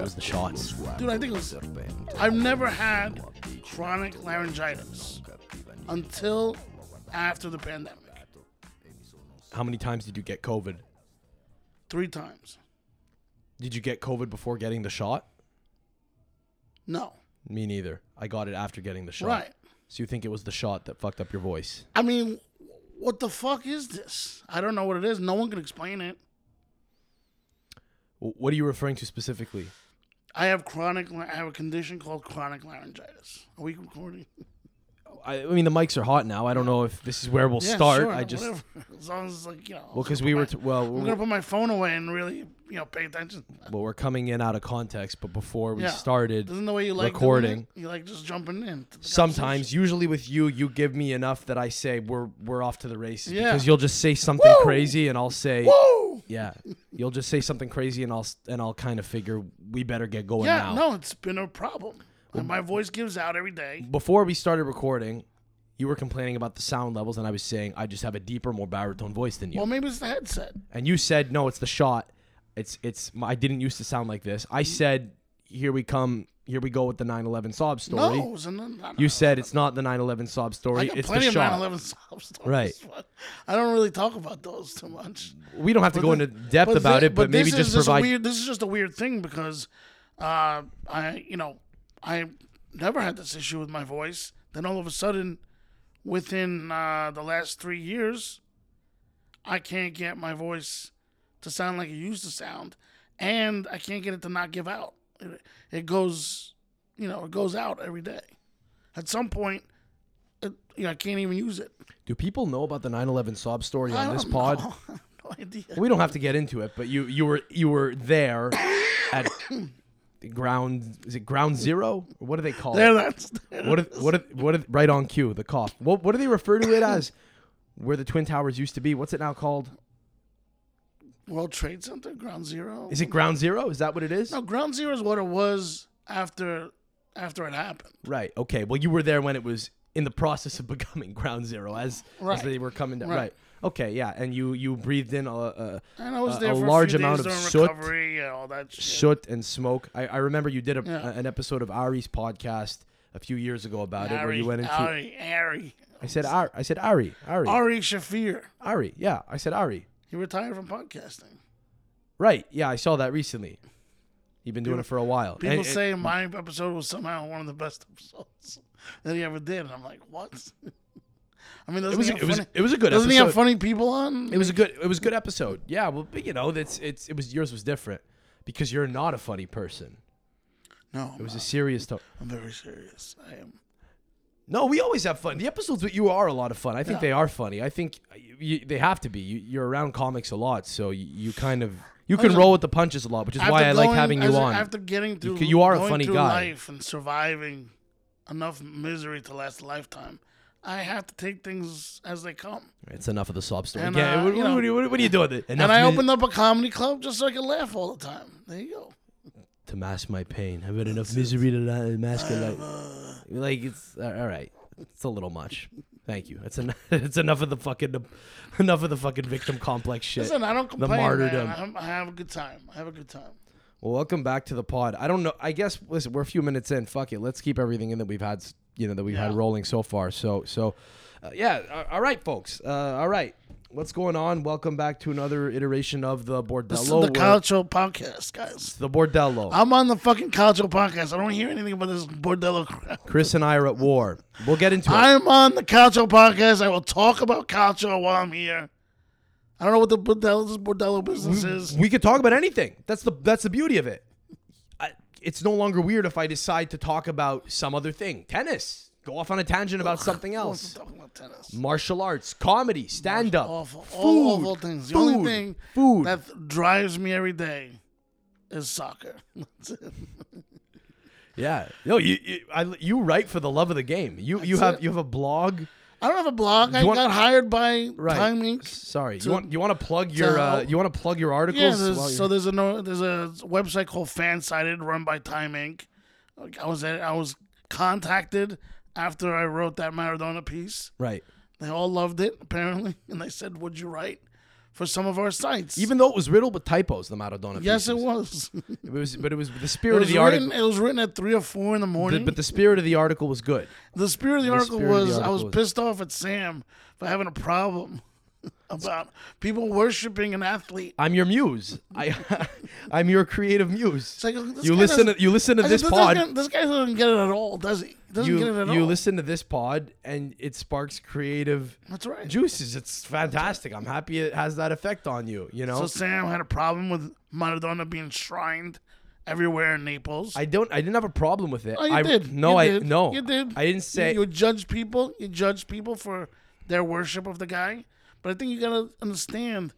was the shots. Dude, I think it was. I've never had chronic laryngitis until after the pandemic. How many times did you get COVID? Three times. Did you get COVID before getting the shot? No. Me neither. I got it after getting the shot. Right. So you think it was the shot that fucked up your voice? I mean, what the fuck is this? I don't know what it is. No one can explain it. W- What are you referring to specifically? I have chronic. la- I have a condition called chronic laryngitis. Are we recording? I, I mean, the mics are hot now. I don't know if this is where we'll Yeah, start. sure, I just whatever. as long as it's like you know. well, because we were t- well, I'm we're, gonna put my phone away and really you know pay attention. well, we're coming in out of context. But before we Yeah. started, Isn't the way you like doing recording. it? You like just jumping in. to the sometimes usually with you you give me enough that i say we're we're off to the races Yeah. because you'll just say something Woo! crazy and i'll say conversation. Woo! yeah you'll just say something crazy and i'll s- and i'll kind of figure we better get going Yeah, now no, it's been a problem. And my voice gives out every day. before we started recording you were complaining about the sound levels and i was saying i just have a deeper more baritone voice than you Well, maybe it's the headset. and you said no it's the shot it's it's i didn't used to sound like this i said here we come here we go with the 9-11 sob story No, it's an, I you said it's not the 9-11 sob I story got it's the plenty of shot 9/11 sob stories. Right. but I don't really talk about those too much. we don't have to go into depth thi- about it, but, maybe this just is a provide. Weird, this is just a weird thing because uh, I, you know, I never had this issue with my voice. Then all of a sudden, within uh, the last three years, I can't get my voice to sound like it used to sound, and I can't get it to not give out. It, it goes, you know, it goes out every day. At some point, it, you know, I can't even use it. Do people know about the 9/11 sob story I on this don't pod? know. I have no idea. We don't have to get into it, but you you were you were there at the ground is it ground zero? What do they call There, it? that's What are, what are, what are, right on cue the cough. What what do they refer to it as? Where the twin towers used to be? What's it now called? World Trade Center, Ground Zero. Is it Ground Zero? Is that what it is? No, Ground Zero is what it was after after it happened. Right. Okay. Well, you were there when it was in the process of becoming Ground Zero, as as Right. they were coming down. Right. Right. Okay. Yeah. And you you breathed in a. a And I was A- there a for large a few amount days of during soot. recovery and all that shit. soot and smoke. I, I remember you did a, Yeah. an episode of Ari's podcast a few years ago about it, where Ari, you went into. Ari, Ari, I said Ari. I said Ari. Ari. Ari. Ari Shafir. Yeah, I said Ari. He retired from podcasting. Right. Yeah, I saw that recently. You've been doing it for a while. People And- and- say my episode was somehow one of the best episodes that he ever did, and I'm like, what? I mean, doesn't it was he a, have it was funny- it was a good doesn't he episode. have funny people on? it was a good it was a good episode. Yeah. Well, but you know that's it's it was yours was different because you're not a funny person. no, It I'm, was not. a serious talk. I'm very serious. I am. No, we always have fun. The episodes with you are a lot of fun. I think they are funny. I think uh, you, they have to be. You, you're around comics a lot, so you, you kind of you can Listen, roll with the punches a lot, which is why After I like going- having you as- on. After getting through, c- you are a going funny through guy. Life and surviving enough misery to last a lifetime. I have to take things as they come. it's enough of the sob story. And, yeah, uh, what, you what- know- what are you- what are you doing? Enough and I mi- opened up a comedy club just so I could laugh all the time. There you go. to mask my pain. I've had enough misery to li- mask it. Like, like it's uh, all right. It's a little much. Thank you. That's en- it's enough of the fucking enough of the fucking victim complex shit. Listen, I don't the complain. martyrdom. man. I'm- I have a good time. I have a good time. Well, welcome back to the pod. I don't know. I guess listen, we're a few minutes in. Fuck it. Let's keep everything in that we've had, s- you know, that we've had Yeah. rolling so far. So, so, uh, yeah. a- All right, folks. Uh, all right. What's going on? Welcome back to another iteration of the Bordello. This is where- the College Show podcast, guys. the Bordello. I'm on the fucking College Show podcast. I don't hear anything about this bordello crap. Chris and I are at war. We'll get into it. I'm on the College Show podcast. I will talk about College Show while I'm here. I don't know what the bordello, this bordello business is. We could talk about anything. That's the that's the beauty of it. I, it's no longer weird if I decide to talk about some other thing. Tennis. Go off on a tangent about something else. Talking about tennis. martial arts, comedy, stand up, Awful, food, all awful things. The food, only thing food. that drives me every day is soccer. That's it. yeah, no, you you, I, you write for the love of the game. You you have it. you have a blog. I don't have a blog. I want- got hired by Right. Time Inc. Sorry. So- you want you want to plug your so- uh, you want to plug your articles? Yeah, there's- while so you're- there's a no, there's a website called Fansided run by Time Inc. Like, I was at, I was contacted after I wrote that Maradona piece. right. They all loved it apparently, and they said, "Would you write for some of our sites?" Even though it was riddled with typos, the Maradona. yes, it was. pieces. it It was, but it was the spirit was of the written. article. It was written at three or four in the morning. But the spirit of the article was good. The spirit of the article spirit of the was I article was was- pissed off at Sam for having a problem about people worshiping an athlete. I'm your muse. I, I'm your creative muse. It's like, oh, this you guy listen. doesn't- To, you listen I to said, this guy pod. doesn't- This guy doesn't get it at all, does he? He Doesn't you get it at you all. listen to this pod, and it sparks creative That's right. juices. It's fantastic. I'm happy it has that effect on you. You know. So Sam had a problem with Maradona being shrined everywhere in Naples. I don't. I didn't have a problem with it. Oh, you I did. No, You I did. no. You did. I didn't say. you, you judge people. You judge people for their worship of the guy, but I think you gotta understand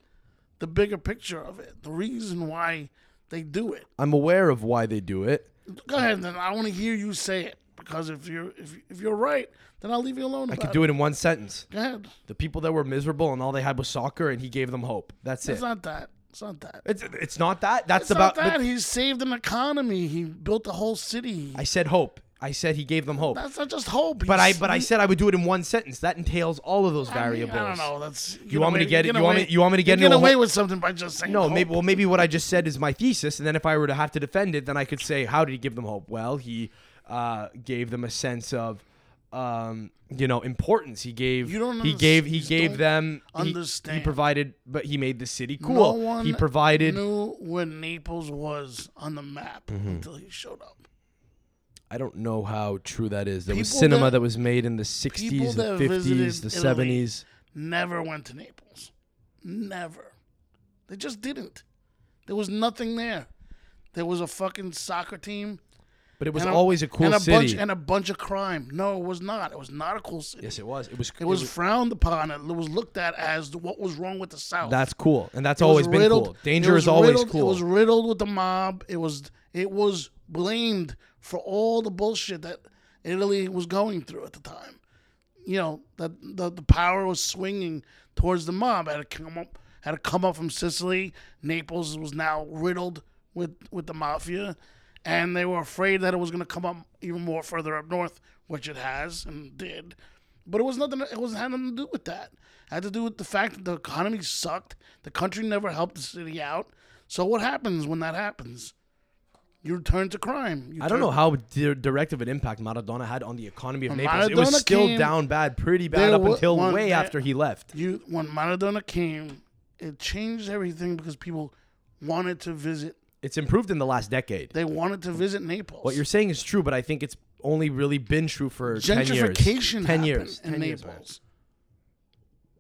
the bigger picture of it, the reason why they do it. I'm aware of why they do it. Go ahead, then. I want to hear you say it because if you're if, if you're right, then I'll leave you alone. I about could do it in one sentence. Go ahead. The people that were miserable and all they had was soccer, and he gave them hope. That's It's it. not that. It's not that. It's it's not that. That's It's about. not that. but he saved an economy. He built a whole city. I said hope. I said he gave them hope. That's not just hope. But I but I said I would do it in one sentence. That entails all of those variables. I don't know. That's you, want me to get it- You, you want me- you want me to get you into a away whole- with something by just saying No, hope. maybe well maybe what I just said is my thesis, and then if I were to have to defend it, then I could say how did he give them hope? Well, he uh, gave them a sense of um, you know importance. He gave You don't he underst- gave he you just gave don't them he- He, understand. provided, but he made the city cool. No one he provided. Mm-hmm. knew where Naples was on the map until he showed up. I don't know how true that is. There was People cinema that- that, was made in the '60s, the that visited '50s, the Italy. '70s. Never went to Naples. Never. They just didn't. There was nothing there. There was a fucking soccer team. But it was and always a cool and a city. Bunch, and a bunch of crime. No, it was not. It was not a cool city. yes, it was. It was. It was frowned upon. It was looked at as what was wrong with the South. That's cool, and that's It was always been riddled- cool. it Danger was is always riddled- cool. It was riddled with the mob. It was it was blamed for all the bullshit that Italy was going through at the time. You know that the, the power was swinging towards the mob. Had to come up had to come up from Sicily. Naples was now riddled with with the mafia, and they were afraid that it was going to come up even more further up north, which it has and did. But it was nothing. It was had nothing to do with that. It had to do with the fact that the economy sucked. The country never helped the city out. So what happens when that happens? You turn to crime. You I don't turn- know how di- direct of an impact Maradona had on the economy of When Naples. it was Maradona still came, down bad, pretty bad there up wa- until one- way there- after he left. You when Maradona came, it changed everything because people wanted to visit. It's improved in the last decade. They wanted to visit Naples. What you're saying is true, but I think it's only really been true for ten years. gentrification Ten happened years. in 10 years, man. Naples.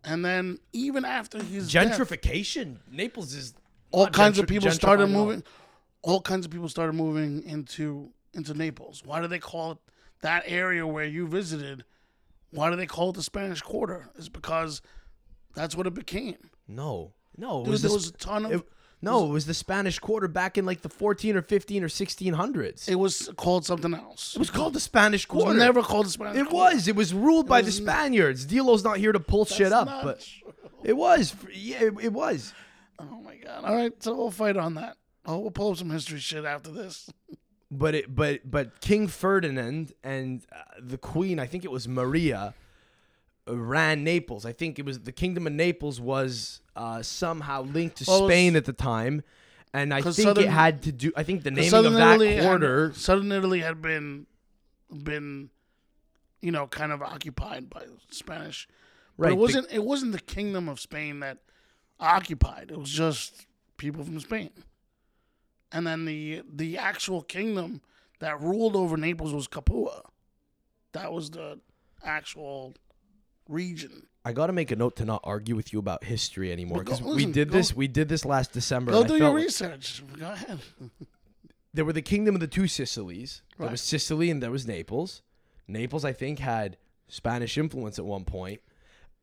and then even after his death, Gentrification. Naples is all not kinds of gentr- people started gentrified at all. moving. All kinds of people started moving into into Naples. Why do they call it that area where you visited? Why do they call it the Spanish Quarter? It's because that's what it became. No, no. It Dude, was there the was a Sp- ton of. It, it- no, it was the Spanish Quarter back in like the 14 or 15 or 1600s. It was called something else. It was called the Spanish was Quarter. never called the Spanish. It Quarter. was. It was ruled by the was- Spaniards. Dilo's not here to pull shit That's up, not but true. it was. Yeah, it, it was. Oh my god! All right, so we'll fight on that. Oh, we'll pull up some history shit after this. But it, but but King Ferdinand and uh, the Queen, I think it was Maria, uh, ran Naples. I think it was the Kingdom of Naples was uh, somehow linked to Well, it's- Spain at the time, and I 'Cause think Southern- it had to do. I think the naming of Southern that Italy had- quarter. Southern Italy had been been you know kind of occupied by the Spanish. But Right, it the- wasn't it wasn't the kingdom of Spain that occupied. It was just people from Spain. And then the the actual kingdom that ruled over Naples was Capua. That was the actual region. I got to make a note to not argue with you about history anymore But go- because we listen, did go- this. We did this last December. Go and I do your felt- research. Go ahead. there were the kingdom of the two Sicilies. There Right. was Sicily and there was Naples. Naples, I think, had Spanish influence at one point.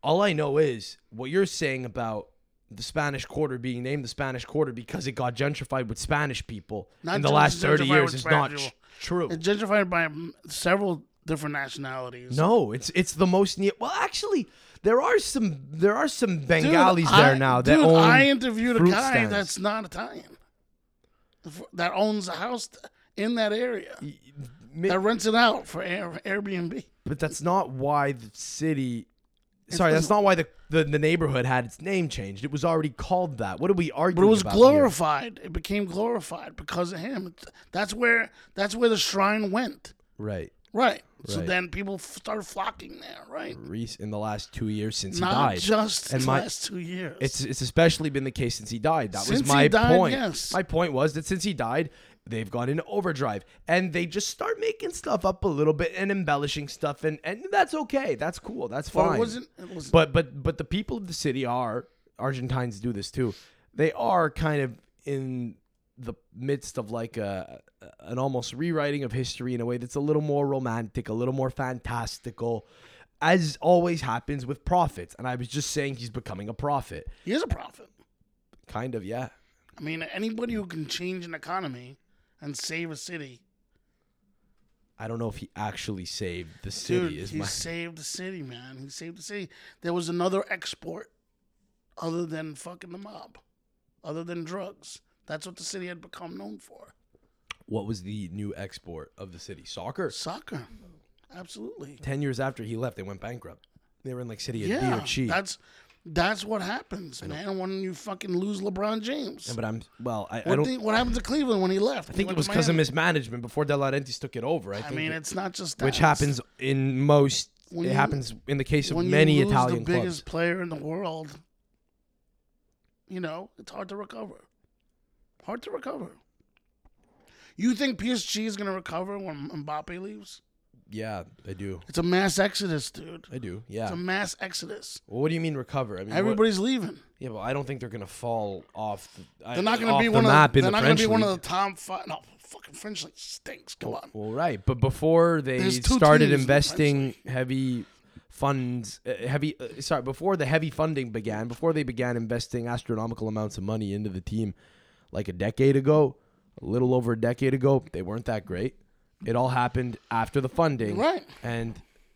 All I know is what you're saying about the Spanish Quarter being named the Spanish Quarter because it got gentrified with Spanish people Not in the just last 30 gentrified years with is Spanish not people. tr- true. It's gentrified by mm, several different nationalities. No, it's it's the most near. Well, actually, there are some there are some Dude, Bengalis I- there now that dude, own. I interviewed a fruit guy stands. that's not Italian, f- that owns a house in that area, Mi- that rents it out for Air, Airbnb. but that's not why the city. Sorry, that's not why the, the, the neighborhood had its name changed. It was already called that. What are we arguing But it was about here? glorified. It became glorified because of him. That's where that's where the shrine went. Right. Right. So Right. then people f- started flocking there. Right. Reese in the last two years since Not he died. just And the my- last two years. It's it's especially been the case since he died. That Since was he my died, point. yes. My point was that since he died, they've gone into overdrive and they just start making stuff up a little bit and embellishing stuff and and that's okay. That's cool. That's But fine. it wasn't. It was But but but the people of the city are Argentines do this too. They are kind of in the midst of like a an almost rewriting of history in a way that's a little more romantic, a little more fantastical, as always happens with prophets. And I was just saying he's becoming a prophet, he is a prophet. kind of. Yeah, I mean, anybody who can change an economy and save a city, I don't know if he actually saved the city. dude, is he my saved the city, man. He saved the city. There was another export other than fucking the mob, other than drugs. That's what the city had become known for. what was the new export of the city? Soccer. Soccer. Absolutely. Ten years after he left, they went bankrupt. They were in like city of Yeah. DRG. That's that's what happens, man, when you fucking lose LeBron James. but I'm well. I, I what, don't. the- what happened to Cleveland when he left? I think it was because of mismanagement before De Laurentiis took it over. I, I think mean, it- it's not just that. which It's happens in most. When it you- happens in the case of when many you lose Italian the clubs. biggest player in the world, you know it's hard to recover. Hard to recover. You think PSG is going to recover when Mbappe leaves? Yeah, I do. It's a mass exodus, dude. I do. It's Yeah. a mass exodus. well, what do you mean recover? I mean, what- Everybody's leaving. yeah, well, I don't think they're gonna fall off. The, They're not going to be the one of. map The, in they're the not going French to be one of league. Oh, the top five. No, fucking French league stinks. Come on. Well, right, but before they There's two started teams in the French investing heavy funds, uh, heavy uh, sorry, before the heavy funding began, before they began investing astronomical amounts of money into the team, like a decade ago, a little over a decade ago, they weren't that great. It all happened after the funding, Right. And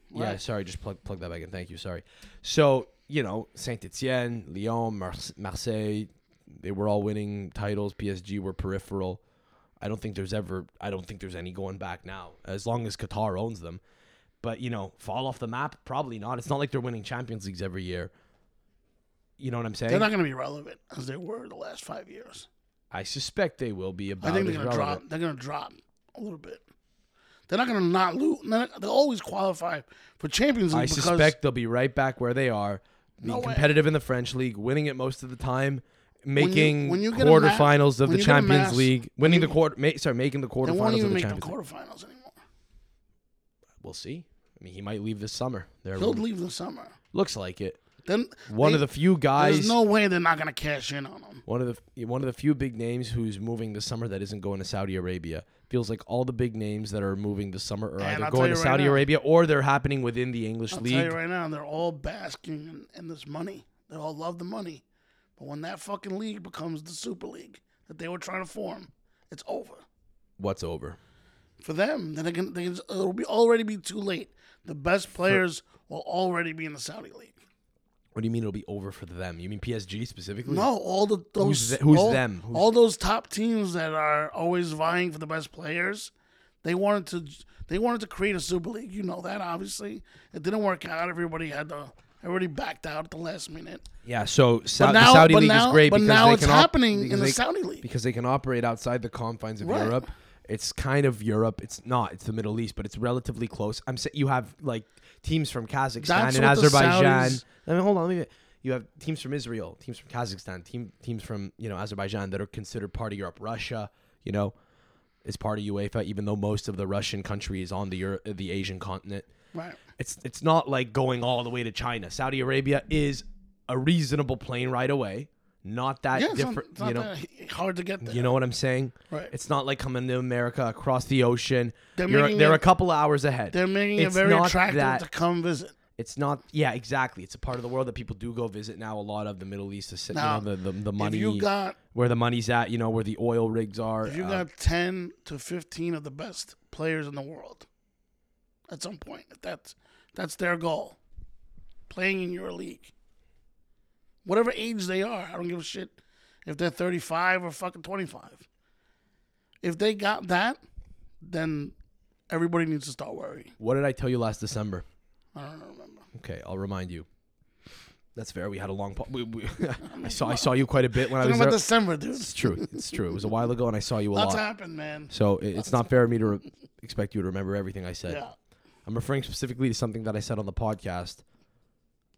yeah, Right. sorry, just plug plug that back in. Thank you. Sorry. So you know, Saint Etienne, Lyon, Marse- Marseille, they were all winning titles. PSG were peripheral. I don't think there's ever. I don't think there's any going back now. As long as Qatar owns them, but you know, fall off the map, probably not. It's not like they're winning Champions Leagues every year. You know what I'm They're saying? not going to be relevant as they were the last five years. I suspect they will be I about. think they're as gonna relevant. drop. They're gonna drop a little bit. They're not gonna not lose. They'll always qualify for Champions League. I because suspect they'll be right back where they are, being No way. competitive in the French league, winning it most of the time, you- making when you get a ma- quarterfinals when of you the get a Champions mass- League, winning the quarter, ma- sorry, making the they won't quarterfinals of even the make the Champions League. quarterfinals anymore. We'll see. I mean, he might leave this summer. There They'll leave the summer. looks like it. Then One they- of the few There's guys, no way they're not gonna cash in on them. one of the one of the few big names who's moving this summer that isn't going to Saudi Arabia. Feels like all the big names that are moving this summer are either I'll tell going to you right Saudi now- Arabia or they're happening within the English I'll tell league. you right now, they're all basking in, in this money. They all love the money, but when that fucking league becomes the Super League that they were trying to form, it's over. What's over? for them. Then they can, they can, it'll be already be too late. The best players will already be in the Saudi league. What do you mean it'll be over for them? You mean PSG specifically? No, all the those the- Mm. who's all, them? Who's- all those top teams that are always vying for the best players. They wanted to they wanted to create a super league. You know that obviously it didn't work out. Everybody had to everybody backed out at the last minute. Yeah, so Sa- But now, the Saudi but league now, is great but because now they it's can op- happening in because the they- Saudi league. because they can operate outside the confines of Right. Europe. It's kind of Europe. It's not. It's the Middle East, but it's relatively close. I'm saying you have like teams from Kazakhstan That's and what the Azerbaijan. Saudis- I mean, hold on. Let me, you have teams from Israel, teams from Kazakhstan, team teams from you know Azerbaijan that are considered part of Europe. Russia, you know, is part of UEFA, even though most of the Russian country is on the Euro- the Asian continent. Right. It's it's not like going all the way to China. Saudi Arabia is a reasonable plane right away. Not that Yeah, it's not- different, it's not you know. that hard to get there. You know what I'm saying? Right. It's not like coming to America across the ocean. They're You're- making they're it- a couple hours ahead. They're making it It's very not attractive that- to come visit. it's not. Yeah, exactly. It's a part of the world that people do go visit now. A lot of the Middle East, the, si- Now, you know, the, the the If money, you got where the money's at. You know where the oil rigs are. If you uh, got 10 to 15 of the best players in the world at some point. If that's that's their goal, playing in your league, whatever age they are, I don't give a shit if they're 35 or fucking 25. If they got that, then everybody needs to start worrying. What did I tell you last December? I don't remember. Okay, I'll remind you. That's fair. We had a long. Po- we, we, I saw. I saw you quite a bit when I Talking was about there. December, dude. It's true. It's true. It was a while ago, and I saw you a Lots lot. happened, man. So it, it's not fair of me to re- expect you to remember everything I said. Yeah. I'm referring specifically to something that I said on the podcast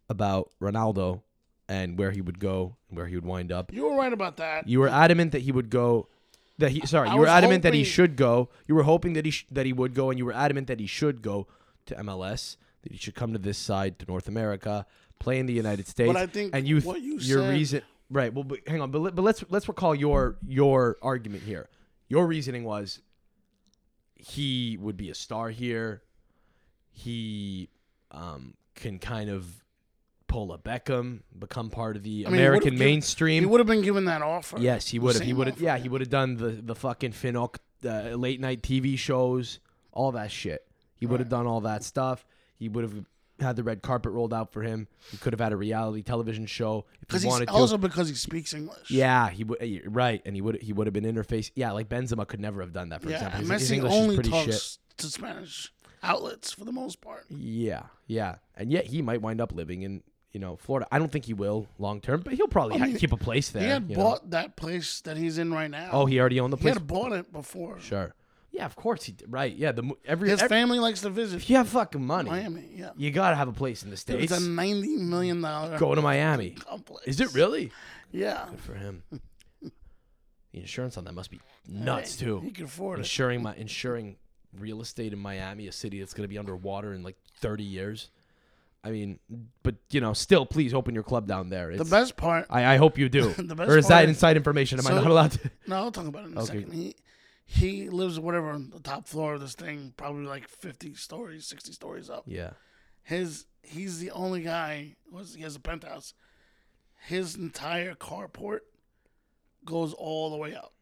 about Ronaldo and where he would go and where he would wind up. You were right about that. You were adamant that he would go. That he sorry, I you were was adamant that he hoping- should go. You were hoping that he sh- that he would go, and you were adamant that he should go to MLS. That he should come to this side to North America, play in the United States. I think and you th- what you your said- reason right. Well, but hang on, but, let, but let's let's recall your your argument here. Your reasoning was he would be a star here. He um, can kind of pull a Beckham, become part of the I mean, he would've American given- mainstream. He would have been given that offer. Yes, he The would have. He same would have. offer. Yeah, he would have done the the fucking Finnock uh, late night TV shows, all that shit. He would have done all that stuff. He would have had the red carpet rolled out for him. He could have had a reality television show if Because he he's wanted to. also because he speaks English. yeah, he would. uh, Right, and he would. He would have been interface. Yeah, like Benzema could never have done that. For Yeah, example, and Messi his, his English only is pretty talks shit. to Spanish outlets for the most part. Yeah, yeah, and yet he might wind up living in you know Florida. I don't think he will long term, but he'll probably ha- mean, keep a place there. he had you know? bought that place that he's in right now. Oh, he already owned the he place. had bought it before. Sure. Yeah, of course he did. Right. Yeah, the mo- every, His every family likes to visit if you have fucking money, Miami. Yeah, you gotta have a place in the states. it's a ninety million dollar Go to Miami. complex. Is it really? Yeah, Good for him. the insurance on that must be nuts he too. can afford it. Insuring my insuring real estate in Miami, a city that's gonna be underwater in like 30 years. I mean, but you know, still, please open your club down there. The It's, best part. I, I hope you do. The best or is part that is- inside information? Am I So- not allowed to? No, I'll talk about it in a Okay. second. He he lives whatever on the top floor of this thing, probably like fifty stories, sixty stories up. Yeah. his he's the only guy was he has a penthouse. His entire carport goes all the way out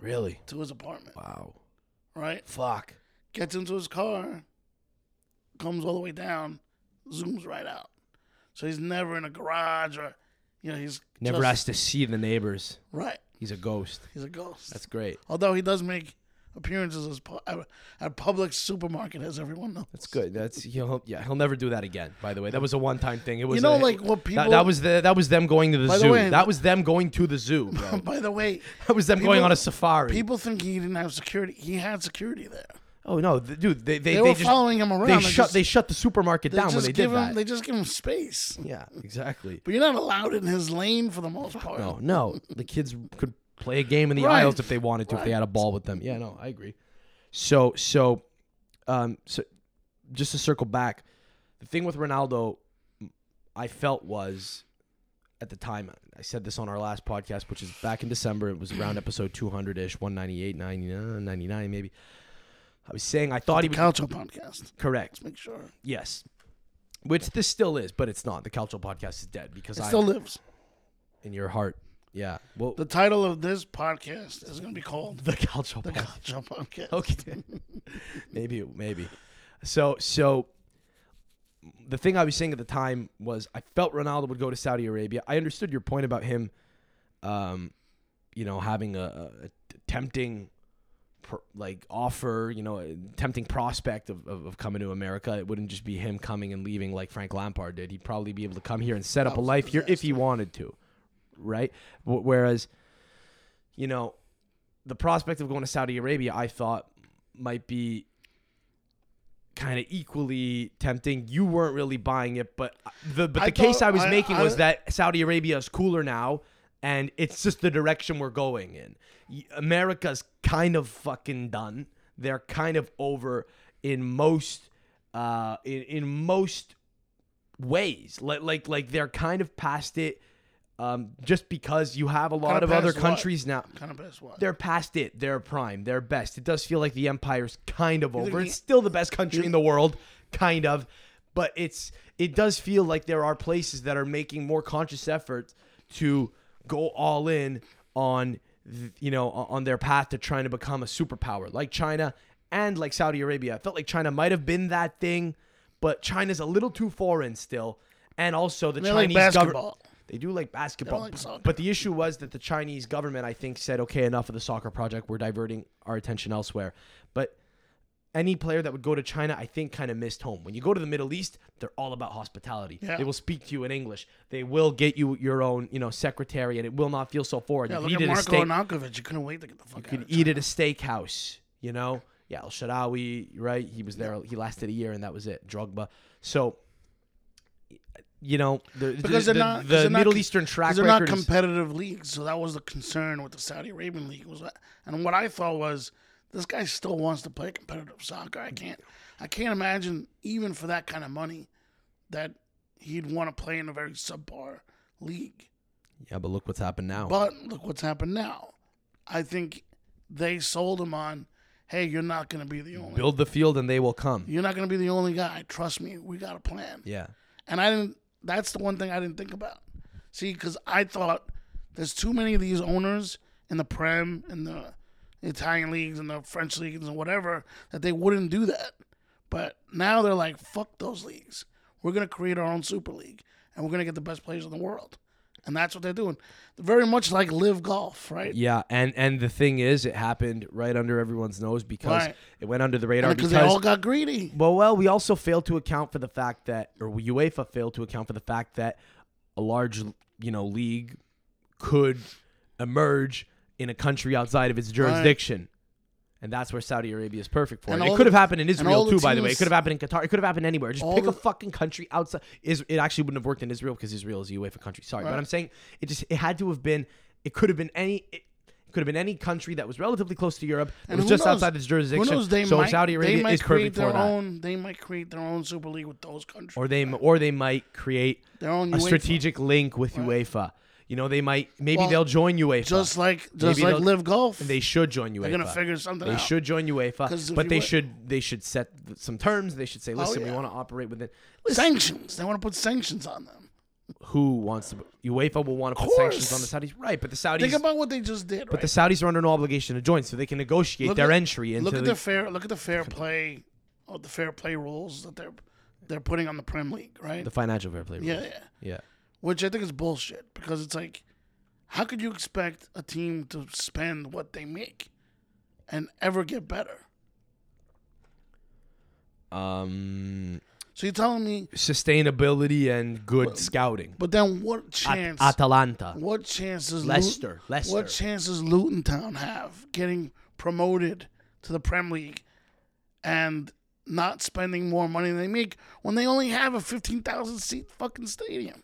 Really? to his apartment. Wow. Right? Fuck. Gets into his car, comes all the way down, zooms right out. So he's never in a garage or you know, he's Never just- has to see the neighbors. right. He's a ghost. He's a ghost. That's great. Although he does make appearances as pu- at at public supermarket as everyone knows. That's good. That's he'll yeah he'll never do that again. By the way, that was a one time thing. It was know, a- like, what that- that, people- was the that was them going to the By the zoo. way- that was them going to the zoo. bro. By the way, that was them going people- on a safari. people think he didn't have security. He had security there. oh no, th- dude, they they, They, were just following him around. they and shut just- they shut the supermarket They down when just they did give him, that. They just give him space. yeah, exactly. But you're not allowed in his lane for the most part. No, no, the kids could play a game in the Oh, Right. aisles if they wanted to, if they had a ball with them. Yeah, no, I agree. So so, um, so just to circle back, the thing with Ronaldo, I felt was at the time I said this on our last podcast, which is back in December. It was around episode 200 ish, 198, 99, 99 maybe. I was saying I thought he The was Calcio podcast. correct. Make sure. Yes. Which this still is, but it's not. The Cultural Podcast is dead because It I still lives. in your heart. Yeah. Well, The the, title of this podcast is going to be called the Cultural The Podcast. Calcio Podcast. okay. maybe, maybe. So, so the thing I was saying at the time was I felt Ronaldo would go to Saudi Arabia. I understood your point about him, um, you know, having a, a tempting, pr- like offer, you know, a tempting prospect of, of, of coming to America. It wouldn't just be him coming and leaving like Frank Lampard did. He'd probably be able to come here and set up a was a life here if he wanted to, right? Wh- Whereas, you know, the prospect of going to Saudi Arabia, I thought might be kind of equally tempting. You weren't really buying it, but uh, the but I the case thought- I was I- making I- was that Saudi Arabia is cooler now, and it's just the direction we're going in. Y- America's kind of fucking done. They're kind of over in most uh in, in most ways. Like like like they're kind of past it. Um, just because you have a lot Kinda of other past what? countries now, Kind of best one. they're past it. They're prime. They're best. It does feel like the empire's kind of over. the- e- It's still the best country in the world, kind of, but it's it does feel like there are places that are making more conscious efforts to go all in on th- you know o- on their path to trying to become a superpower, like China and like Saudi Arabia. I felt like China might have been that thing, but China's a little too foreign still. And also the They like Chinese government. basketball. They do like basketball. like soccer. but the issue was that the Chinese government, I think, said, okay, enough of the soccer project. We're diverting our attention elsewhere. But any player that would go to China, I think, kind of missed home. When you go to the Middle East, they're all about hospitality. Yeah. They will speak to you in English. They will get you your own, you know, secretary, and it will not feel so foreign. Yeah, you look at could eat at a Marco steak. Anakovic. You couldn't wait to get the fuck you out. could of eat at a steakhouse. You know, yeah, Al Sharawi, right? He was there. He lasted a year, and that was it. Drogba. So, you know, the, Because the, they're not- 'cause the, they're not Middle com- Eastern track These are not record is- competitive leagues, so that was the concern with the Saudi Arabian league. Was that, and what I thought was this guy still wants to play competitive soccer. I can't, I can't imagine even for that kind of money that he'd want to play in a very subpar league. yeah, but look what's happened now. But look what's happened now. I think they sold him on, hey, you're not going to be the only, Build the field, and they will come. you're not going to be the only guy. Trust me, we got a plan. Yeah, And I didn't. That's the one thing I didn't think about. See, because I thought there's too many of these owners in the Prem and the Italian leagues and the French leagues and whatever that they wouldn't do that. But now they're like, fuck those leagues. We're gonna create our own super league and we're gonna get the best players in the world. And that's what they're doing. Very much like live golf, right? yeah, and and the thing is, it happened right under everyone's nose because Right. it went under the radar Because because they all got greedy. Well, well, we also failed to account for the fact that, or UEFA failed to account for the fact that a large, you know, league could emerge in a country outside of its jurisdiction. And that's where Saudi Arabia is perfect for. And it. It all could have the- happened in all Israel the too, by the way. It teams- could have happened in Qatar. It could have happened anywhere. Just All pick the- a fucking country outside. Is it actually wouldn't have worked in Israel because Israel is a UEFA country. Sorry, but I'm saying it just it had to have been. It could have been any. It, could have been any country that was relatively close to Europe. It was who just knows- outside its Who jurisdiction. knows? They so might, Saudi Arabia they might is create perfect their for that own. They might create their own super league with those countries. or they or they might create their own a UEFA. strategic link with UEFA. You know, they might maybe Well, they'll join UEFA. Just like just Maybe like they'll- live golf. they should join UEFA. They're gonna figure something They out. should join 'Cause UEFA, if but you they would- should they should set th- some terms. They should say, "Listen, yeah. we want to operate within." Listen, sanctions. They want to put sanctions on them. who wants to? UEFA will want to put sanctions on the Saudis, right? But the Saudis, Think about what they just did. but right? the Saudis are under no obligation to join, so they can negotiate Look their at- entry into look at the. the fair. Look at the fair play. Or the fair play rules that they're they're putting on the Prem League, right? the financial fair play. yeah, rules. yeah. yeah. Which I think is bullshit because it's like, how could you expect a team to spend what they make, and ever get better? Um, So you're telling me, sustainability and good scouting. but then what At- chance? Atalanta. What chances Lu- Leicester, Leicester. What chances Luton Town have getting promoted to the Prem League and not spending more money than they make when they only have a 15,000 seat fucking stadium?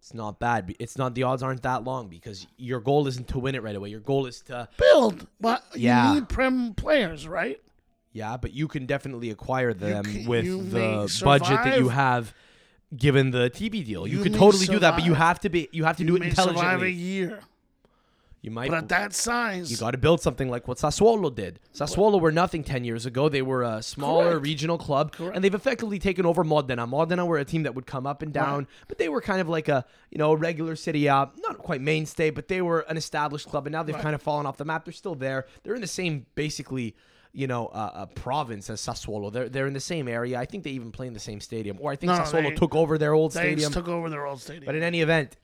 It's not bad. be- It's not the odds aren't that long because your goal isn't to win it right away. Your goal is to Build. But Yeah. you need Prem players, right? yeah, but you can definitely acquire them c- with you may the budget that you survive- have given the TV deal. You, You could may totally do that, but you survive- have to be you have to do You it may survive a intelligently. year. You might But at that size, you got to build something like what Sassuolo did. Sassuolo were nothing 10 years ago. They were a smaller Correct. regional club, and they've effectively taken over Modena. Modena were a team that would come up and down, but they were kind of like a you know regular City A, not quite mainstay, but they were an established club, and now they've kind of fallen off the map. They're still there. They're in the same basically. You know, uh, uh, province as Sassuolo. They're they're in the same area. I think they even play in the same stadium, or I think No, Sassuolo they- took over their old they stadium. just took over their old stadium. But in any event,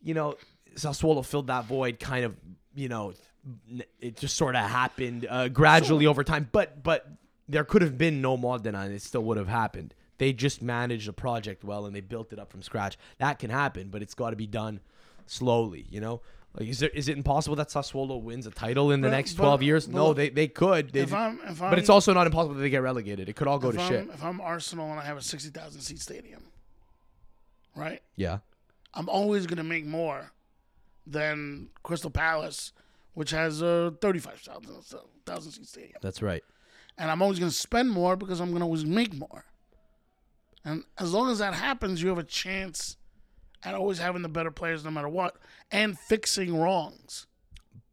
you know, Sassuolo filled that void kind of, you know, n- it just sort of happened uh, gradually over time. But but there could have been no Modena and it still would have happened. They just managed the project well and they built it up from scratch. That can happen, but it's got to be done slowly, you know? Like, is, there, is it impossible that Sassuolo wins a title in the But- next but- 12 years? no, well, they, they could. They if ju- I'm, if I'm, but it's also not impossible that they get relegated. It could all go if to I'm, shit. If I'm Arsenal and I have a 60,000 seat stadium, right? Yeah. I'm always going to make more than Crystal Palace, which has uh, a 35,000 seat stadium. That's right. And I'm always going to spend more because I'm going to always make more. And as long as that happens, you have a chance at always having the better players no matter what and fixing wrongs.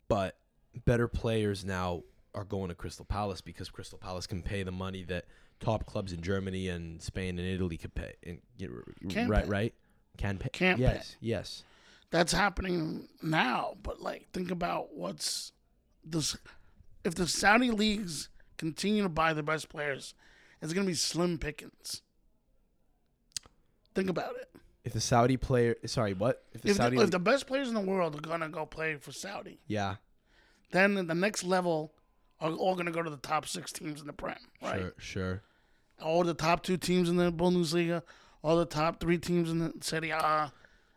but better players now are going to Crystal Palace because Crystal Palace can pay the money that top clubs in Germany and Spain and Italy could pay. And get, Can't right, pay. right? Can pay. Can't pay. yes, yes. That's happening now, but like think about what's this if the Saudi leagues continue to buy the best players, it's going to be slim pickings. Think about it. If the Saudi player, sorry, what? If the If the, Saudi, if the best players in the world are going to go play for Saudi, yeah, then the next level are all going to go to the top six teams in the Prem, right? sure, sure. All the top two teams in the Bundesliga, all the top three teams in the Serie A,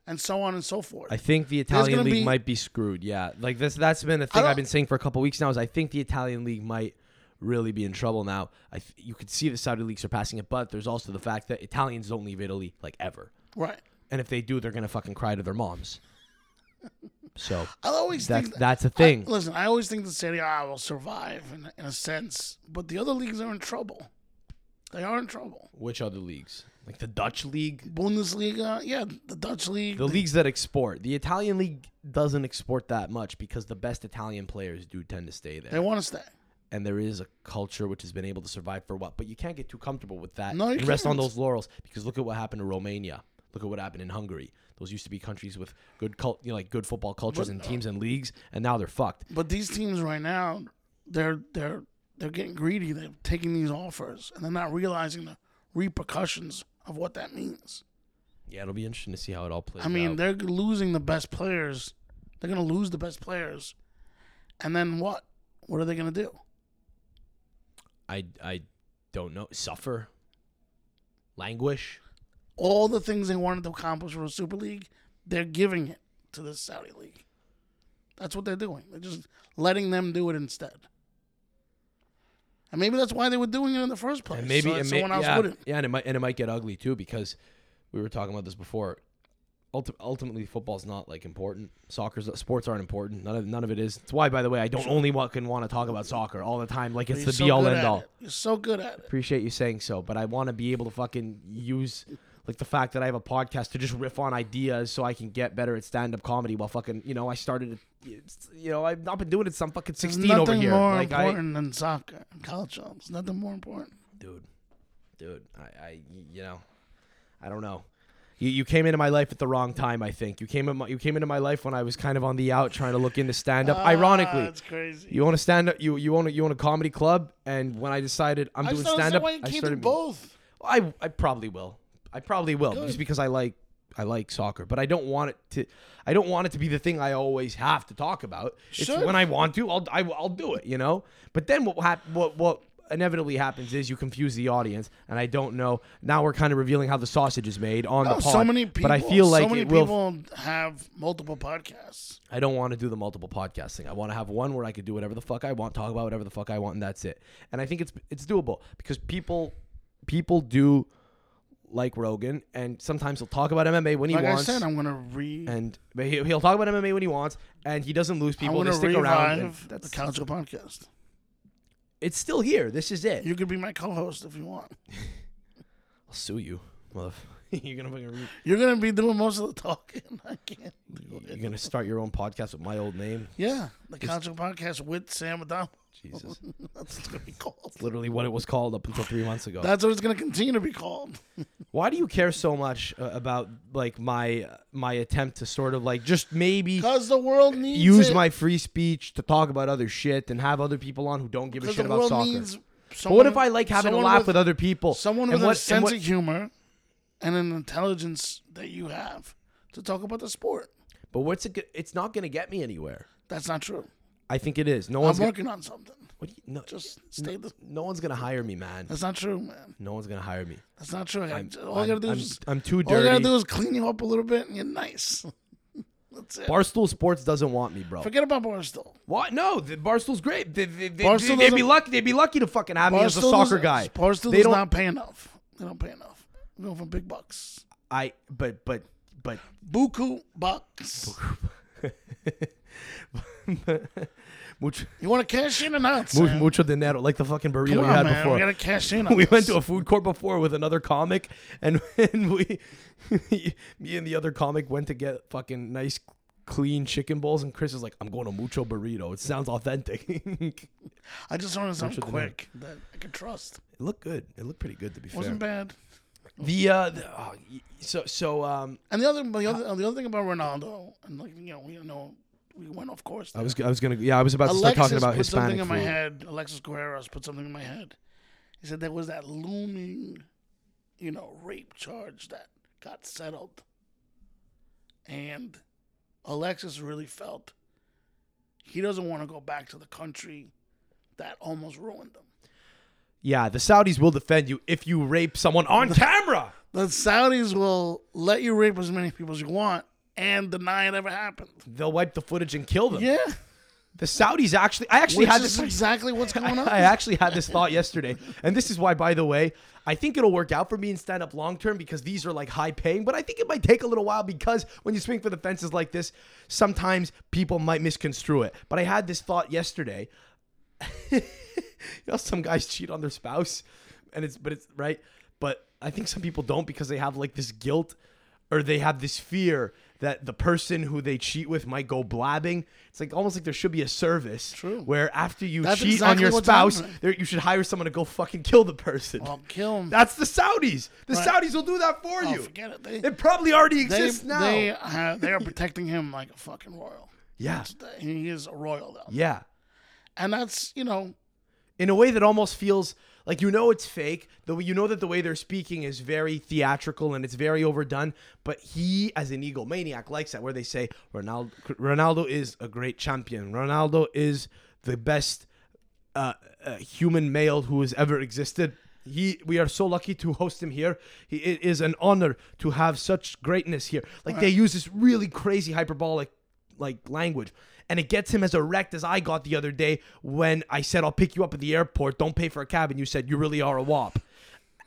and so on and so forth. I think the There's Italian gonna league be- might be screwed. Yeah, like this. That's been a thing don't- I've been saying for a couple weeks now. Is I think the Italian league might really be in trouble now. I th- you could see the Saudi league surpassing it, but there's also the fact that Italians don't leave Italy like ever, right. and if they do, they're gonna fucking cry to their moms. So I always that's think that, that's a thing. I- listen, I always think the Serie A will survive in, in a sense, but the other leagues are in trouble. They are in trouble. Which other leagues? Like the Dutch league, Bundesliga, yeah, the Dutch league, the leagues that export. The Italian league doesn't export that much because the best Italian players do tend to stay there. they want to stay. and there is a culture which has been able to survive for what. But you can't get too comfortable with that. No, you and rest on can't. those laurels because look at what happened to Romania. Look at what happened in Hungary. Those used to be countries with good cult, you know, like good football cultures and teams and leagues, and now they're fucked. But these teams right now, they're they're they're getting greedy. They're taking these offers and they're not realizing the repercussions of what that means. Yeah, it'll be interesting to see how it all plays I mean, out. they're losing the best players. They're gonna lose the best players, and then what? What are they gonna do? I I don't know. Suffer, languish. All the things they wanted to accomplish for a Super League, they're giving it to the Saudi League. That's what they're doing. They're just letting them do it instead. And maybe that's why they were doing it in the first place. and maybe so that and may- someone else yeah, wouldn't. Yeah, and it might and it might get ugly too because we were talking about this before. Ulti- ultimately, football's not like important. Soccer's sports aren't important. None of none of it is. It's why, by the way, I don't only want, can want to talk about soccer all the time. Like it's You're the so be all good end at all. it. You're so good at it. Appreciate you saying so, but I want to be able to fucking use like the fact that I have a podcast to just riff on ideas so I can get better at stand up comedy. While fucking, you know, I started, it's- you know, I've not been doing it since I'm fucking There's sixteen nothing over here. more like I, important than soccer and college There's Nothing more important. dude, dude, I, I, you know, I don't know. You, you came into my life at the wrong time. I think you came in my, you came into my life when I was kind of on the out, trying to look into stand up. Ah, Ironically, it's crazy. you own a stand up, you you own a, you own a comedy club, and when I decided I'm I doing just don't understand stand up, why you I can't do started. both. I I probably will. I probably will just because I like I like soccer, but I don't want it to. I don't want it to be the thing I always have to talk about. It's Sure. when I want to, I'll I, will i will do it. You know. But then what will hap- what what inevitably happens is you confuse the audience, and I don't know. Now we're kind of revealing how the sausage is made on Oh, the pod. so many people. but I feel like so many it will. people have multiple podcasts. I don't want to do the multiple podcast thing. I want to have one where I could do whatever the fuck I want, talk about whatever the fuck I want, and that's it. And I think it's it's doable because people people do like Rogan, and sometimes he'll talk about MMA when he Like wants, I said, I'm gonna re. and but he, he'll talk about MMA when he wants, and he doesn't lose I'm people. They gonna stick around. and revive the That's, college podcast. it's still here. This is it. You could be my co-host if you want. I'll sue you, motherfucker. you're gonna fucking re- You're gonna be doing most of the talking. I can't. do you're it. gonna start your own podcast with my old name. Yeah, the college podcast with Sam Adamo. Jesus, That's what it's gonna be called. literally what it was called up until three months ago. That's what it's gonna continue to be called. Why do you care so much uh, about like my my attempt to sort of like just maybe Because the world needs use it. my free speech to talk about other shit and have other people on who don't give a 'Cause shit the about world soccer? needs but what if someone- I like having a someone laugh with, other people? someone And with what- a and sense what- of humor and an intelligence that you have to talk about the sport? But what's it? go- It's not going to get me anywhere. That's not true. I think it is. No I'm one's gonna, working on something. what do you, no, Just stay. the, no one's going to hire me, man. that's not true, man. No one's going to hire me. That's not true. all you I'm, gotta do I'm- is I'm too all you gotta dirty. do is clean you up a little bit and you're nice. that's it. Barstool Sports doesn't want me, bro. Forget about Barstool. What? No, the Barstool's great. They, they, they, Barstool would be doesn't- lucky. They'd be lucky to fucking have me as a soccer does- guy. Barstool They does don't- not pay enough. They don't pay enough. I'm going for big bucks. I but but but Buku bucks. mucho, You want to cash in or not? mu- Sam? mucho dinero, like the fucking burrito Come we on, had man. before. We We, gotta cash in. On this. went to a food court before with another comic, and, and we, me and the other comic went to get fucking nice, clean chicken bowls, and Chris is like, "I'm going to mucho burrito. It sounds authentic. it I just wanted something Richard the Knight. quick that I could trust. looked good. It looked pretty good to be fair. Wasn't bad. The uh, the, oh, y- so so um, And the other, the other, the other thing about Ronaldo, and like you know, we know we went off course. I was I was gonna yeah I was about to start Alexis talking about put Hispanic something in my food. head. Alexis Guerreros put something in my head. He said there was that looming, you know, rape charge that got settled, and Alexis really felt he doesn't want to go back to the country that almost ruined him. Yeah, the Saudis will defend you if you rape someone on camera. The Saudis will let you rape as many people as you want and deny it ever happened. They'll wipe the footage and kill them. Yeah, The Saudis actually I actually which had is this exactly what's going on. I actually had this thought yesterday. And this is why, by the way, I think it'll work out for me in stand up long term because these are like high paying, but I think it might take a little while because when you swing for the fences like this, sometimes people might misconstrue it. But I had this thought yesterday. you know, some guys cheat on their spouse, and it's, but it's right. But I think some people don't because they have like this guilt or they have this fear that the person who they cheat with might go blabbing. It's like almost like there should be a service True. where after you That's cheat exactly on your what's spouse, happening. there, you should hire someone to go fucking kill the person. I'll kill him. That's the Saudis. The Right. Saudis will do that for Oh, you. forget it. They, It probably already they, exists now. they, uh, they are protecting him like a fucking royal. yeah. He is a royal though, Yeah. and that's you know In a way that almost feels like you know it's fake, though you know that the way they're speaking is very theatrical and it's very overdone, but he as an egomaniac likes that where they say Ronaldo Ronaldo is a great champion. Ronaldo is the best uh, uh, human male who has ever existed. He, we are so lucky to host him here. He, it is an honor to have such greatness here. Like they use this really crazy hyperbolic like language, and it gets him as erect as I got the other day when I said I'll pick you up at the airport. Don't pay for a cab, and you said you really are a wop.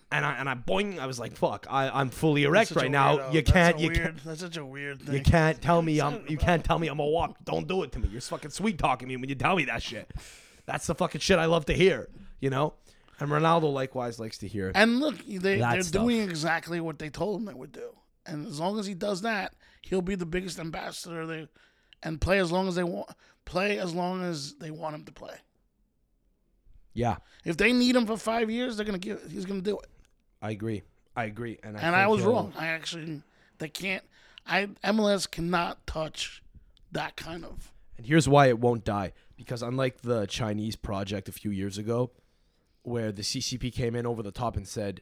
And I and I boing. I was like, fuck. I, I'm fully erect such a right now. weirdo. You That's can't. a You weird, can't. That's such a weird You thing. can't tell me I'm. You oh. can't tell me I'm a wop. Don't do it to me. You're fucking sweet talking me when you tell me that shit. That's the fucking shit I love to hear. You know. And Ronaldo likewise likes to hear. it. And look, they, That they're stuff. doing exactly what they told him they would do. And as long as he does that, he'll be the biggest ambassador. They and play as long as they want. Play as long as they want him to play. Yeah, If they need him for five years, they're gonna give. He's gonna do it. I agree. I agree. And I, And I think was he'll- wrong. I actually they can't. I MLS cannot touch that kind of. And here's why it won't die because unlike the Chinese project a few years ago, where the CCP came in over the top and said,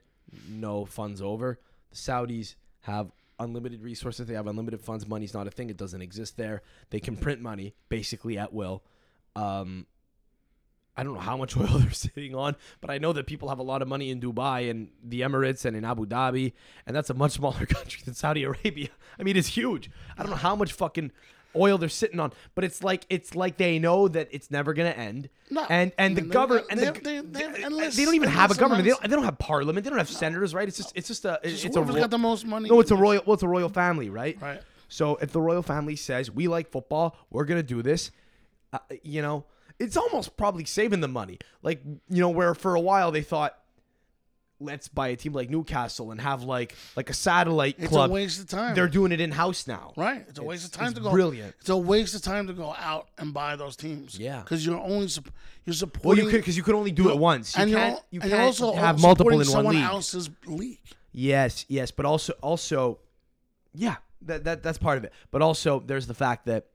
no funds over, the Saudis have unlimited resources. They have unlimited funds. Money's not a thing. It doesn't exist there. They can print money basically at will. Um, I don't know how much oil they're sitting on, but I know that people have a lot of money in Dubai and the Emirates and in Abu Dhabi, and that's a much smaller country than Saudi Arabia. I mean, it's huge. I don't know how much fucking oil they're sitting on, but it's like it's like they know that it's never gonna end. No. and and the They- government and they- the, they- they have they endless- don't even have a endless government. They amounts. don't, they don't have parliament. They don't have senators, right? It's just it's just a it's, It's a whoever's ro- got the most money. no, it's a royal. Well, it's a royal family, right? Right. So if the royal family says we like football, we're gonna do this. Uh, you know, it's almost probably saving the money. Like you know, where for a while they thought, let's buy a team like Newcastle and have like like a satellite It's club. a waste of time. They're doing it in house now. Right. It's a waste It's- of time it's to go. brilliant. It's a waste of time to go out and buy those teams. Yeah. Because you're only sup- you're Well, supporting. you could because you could only do it once. You and you're, can't. al- You and can't you're also have supporting multiple in one someone league. else's league. Yes, yes, but also also yeah, that, that that's part of it. But also there's the fact that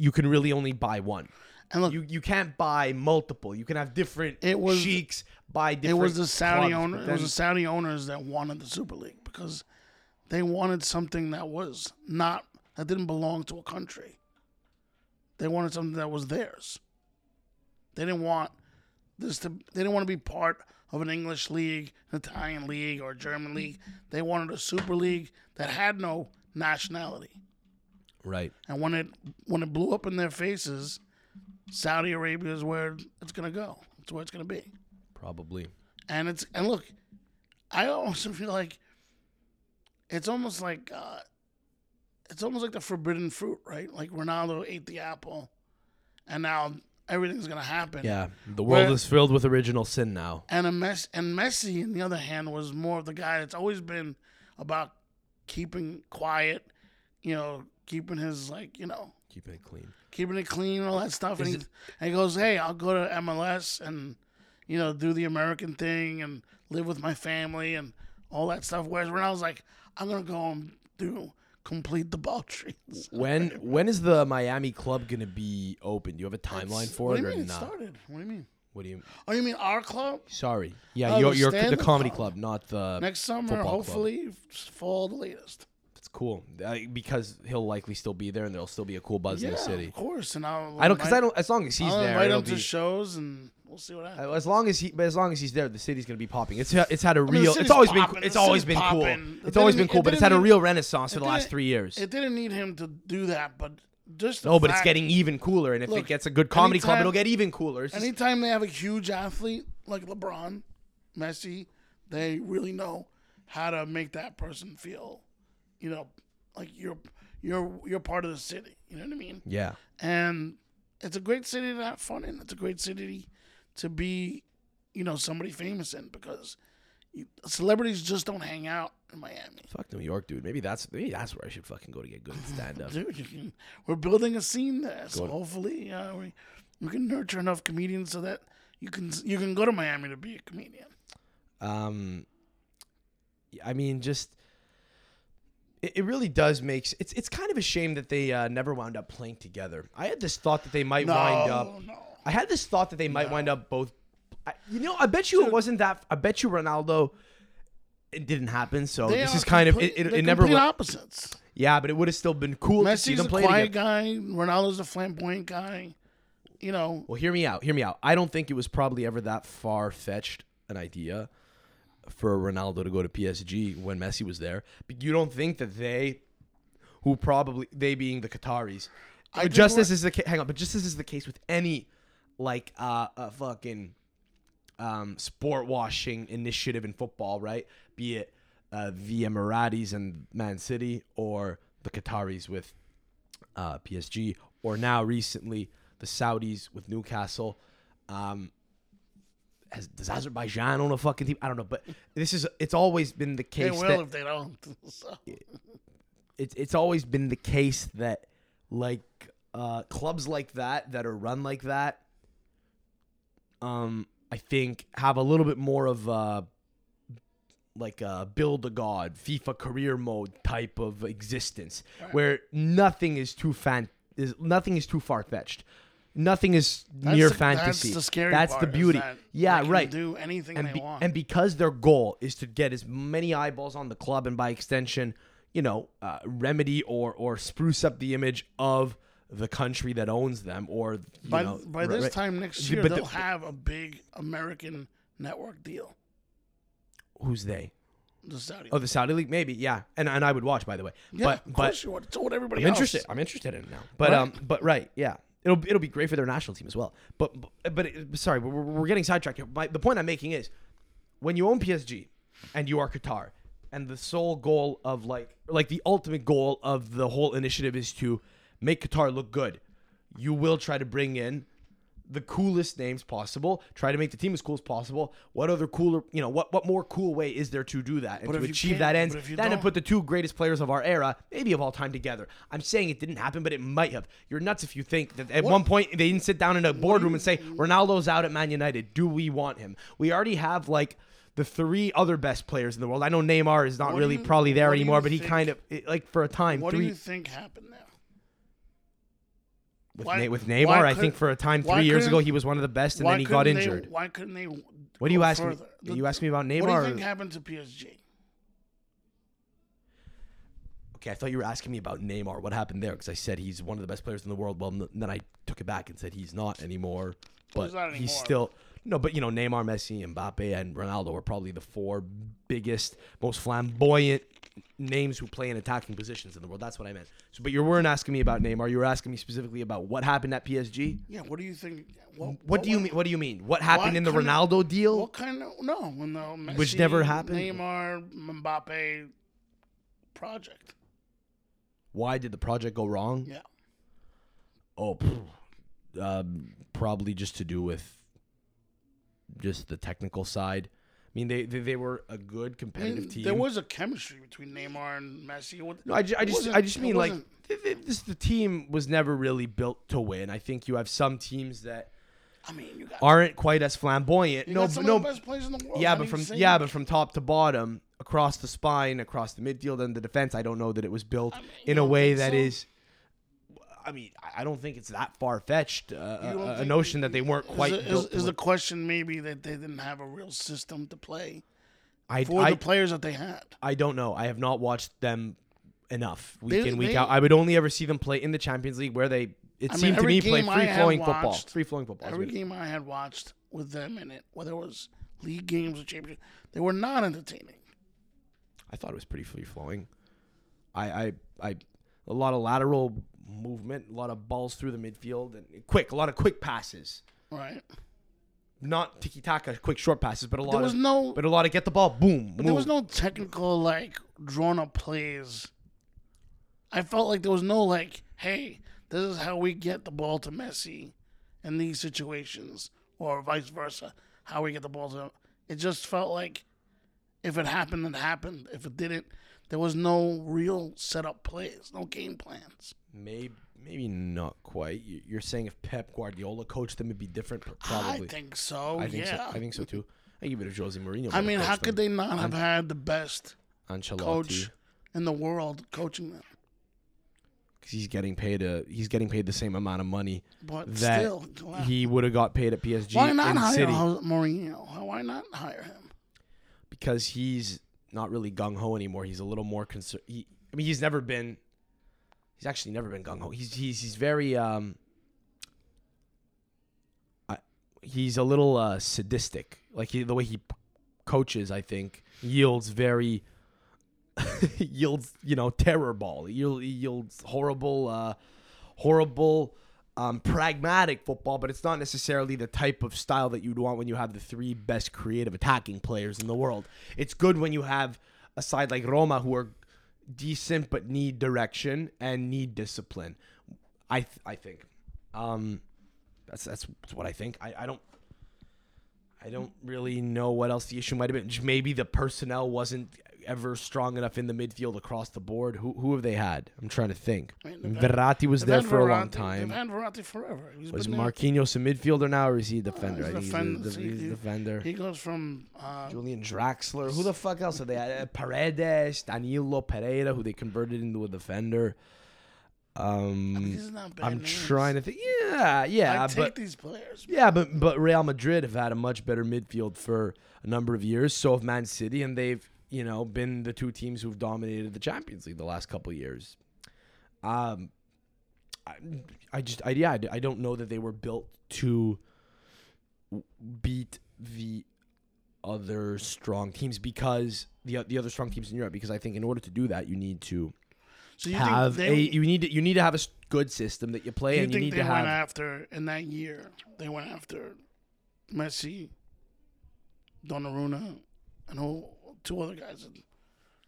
you can really only buy one. And look, You you can't buy multiple. You can have different It was- sheiks buy it different was the Saudi clubs, owner. but It was then- the Saudi owners that wanted the Super League because they wanted something that was not that didn't belong to a country. They wanted something that was theirs. They didn't want this to. They didn't want to be part of an English league, an Italian league, or a German league. They wanted a Super League that had no nationality. right. And when it when it blew up in their faces, Saudi Arabia is where it's gonna go. It's where it's gonna be. Probably. And it's and look, I also feel like it's almost like uh, it's almost like the forbidden fruit, right? Like Ronaldo ate the apple, and now everything's gonna happen. Yeah, the world Where- is filled with original sin now. And a mess and Messi, on the other hand, was more of the guy that's always been about keeping quiet, you know, keeping his like you know Keeping it clean. keeping it clean, all that stuff. And Is he, and he goes, "Hey, I'll go to MLS and you know do the American thing and live with my family and all that stuff." Whereas when I was like, "I'm gonna go and do complete debauchery. When when is the Miami club gonna be open? Do you have a timeline for what do it you or mean it not? started? What do you mean? What do you? Oh, you mean our club? Sorry. Yeah, Oh, your the your the stand-up comedy club. club, not the. Next summer, football club. hopefully, f- fall the latest. It's cool Uh, because he'll likely still be there, and there'll still be a cool buzz in yeah, the city. of course. And I'll I don't because I invite- don't. As long as he's I'll there, invite it'll him to be- shows, and we'll see what happens. as long as he, but as long as he's there, the city's gonna be popping. It's it's had a the real. city's It's always popping, been. the It's always city's been cool. popping. It It's always didn't- e, been cool, it but it's had a didn't- real renaissance for the didn't- e, last three years. It didn't need him to do that, but just the No, but it's fact- getting even cooler, and if Look, it gets a good comedy club, anytime- it'll get even cooler. It's just- Anytime they have a huge athlete like LeBron, Messi, they really know how to make that person feel, you know, like you're you're you're part of the city. You know what I mean? yeah, And it's a great city to have fun in. It's a great city to be, you know, somebody famous in because you, celebrities just don't hang out in Miami. fuck New York, dude. Maybe that's maybe that's where I should fucking go to get good at stand up. Dude, you can, we're building a scene there, so hopefully uh, we we can nurture enough comedians so that you can you can go to Miami to be a comedian. um i mean just it, it really does make s- it's it's kind of a shame that they uh, never wound up playing together i had this thought that they might wind up no. i had this thought that they might wind up both I, you know i bet you it wasn't that i bet you ronaldo it didn't happen so They Oh, this are is kind of complete- it, it, they're it never complete wa- opposites. yeah but it would have still been cool to see Messi's them a play quiet together guy. Ronaldo's a flamboyant guy. You know, Well, hear me out. Hear me out. I don't think it was probably ever that far fetched an idea for Ronaldo to go to PSG when Messi was there. But you don't think that they, who probably they being the Qataris, but think just we're- as is the ca- hang on, but just as is the case with any like uh, a fucking um, sport washing initiative in football, right? Be it uh, the Emiratis and Man City or the Qataris with uh, PSG, or now recently the Saudis with Newcastle. Um, has, does Azerbaijan own a fucking team? I don't know, but this is it's always been the they case will that if they don't. So, it's it's always been the case that like uh, clubs like that that are run like that, um, I think have a little bit more of a like a build a god FIFA career mode type of existence where nothing is too fan is nothing is too far fetched. Nothing is near the- fantasy. That's the scary That's the part, is beauty. that yeah, they can right Do anything and they be- want. and because their goal is to get as many eyeballs on the club and by extension, you know, uh, remedy or or spruce up the image of the country that owns them or you by know, by ri- this ri- time next Yeah, year, but the- they'll have a big American network deal. who's they? The Saudi. Oh, the Saudi league maybe. Yeah. And and I would watch by the way. yeah, but of but course you would. It's what everybody I'm else. interested. I'm interested in it now. But Right. um, but right, yeah, it'll it'll be great for their national team as well. But but, but it, sorry, we're, we're getting sidetracked here. My, the point I'm making is, when you own PSG and you are Qatar, and the sole goal of like like the ultimate goal of the whole initiative is to make Qatar look good, you will try to bring in the coolest names possible. Try to make the team as cool as possible. What other cooler, you know, what what more cool way is there to do that and if to you achieve can't- that end but if you than to don't- put the two greatest players of our era, maybe of all time, together? I'm saying it didn't happen, but it might have. You're nuts if you think that at one point they didn't sit down in a boardroom and say Ronaldo's out at Man United. Do we want him? We already have like. The three other best players in the world. I know Neymar is not What do really you- probably there what do you anymore, but he think- kind of it- like for a time What three do you think happened there? with, why- Ne- with why Neymar. I could- think for a time why three years ago couldn't- he was one of the best, and Why then he got couldn't they- injured. why couldn't they? What What do you ask me? You ask me about Neymar. What do you or- think happened to PSG? okay, I thought you were asking me about Neymar. What happened there? Because I said he's one of the best players in the world. Well, n- then I took it back and said he's not anymore. But he's not he's anymore. still no. But you know, Neymar, Messi, Mbappe, and Ronaldo are probably the four biggest, most flamboyant names who play in attacking positions in the world. That's what I meant. So, but you weren't asking me about Neymar. You were asking me specifically about what happened at PSG. Yeah, what do you think? What, What, do you mean? What do you mean? What happened Why in the couldn't- Ronaldo deal? What kind of no? When the Messi, Which never happened? Neymar, Mbappe project. Why did the project go wrong? Yeah, Oh, pff, um, probably just to do with just the technical side. I mean, they they, they were a good I mean, competitive team. there was a chemistry between Neymar and Messi. What- no, I, ju- I it just I wasn't- just it mean like wasn't- th- th- this, the team was never really built to win. I think you have some teams that I mean, you got, aren't quite as flamboyant. you no, got some oh, no, of the best players in the world. yeah, How do but you from say yeah, you but from top to bottom, across the spine, across the midfield, and the defense. I don't know that it was built I mean, you in a don't way think that so? is. I mean, I- I don't think it's that far fetched. Uh, don't a- a, think- notion that they weren't quite is, the- is, built. is to the win. question maybe that they didn't have a real system to play I, for I- the players that they had? I don't know. I have not watched them enough week They- in week they- out. I would only ever see them play in the Champions League where they it I mean, seemed to every me play game I free have flowing football. watched- Free flowing football. is Every what it- game I had watched with them in it, whether it was league games or championship, they were not entertaining. I thought it was pretty free flowing. I, I I a lot of lateral movement, a lot of balls through the midfield and quick, a lot of quick passes. Right? Not tiki taka quick short passes, but a lot There was of no but a lot of get the ball, boom, there was move. no technical like drawn up plays. I felt like there was no like, hey, this is how we get the ball to Messi in these situations, or vice versa, how we get the ball to. It just felt like if it happened, it happened. If it didn't, there was no real setup plays, no game plans. maybe maybe not quite. You- You're saying if Pep Guardiola coached them it'd be different probably. I think so. I think yeah. so. I think so too. I give it to Jose Mourinho. I mean, how could they not have had the best Ancelotti. coach in the world coaching them? because he's getting paid a he's getting paid the same amount of money But that still, wow. he would have got paid at PSG Why not in hire City Jose Mourinho? Why not hire him? because he's not really gung ho anymore. He's a little more concerned. He, I mean, he's never been. He's actually never been gung ho. He's he's he's very um. I- He's a little uh, sadistic. Like he, the way he p- coaches, I think yields very yields you know terror ball. He yield- he yields horrible, uh, horrible. Um, pragmatic football, but it's not necessarily the type of style that you'd want when you have the three best creative attacking players in the world. It's good when you have a side like Roma who are decent but need direction and need discipline. I th- I think um, that's that's what I think. I, I don't I don't really know what else the issue might have been. Just Maybe the personnel wasn't ever strong enough in the midfield across the board. Who who have they had? I'm trying to think. I mean, they've had- Verratti was They've there had for a long Verratti- time. They've had Verratti forever. He's Was been there. Marquinhos a midfielder now, or is he a defender? he's I think he's a defend- def- he's a he- defender. He goes from uh, Julian Draxler. Who the fuck else are they? Uh, Paredes, Danilo Pereira, who they converted into a defender. Um, these are not bad I'm names. trying to think. Yeah, yeah, I take but these players. yeah, but but Real Madrid have had a much better midfield for a number of years. So have Man City, and they've you know been the two teams who've dominated the Champions League the last couple of years. Um, I, I just I yeah I d- I don't know that they were built to w- beat the other strong teams because the o- the other strong teams in Europe because I think in order to do that you need to So you have think they, a you need to, you need to have a s- good system that you play you and you think need they to have went after in that year? They went after Messi, Donnarumma, and who two other guys.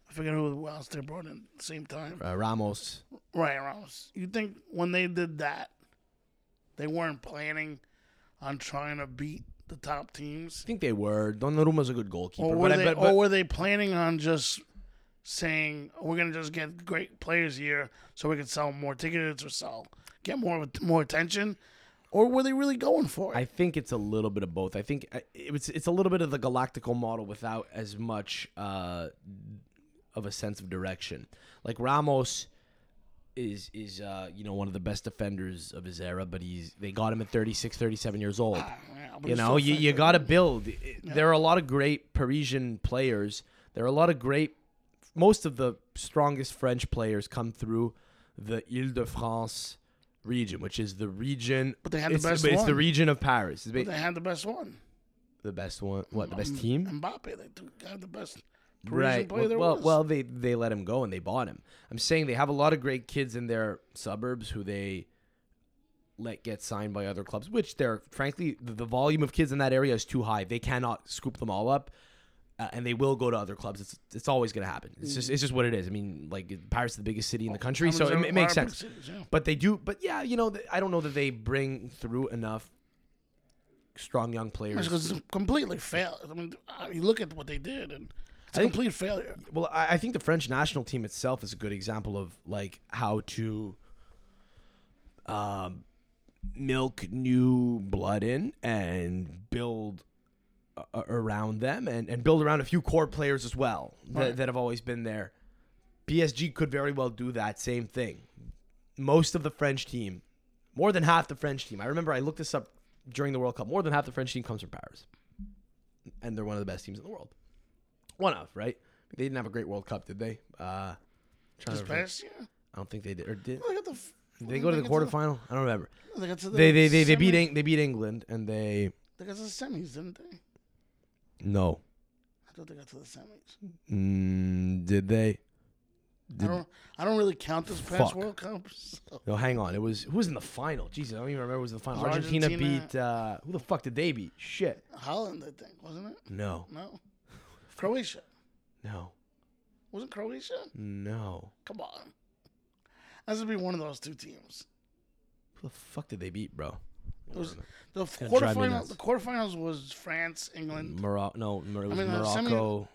I forget who else they brought in at the same time. uh, Ramos Right, Ramos. You think when they did that, they weren't planning on trying to beat the top teams, I think they were. Donnarumma's a good goalkeeper. or were but I- they, but- or but- were they planning on just saying we're gonna just get great players here so we can sell more tickets or sell get more more attention, or were they really going for it? I think it's a little bit of both. I think uh, it's it's a little bit of the Galactical model without as much uh, of a sense of direction. Like Ramos is is uh, you know one of the best defenders of his era, but he's they got him at 36, 37 years old. Yeah, but You it's know, so you, you effective. got to build. It- There are a lot of great Parisian players. There are a lot of great, most of the strongest French players come through the Ile de France region, which is the region. But they had the it's, best but It's the one. region of Paris. It's ba- They Mm. had the best one. the best one. What, the best M- team? Mbappe. They took- had the best Parisian Right. player Well, there well, was. well, they, they let him go and they bought him. I'm saying they have a lot of great kids in their suburbs who they let get signed by other clubs, which they're frankly the, the volume of kids in that area is too high. They cannot scoop them all up, uh, and they will go to other clubs. It's it's always going to happen. It's Mm-hmm. just it's just what it is. I mean, like Paris is the biggest city in the Oh, country, so Amazon- it, it makes a lot of sense. big cities, yeah. But they do. But yeah, you know, th- I don't know that they bring through enough strong young players. Because it's completely failed. I mean, I- you look at what they did, and it's a I think- complete failure. well I, I think the french national team itself is a good example of like how to um, milk new blood in and build a- around them and, and build around a few core players as well that, Right. that have always been there. PSG could very well do that same thing. Most of the French team, more than half the French team. I remember I looked this up during the World Cup. More than half the French team comes from Paris, and they're one of the best teams in the world. One of right? They didn't have a great World Cup, did they? Uh, trying This to remember. past year? I don't think they did. Or did They got the. f- did they go to the get quarterfinal? I don't remember. They got to the. They they they, they beat semi- Eng- they beat England and they They got to the semis, didn't they? no I thought they got to the semis. Mm, did they? I don't. I don't really count this past Fuck. World Cup. so- No, hang on. It was who was in the final? Jesus, I don't even remember. Who was in the final? Was Argentina, Argentina- beat. Uh, who the fuck did they beat? Shit. Holland, I think, wasn't it? No, No. Croatia. no, Was it Croatia? no. Come on. That should be one of those two teams. Who the fuck did they beat, bro? It was the gonna drive me quarterfinals. nuts. The quarterfinals was France, England. Morocco. No, Mor- it was mean, uh, semi- Morocco.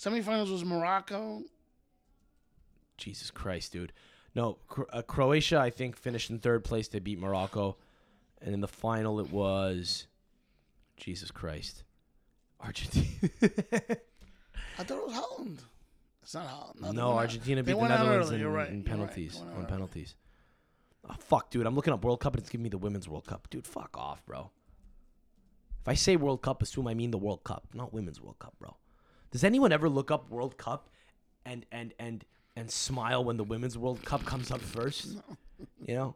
Semifinals was Morocco. Jesus Christ, dude. No, Cro- uh, Croatia. I think finished in third place. They beat Morocco, and in the final it was Jesus Christ, Argentina. I thought it was Holland. It's not Holland. they No, went out- Argentina they beat the went out Netherlands early, in, you're right, in you're right, penalties. they went out on early. penalties. Oh, fuck, dude. I'm looking up World Cup and it's giving me the Women's World Cup. Dude, fuck off, bro. If I say World Cup, assume I mean the World Cup, not Women's World Cup, bro. Does anyone ever look up World Cup and and and and smile when the Women's World Cup comes up first? You know,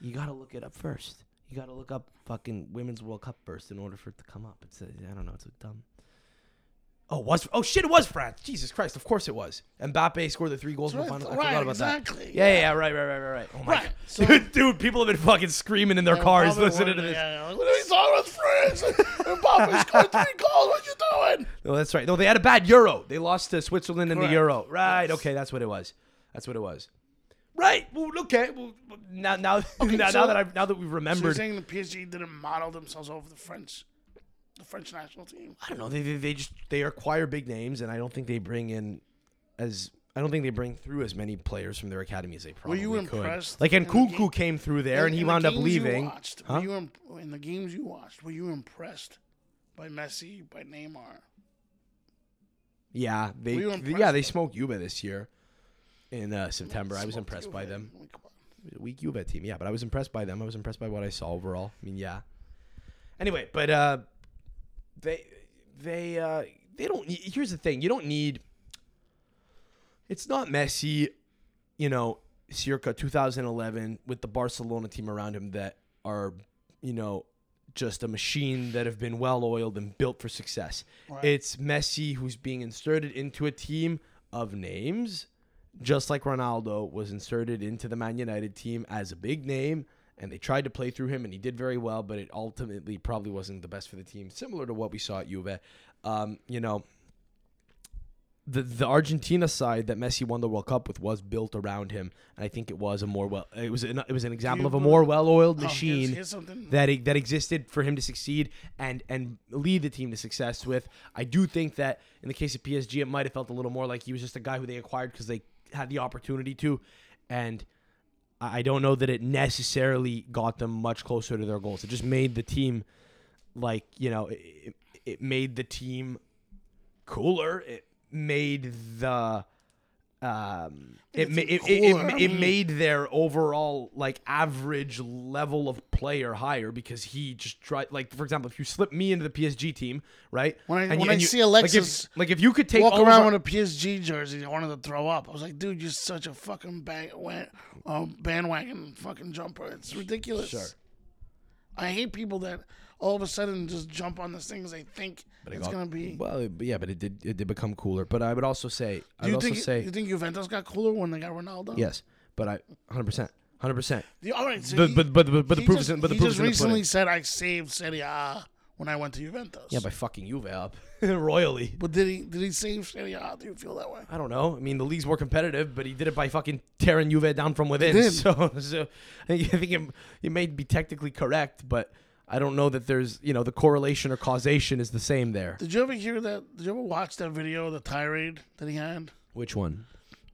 you gotta look it up first. You gotta look up fucking Women's World Cup first in order for it to come up. It's a, I don't know. It's a dumb. Oh, was oh shit! It was France. Jesus Christ! Of course it was. Mbappe scored the three goals in the That's right, final. I right, forgot about exactly, that. Yeah, yeah, yeah, right, right, right, right, right. Oh my Right, god, so- dude, dude, people have been fucking screaming in their They cars probably listening to wouldn't- this. yeah, yeah, like, what are these Holland France? Mbappe scored three goals. What you doing? No, that's right. No, they had a bad Euro. They lost to Switzerland in Correct. the Euro. Right. Yes. Okay, that's what it was. That's what it was. Right. Well, okay. Well, now, now, now, so- now that I've now that we've So you're remembered, saying the PSG didn't model themselves over the French, the French national team? I don't know. They, they they just they acquire big names, and I don't think they bring in as I don't think they bring through as many players from their academy as they Were probably you could. impressed Like in the game- Nkunku came through there, and, In he the wound up games you leaving. watched, Huh? Were you imp- in the games you watched? Were you impressed by Messi, by Neymar? Yeah, they Were you yeah impressed they smoked Juve this year in uh, September. I was Smoked impressed you, by man. them. I mean, come on. It was a weak Juve team, yeah, but I was impressed by them. I was impressed by what I saw overall. I mean, yeah. Anyway, but uh, they they uh, they don't. Need, here's the thing: you don't need. It's not Messi, you know, circa 2011 with the Barcelona team around him that are, you know, just a machine that have been well oiled and built for success. Right. It's Messi who's being inserted into a team of names, just like Ronaldo was inserted into the Man United team as a big name. And they tried to play through him, and he did very well, but it ultimately probably wasn't the best for the team. Similar to what we saw at Juve, um, you know, the the Argentina side that Messi won the World Cup with was built around him, and I think it was a more well it was an, it was an example of a believe- more well oiled Oh, here's, machine here's something. that e- that existed for him to succeed and and lead the team to success with. I do think that in the case of PSG, it might have felt a little more like he was just a guy who they acquired because they had the opportunity to, and I I don't know that it necessarily got them much closer to their goals. It just made the team like you know it, it- it made the team cooler. It made the um it, ma- it, it, cooler. I it, it mean- made their overall like average level of player higher because he just tried like for example if you slip me into the PSG team right When I- you- when I you- see like Alexis if, like if you could take Walk all of around our- with a PSG jersey. I wanted to throw up. I was like, dude, you're such a fucking bang, wa- uh, bandwagon fucking jumper. It's ridiculous. Sure. I hate people that all of a sudden just jump on this thing because they think it's got- gonna be. well it- yeah but it did it did become cooler but I would also say Do I would you also think say you think Juventus got cooler when they got Ronaldo? yes but I 100 percent 100 percent The- all right. So but he- but but but but the he proof just- is in but the he proof just is in the pudding. recently said I saved Serie A when I went to Juventus. yeah by fucking Juve up royally But did he did he save Serie A? Do you feel that way? I don't know. I mean, the league's more competitive, but he did it by fucking tearing Juve down from within. did. So, so I think, I think it, it may be technically correct, but I don't know that there's, you know, the correlation or causation is the same there. Did you ever hear that? Did you ever watch that video, the tirade that he had Which one?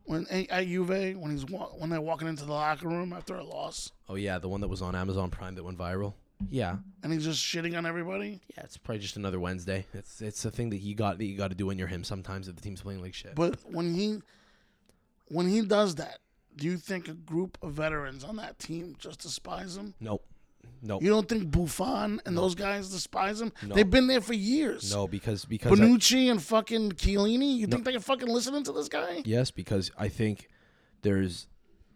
when at Juve when he's wa- when they're walking into the locker room after a loss? Oh, yeah, the one that was on Amazon Prime that went viral. Yeah. and he's just shitting on everybody. Yeah, it's probably just another Wednesday. It's it's a thing that you got that you got to do when you're him sometimes if the team's playing like shit. But when he when he does that, do you think a group of veterans on that team just despise him? nope. Nope. You don't think Buffon and those guys despise him? No. They've been there for years. No, because because I- Bonucci and fucking Chiellini. You think they're fucking listening to this guy? yes, because I think there's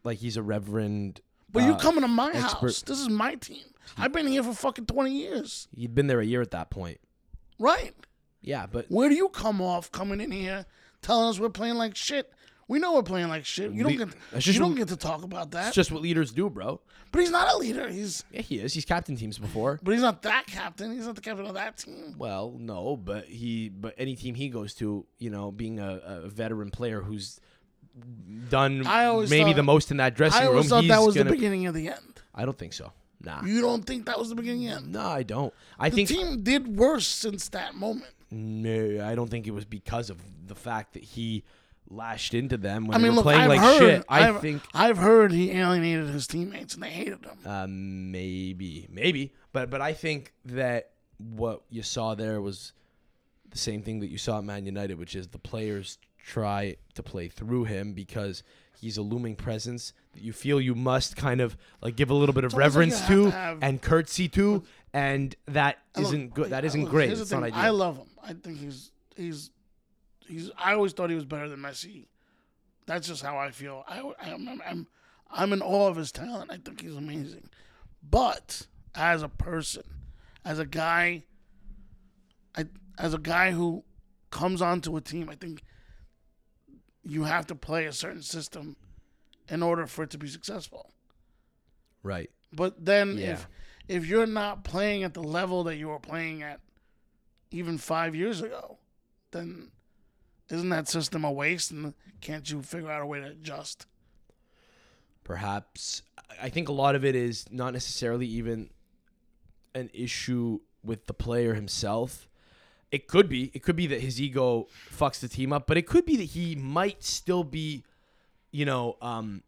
like he's a reverend. But you uh, coming to my expert- house. This is my team. I've been here for fucking twenty years. He'd been there a year at that point. Right. Yeah, but Where do you come off coming in here telling us we're playing like shit? We know we're playing like shit. You don't Le- get That's just you don't what- get to talk about that. it's just what leaders do, bro. but he's not a leader. He's Yeah, he is. He's captained teams before. but he's not that captain. He's not the captain of that team. Well, no, but he but any team he goes to, you know, being a, a veteran player who's done I always maybe thought- the most in that dressing I room. always thought he's that was gonna- the beginning of the end. I don't think so. Nah. You don't think that was the beginning of the end? No, I don't. I The think team did worse since that moment. no, I don't think it was because of the fact that he lashed into them when I they mean, were look, playing I've like heard, shit. I I've, think I've heard he alienated his teammates and they hated him. Uh, maybe, maybe, but but I think that what you saw there was the same thing that you saw at Man United, which is the players try to play through him because he's a looming presence that you feel you must kind of like give a little bit of almost like you reverence have to to have- and curtsy to, and that And look, not good. That I- isn't look, great. here's the It's not thing. ideal. I love him. I think he's he's he's. I always thought he was better than Messi. That's just how I feel. I, I'm, I'm I'm I'm in awe of his talent. I think he's amazing. But as a person, as a guy, I as a guy who comes onto a team, I think you have to play a certain system in order for it to be successful. right. But then Yeah. if if you're not playing at the level that you were playing at even five years ago, then isn't that system a waste? And can't you figure out a way to adjust? perhaps i think a lot of it is not necessarily even an issue with the player himself it could be it could be that his ego fucks the team up but it could be that he might still be you know um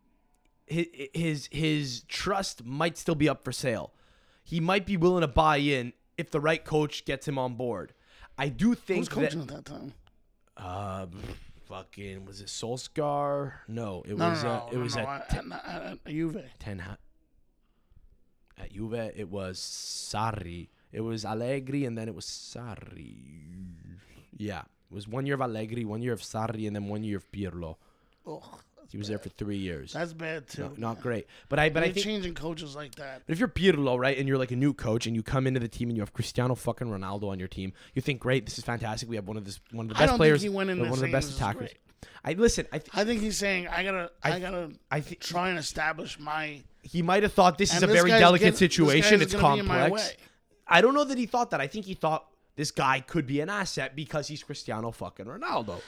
his his, his trust might still be up for sale he might be willing to buy in if the right coach gets him on board i do Who think was that coaching at that time? uh, fucking was it Solskjaer? no it No, was no, uh, no, it was no, a no, at, at, at, at Juve. Ten Hag. At Juve, it was Sarri. It was Allegri, and then it was Sarri. Yeah, it was one year of Allegri, one year of Sarri, and then one year of Pirlo. Ugh, He was there for three years. that's bad too. No- not great. But I, but But I you're think, changing coaches like that. but if you're Pirlo, right, and you're like a new coach, and you come into the team, and you have Cristiano fucking Ronaldo on your team, you think, great, this is fantastic. We have one of this, one of the I best don't think players, he went in one there of the saying best this is attackers. great. I listen. I, th- I think he's saying I gotta, I, I- gotta I think try and establish my. he might have thought this is and a this very guy's delicate gonna- this situation. guy's It's gonna be in my complex. way. I don't know that he thought that. I think he thought this guy could be an asset because he's Cristiano fucking Ronaldo.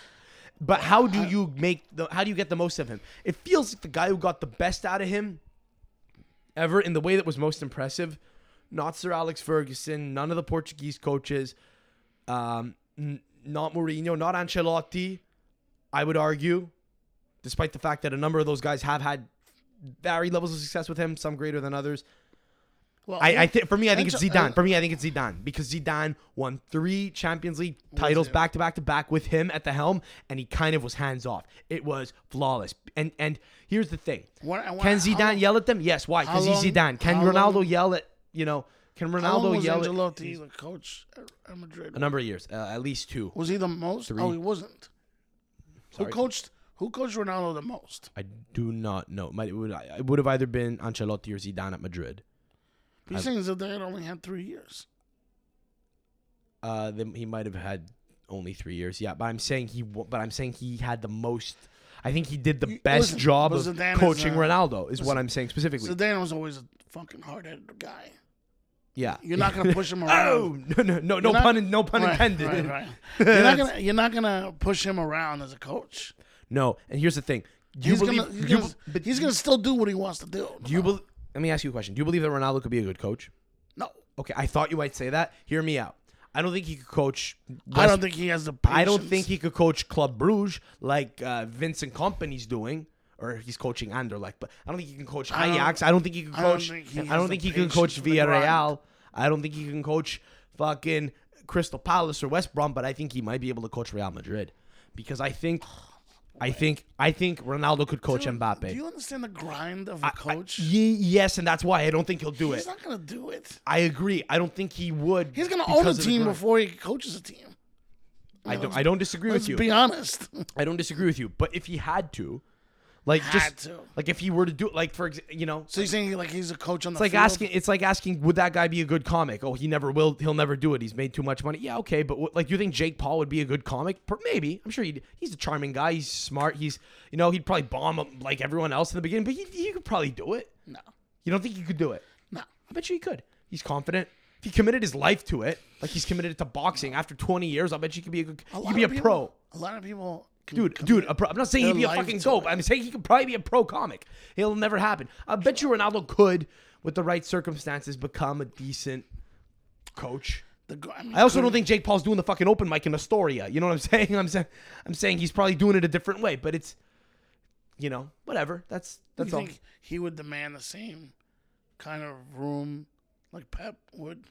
But how do you make the how do you get the most of him? It feels like the guy who got the best out of him ever in the way that was most impressive, not Sir Alex Ferguson, none of the Portuguese coaches, um, n- not Mourinho, not Ancelotti, I would argue, despite the fact that a number of those guys have had varied levels of success with him, some greater than others. Well, I, I think for me, I think it's Ange- Zidane. For me, I think it's Zidane because Zidane won three Champions League titles it? back to back to back with him at the helm, and he kind of was hands off. It was flawless. And and here's the thing: What- I- what- can how- Zidane yell at them? Yes. Why? Because how he's long- Zidane. Can how Ronaldo long- yell at you know? Can How long Ronaldo was yell at Angelotti the coach at- at Madrid? a number of years? Uh, at least two. Was he the most? Oh, he wasn't. Sorry. Who coached? Who coached Ronaldo the most? I do not know. It might- It would, it would have either been Ancelotti or Zidane at Madrid. You're saying Zidane only had three years. Uh, then he might have had only three years. Yeah, but I'm saying he. wa- But I'm saying he had the most. I think he did the You- best listen, job but of Zidane is, coaching uh, Ronaldo. Is what I'm saying specifically. Zidane was always a fucking hard-headed guy. yeah, You're not gonna push him around. Oh no no no no not- pun in, no pun Right, intended. right, right. You're not gonna. You're not gonna push him around as a coach. No, and here's the thing. Do you He's believe? gonna. He's, do you, gonna, be- but he's gonna still do what he wants to do. do you believe? Let me ask you a question. Do you believe that Ronaldo could be a good coach? No, Okay, I thought you might say that. Hear me out. I don't think he could coach. I West don't think he has the. Patience. I don't think he could coach Club Bruges like uh, Vincent Kompany's doing, or he's coaching Anderlecht. But I don't think he can coach don't- Ajax. I don't think he can I don't coach. think he and I has don't the think he can patience coach for the grind. Villarreal. I don't think he can coach fucking Crystal Palace or West Brom, but I think he might be able to coach Real Madrid because I think, I think, I think Ronaldo could coach Dude, Mbappe. Do you understand the grind of a coach? Ye- yes, and that's why I don't think he'll do He's it. not gonna do it. I agree. I don't think he would. He's gonna because own a of the team grind. before he coaches a team. I don't. I don't disagree Let's with you. be honest. I don't disagree with you. But if he had to, like, Had just to. like if he were to do, like, for example, you know, So you're saying like he's a coach on the It's like field? asking. It's like asking, would that guy be a good comic? Oh, he never will. He'll never do it. He's made too much money. Yeah, okay, but what, like, you think Jake Paul would be a good comic? Per- Maybe. I'm sure he'd. He's a charming guy. He's smart. He's, you know, he'd probably bomb um, like everyone else in the beginning, but he, he could probably do it. No, You don't think he could do it? no. I bet you he could. He's confident. If he committed his life to it, like he's committed to boxing after 20 years, I bet you he could be a good. he lot could be a of people- pro. A lot of people, can Dude, commit- dude, a pro, I'm not saying he'd be a life fucking to go, it. but I'm saying he could probably be a pro comic. It'll never happen. I bet you Ronaldo could, with the right circumstances, become a decent coach. The, gr- I, mean, I also could- don't think Jake Paul's doing the fucking open mic in Astoria. You know what I'm saying? I'm saying I'm saying he's probably doing it a different way, but it's you know, whatever. That's you that's all. think he would demand the same kind of room like Pep would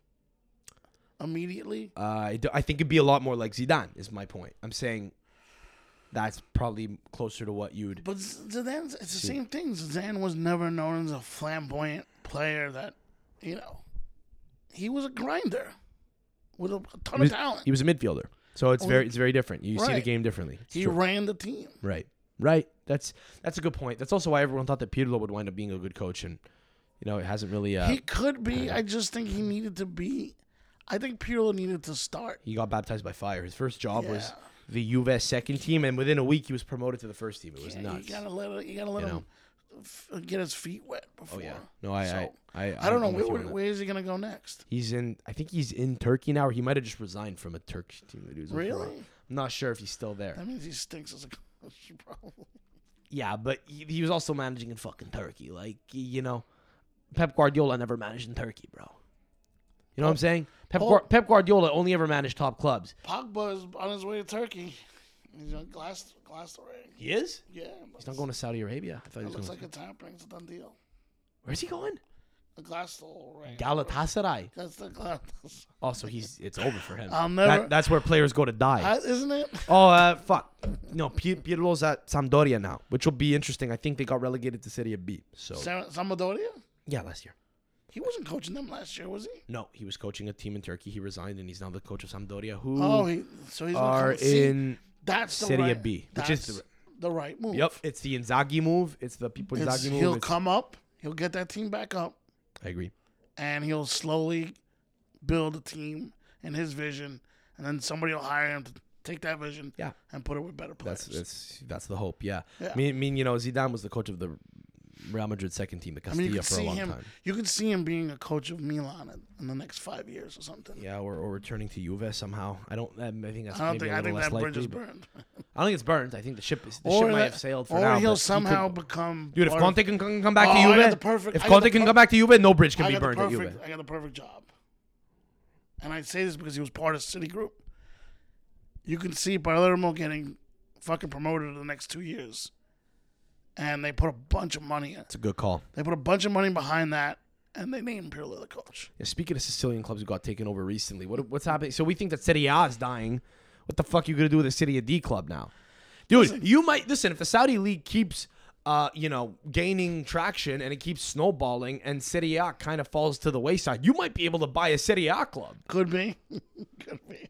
immediately. Uh, I, do- I think it'd be a lot more like Zidane is my point. I'm saying that's probably closer to what you'd But Z- Zidane's it's the same thing. Zidane was never known as a flamboyant player that, you know, he was a grinder with a ton he was, of talent. he was a midfielder. So it's very it's very different. You see the Right. game differently. It's He true. ran the team. Right. Right. That's that's a good point. That's also why everyone thought that Pirlo would wind up being a good coach, and you know it hasn't really. Uh, He he, could be. I just think he needed to be. I think Pirlo needed to start. got baptized by fire. His first job was Yeah. the Juve second team, and within a week he was promoted to the first team. It was Yeah, nuts. You gotta let. it- You gotta let You him know. f- get his feet wet before. oh yeah. No, I So, I, I, I don't know I'm where, with you would- on that. where is he gonna go next. He's in. I think he's in Turkey now, or he might have just resigned from a Turkish team that he was in for a Really? while. I'm not sure if he's still there. That means he stinks as a coach, probably. Yeah, but he, he was also managing in fucking Turkey. Like y- you know, Pep Guardiola never managed in Turkey, bro. You know Oh. what I'm saying? Pep, Paul- Guar- Pep Guardiola only ever managed top clubs. Pogba is on his way to Turkey. He's on glass glass array. He is. Yeah, He's not going to Saudi Arabia. I thought he It was looks going. like to it's happening. It's a done deal. Where's he going? A glass array. Galatasaray. That's the glass. Also, he's it's over for him. I'll never- That, that's where players go to die. I, isn't it? oh, uh, fuck. No, Pi- Pirlo's at Sampdoria now, which will be interesting. I think they got relegated to Serie B. So Sam- Sampdoria. yeah, last year. He wasn't coaching them last year, was he? No, he was coaching a team in Turkey. He resigned, and he's now the coach of Sampdoria, who Oh, he, so he's gonna are come- see, in. that's the Serie right, B, which that's is the the right move. Yep, it's the Inzaghi move. It's the people It's- Inzaghi move. he'll It's- come up. He'll get that team back up, I agree. and he'll slowly build a team in his vision, and then somebody will hire him to take that vision. Yeah. and put it with better players. That's that's that's the hope. Yeah. Yeah. I mean, I mean, you know, Zidane was the coach of the Real Madrid second team, the I Castilla, mean, you can for a see long him. time. You can see him being a coach of Milan in, in the next five years or something. Yeah, or, or returning to Juve somehow. I don't. um, I think that's I don't maybe think. a I little think less that bridge likely, is but- burned. I don't think it's burned. I think the ship is the ship might that- have sailed for or now. he'll but he somehow could- become. dude, if part of- Conte can, can come back Oh, I to got Juve, the perfect- if I got Conte the can per- come back to Juve, no bridge can I be got burned the at perfect, Juve. I got the perfect job. And I say this because he was part of Citigroup. You can see Palermo getting fucking promoted in the next two years. And they put a bunch of money in. It's a good call. They put a bunch of money behind that and they named Pirlo the coach. Yeah, speaking of Sicilian clubs who got taken over recently, what, what's happening? So we think that Serie A is dying. What the fuck are you gonna do with a City A D club now, dude? You might listen if the Saudi league keeps, uh, you know, gaining traction and it keeps snowballing, and Serie A kind of falls to the wayside. You might be able to buy a Serie A club. Could be. Could be.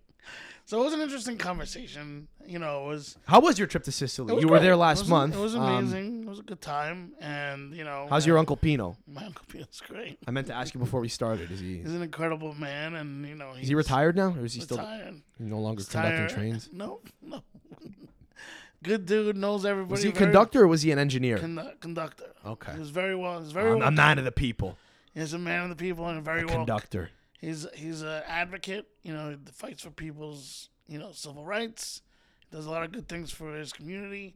So it was an interesting conversation. You know, it was. How was your trip to Sicily? it was You were great. there It last was- month. It was Um, amazing. it was a good time. And, you know. how's your uncle Pino? My uncle feels great. I meant to ask you before we started. Is he He's an incredible man. And, you know, he's is he retired now, or is he still retired. no longer conducting Tire- trains? No, no. Good dude knows everybody. Was he a very- conductor or was he an engineer? condu- conductor. Okay. He was very well. He's very. I'm, well, I'm nine of the people. he's a man of the people and very well. Conductor. He's he's an advocate. You know, he fights for people's you know civil rights. Does a lot of good things for his community.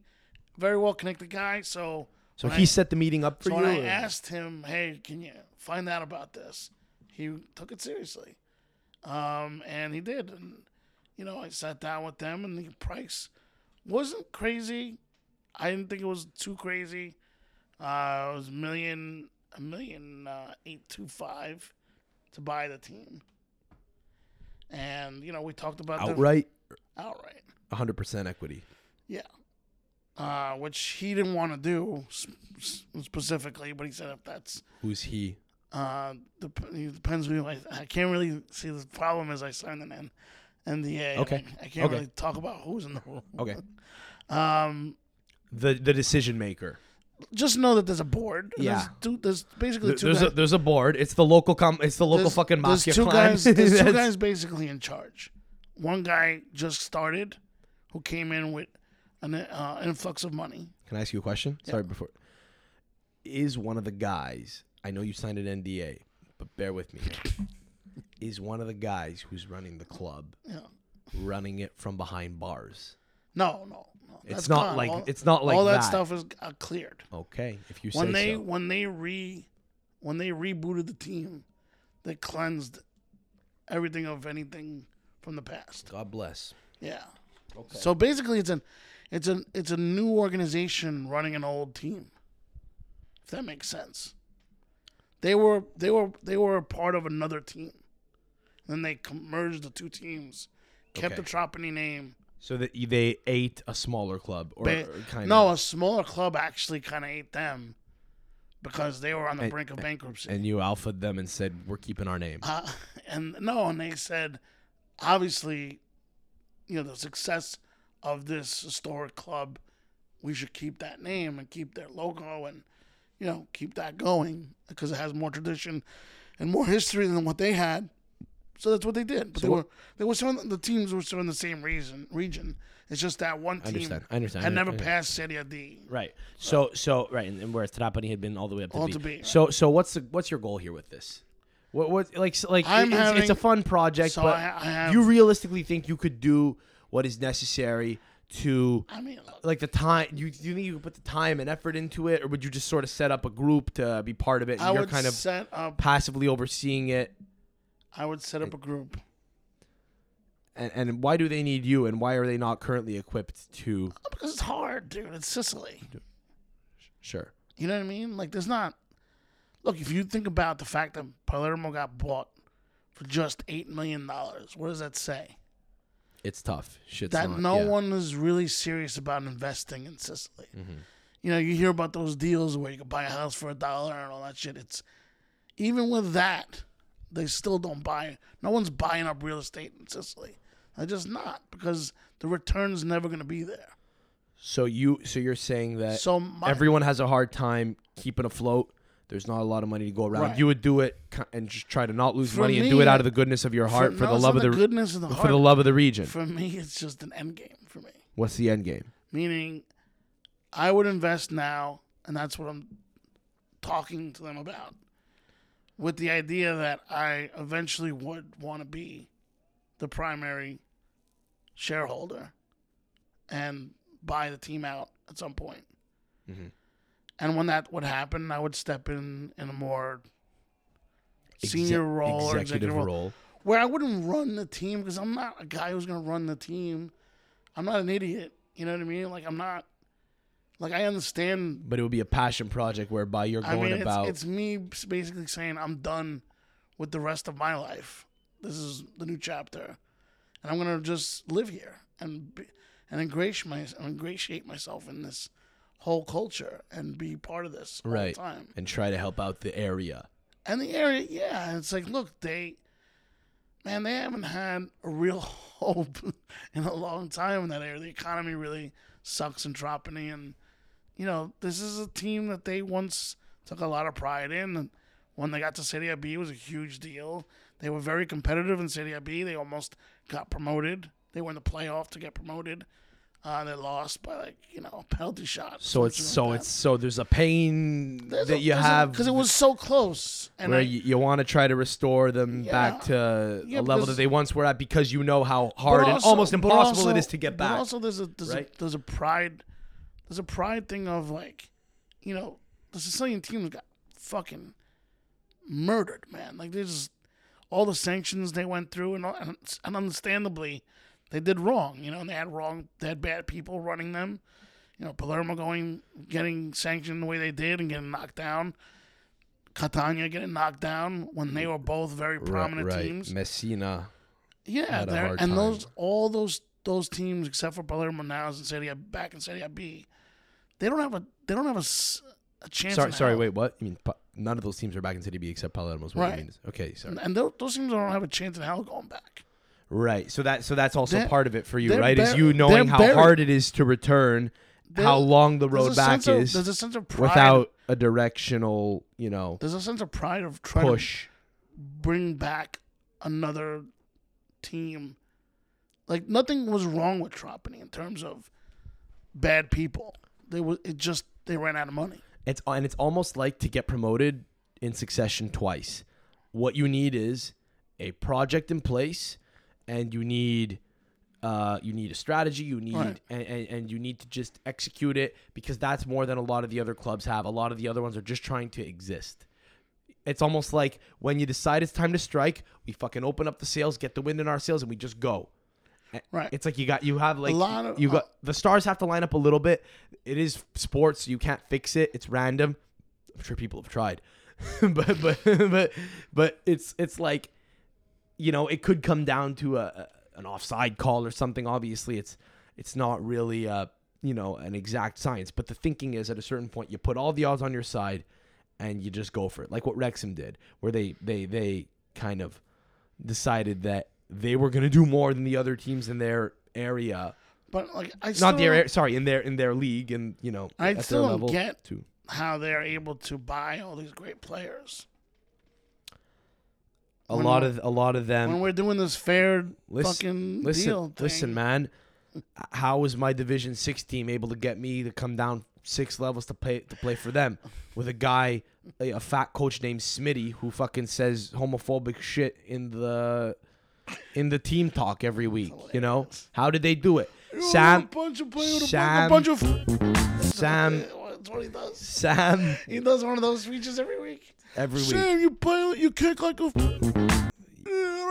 Very well connected guy. So. So when he I, set the meeting up for so you. when I or- asked him, "Hey, can you find out about this?" He took it seriously, um, and he did. And you know, I sat down with them, and the price wasn't crazy. I didn't think it was too crazy. Uh, it was a million, a million uh, eight two five to buy the team. And you know, we talked about Outright, the outright. 100% equity. Yeah. Uh, which he didn't want to do s- s- specifically, but he said if that's Who's he? uh, dep- it depends who you like. I can't really see the problem is I signed an N- NDA. and Okay. I, I can't Okay. really talk about who's in the room. Okay. Um, The the decision maker. just know that there's a board. and Yeah. There's, two, there's basically Th- two There's guys. a, there's a board. It's the local com- It's the local there's- fucking mafia There's two clan. guys. There's two That's- guys basically in charge. One guy just started, who came in with an uh, influx of money. Can I ask you a question? Sorry, before. Is one of the guys, I know you signed an NDA, but bear with me. here. is one of the guys who's running the club Yeah. running it from behind bars? No, no, no. It's not like- it's not like all that, that. stuff is uh, cleared. Okay, if you say when they so. when they re when they rebooted the team, they cleansed everything of anything from the past. God bless. Yeah. So basically, it's an it's an it's a new organization running an old team. If that makes sense. They were they were they were a part of another team. Then they com- merged the two teams, kept Okay. the Tropany name. So that y- they ate a smaller club or, Ba- kind no, of. a smaller club actually kind of ate them because they were on the And- brink of bankruptcy. And you alphaed them and said, we're keeping our name. Uh, and no, and they said, obviously, you know, the success of this historic club, we should keep that name and keep their logo and, you know, keep that going because it has more tradition and more history than what they had. So that's what they did. But they were they were still in, the teams were still in the same region region. It's just that one I team understand. I understand. had I never understand. passed Serie D. Right. So so right, and, and whereas Trapani had been all the way up to All B. to B, right. So so what's the, what's your goal here with this? What what like so, like I'm it's, it's a having- fun project, So but I, I have you realistically think you could do what is necessary to I mean look, like the time you do you think you could put the time and effort into it, or would you just sort of set up a group to be part of it? And I you're would kind of set up passively overseeing it. I would set up a group. And, and why do they need you? And why are they not currently equipped to? Because it's hard, dude. It's Sicily. Sure. You know what I mean? Like, there's not. Look, if you think about the fact that Palermo got bought for just eight million dollars, what does that say? It's tough. Shit's that not- no yeah. one is really serious about investing in Sicily. Mm-hmm. You know, you hear about those deals where you can buy a house for a dollar and all that shit. It's even with that, they still don't buy. No one's buying up real estate in Sicily. They're just not because the return's never going to be there. So you so you're saying that So my, everyone has a hard time keeping afloat. There's not a lot of money to go around. Right. You would do it ki- and just try to not lose For money and do it me, out of the goodness of your heart for, no, the it's love of not the, goodness of the for heart. the love of the region. For me, it's just an end game for me. What's the end game? Meaning, I would invest now, and that's what I'm talking to them about. With the idea that I eventually would want to be the primary shareholder and buy the team out at some point. Mhm. And when that would happen, I would step in in a more senior role or executive role where I wouldn't run the team because I'm not a guy who's gonna run the team. I'm not an idiot. You know what I mean? Like I'm not. Like I understand. But it would be a passion project whereby you're I going mean, it's, about it's me basically saying I'm done with the rest of my life. This is the new chapter, and I'm gonna just live here and be, and ingratiate, my, ingratiate myself in this whole culture and be part of this all Right. the time. and try to help out the area. And the area, yeah, it's like, look, they, man, they haven't had a real hope in a long time in that area. The economy really sucks in Tropany, and you know, this is a team that they once took a lot of pride in. And when they got to Serie B, it was a huge deal. They were very competitive in Serie B. They almost got promoted. They were in the playoff to get promoted. Uh, they lost by like you know a penalty shot. So it's so it's so there's a pain that you have because it was so close. And where I- you, you want to try to restore them back Yeah. to Yeah, a level because- that they once were at because you know how hard But and also- almost but impossible it also- is to get But back. also, there's a there's, right? a there's a pride, there's a pride thing of like, you know, the Sicilian teams got fucking murdered, man. Like they just all the sanctions they went through, and all, and, and understandably, they did wrong. You know, and they had wrong, they had bad people running them. You know, Palermo going getting sanctioned the way they did and getting knocked down. Catania getting knocked down when they were both very prominent right. teams. Messina. Yeah, had a there hard and time. those all those those teams except for Palermo now is in Serie A- back in Serie A B, they don't have a they don't have a, s- a chance. Sorry, in sorry. hell. Wait, what? You mean Pa- none of those teams are back in City B except Palermo's? What do you Right. mean? Okay, sorry. And, and tho- those teams don't have a chance in hell going back. Right. So that so that's also They're- part of it for you, they're right? Is bur- you they're knowing how buried. hard it is to return, how There- long the There's road a back sense of- is there's a sense of pride. without a directional, you know, there's a sense of pride of trying push. to bring back another team. Like nothing was wrong with Tropany in terms of bad people. They was it just they ran out of money. It's and it's almost like to get promoted in succession twice. What you need is a project in place, and you need uh, you need a strategy. You need Right. and, and and you need to just execute it because that's more than a lot of the other clubs have. A lot of the other ones are just trying to exist. It's almost like when you decide it's time to strike, we fucking open up the sails, get the wind in our sails, and we just go. Right. It's like you got you have like lot of- uh, you got the stars have to line up a little bit. It is sports, you can't fix it. It's random. I'm sure people have tried, but but but but it's it's like you know it could come down to a, a an offside call or something. Obviously, it's it's not really uh you know an exact science. But the thinking is at a certain point you put all the odds on your side and you just go for it, like what Wrexham did, where they they they kind of decided that they were going to do more than the other teams in their area, But like I still not their area, sorry, in their in their league, and you know I at their still don't level get too. how they're able to buy all these great players. A when lot we- of a lot of them. when we're doing this fair Listen- fucking listen, deal thing. listen, man. h- How was my Division Six team able to get me to come down six levels to play to play for them with a guy, a, a fat coach named Smitty, who fucking says homophobic shit in the in the team talk every week? You know how did they do it? You're a Sam, bunch of play- you're Sam- a bunch of Sam, That's what he does. Sam, He does one of those speeches every week. every week. Sam, you play, you kick like a. F- Yeah, I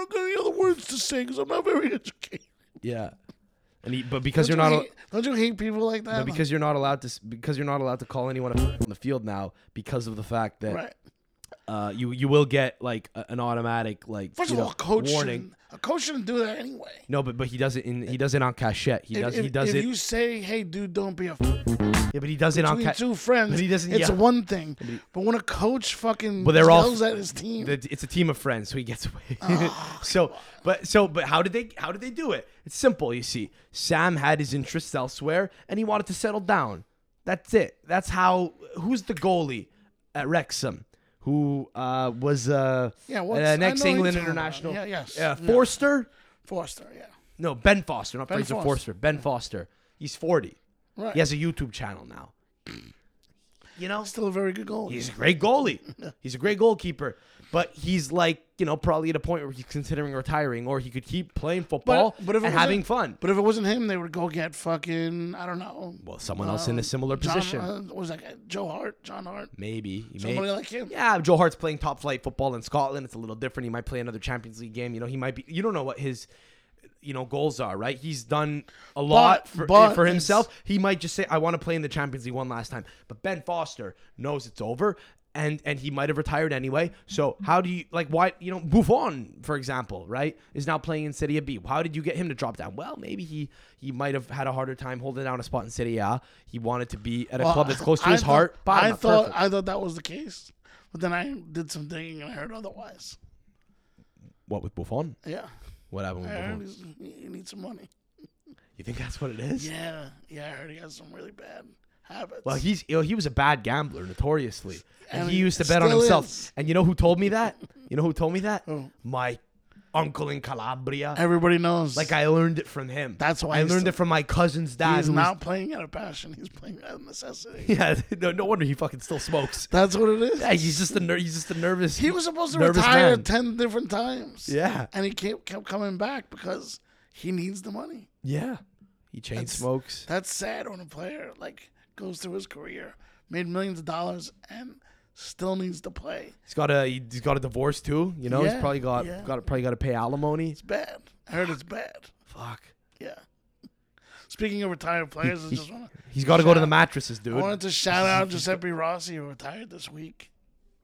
don't got any other words to say because I'm not very educated. Yeah, and he, but because Don't you're not. you a- hate, don't you hate people like that? But because you're not allowed to, s- because you're not allowed to call anyone a f- on the field now, because of the fact that right. uh, you you will get like a- an automatic like First you of know, all, a coach warning. shouldn't, a coach shouldn't do that anyway. No, but but he does it in he does it on cachette. He If- does if, he does if it. you say, "Hey, dude, don't be a," F- yeah, but he does it on between ca- two friends, but he doesn't it's yell. one thing. But when a coach fucking But they're all- yells at his team, the- it's a team of friends, so he gets away. Oh, so, but so, but how did they? How did they do it? It's simple, you see. Sam had his interests elsewhere, and he wanted to settle down. That's it. That's how. Who's the goalie at Wrexham? Who uh, was uh, Yeah, what's- I an know ex who you're England talking about. international? Yeah, yes. Uh, Yeah. Forster? Forster, yeah, No, Ben Foster, not Fraser Foster. Forster. Ben Foster. He's forty. right. He has a YouTube channel now. You know, still a very good goal. He's a great goalie. He's a great goalkeeper. But he's like, you know, probably at a point where he's considering retiring or he could keep playing football but if it and having wasn't- fun. but if it wasn't him, they would go get fucking I don't know. Well, someone else in a similar John, position. uh, what was that guy? Joe Hart, John Hart, Maybe. He may- somebody like him. yeah, Joe Hart's playing top flight football in Scotland. It's a little different. He might play another Champions League game. You know, he might be. You don't know what his, you know, goals are, right? He's done a lot for, eh, but for it's- himself. He might just say, "I want to play in the Champions League one last time." But Ben Foster knows it's over, and and he might have retired anyway. So how do you like why you know Buffon, for example, right, is now playing in Serie B. How did you get him to drop down? Well, maybe he he might have had a harder time holding down a spot in Serie A. He wanted to be at a Well, club that's close to I his thought- heart. Bottom I up, thought perfect. I thought that was the case, but then I did some digging and I heard otherwise. what with Buffon? Yeah, What happened with I heard Buffon? he's, he needs some money. You think that's what it is? Yeah, yeah, I heard he has some really bad habits. Well, he's you know, he was a bad gambler, notoriously, and And he he used to bet on still himself. is. Oh. And you know who told me that? You know who told me that? Who? My uncle in Calabria. everybody knows. Like I learned it from him. That's why I he's learned so- it from my cousin's dad. he's who was- not playing out of passion; he's playing out of necessity. yeah, no, no wonder he fucking still smokes. That's what it is. Yeah, he's just a ner- he's just a nervous. He was supposed to nervous retire man. ten different times. Yeah. and he kept kept coming back because he needs the money. yeah, he chain smokes. That's sad when a player like goes through his career, made millions of dollars, and still needs to play. He's got a he's got a divorce too. You know, he's Yeah, probably got yeah. got probably got to pay alimony. It's bad. I heard it's bad. Fuck. Yeah. Speaking of retired players, I he- just want to He's got to go to Shout the out. mattresses, I dude. wanted to shout out Giuseppe Rossi who retired this week.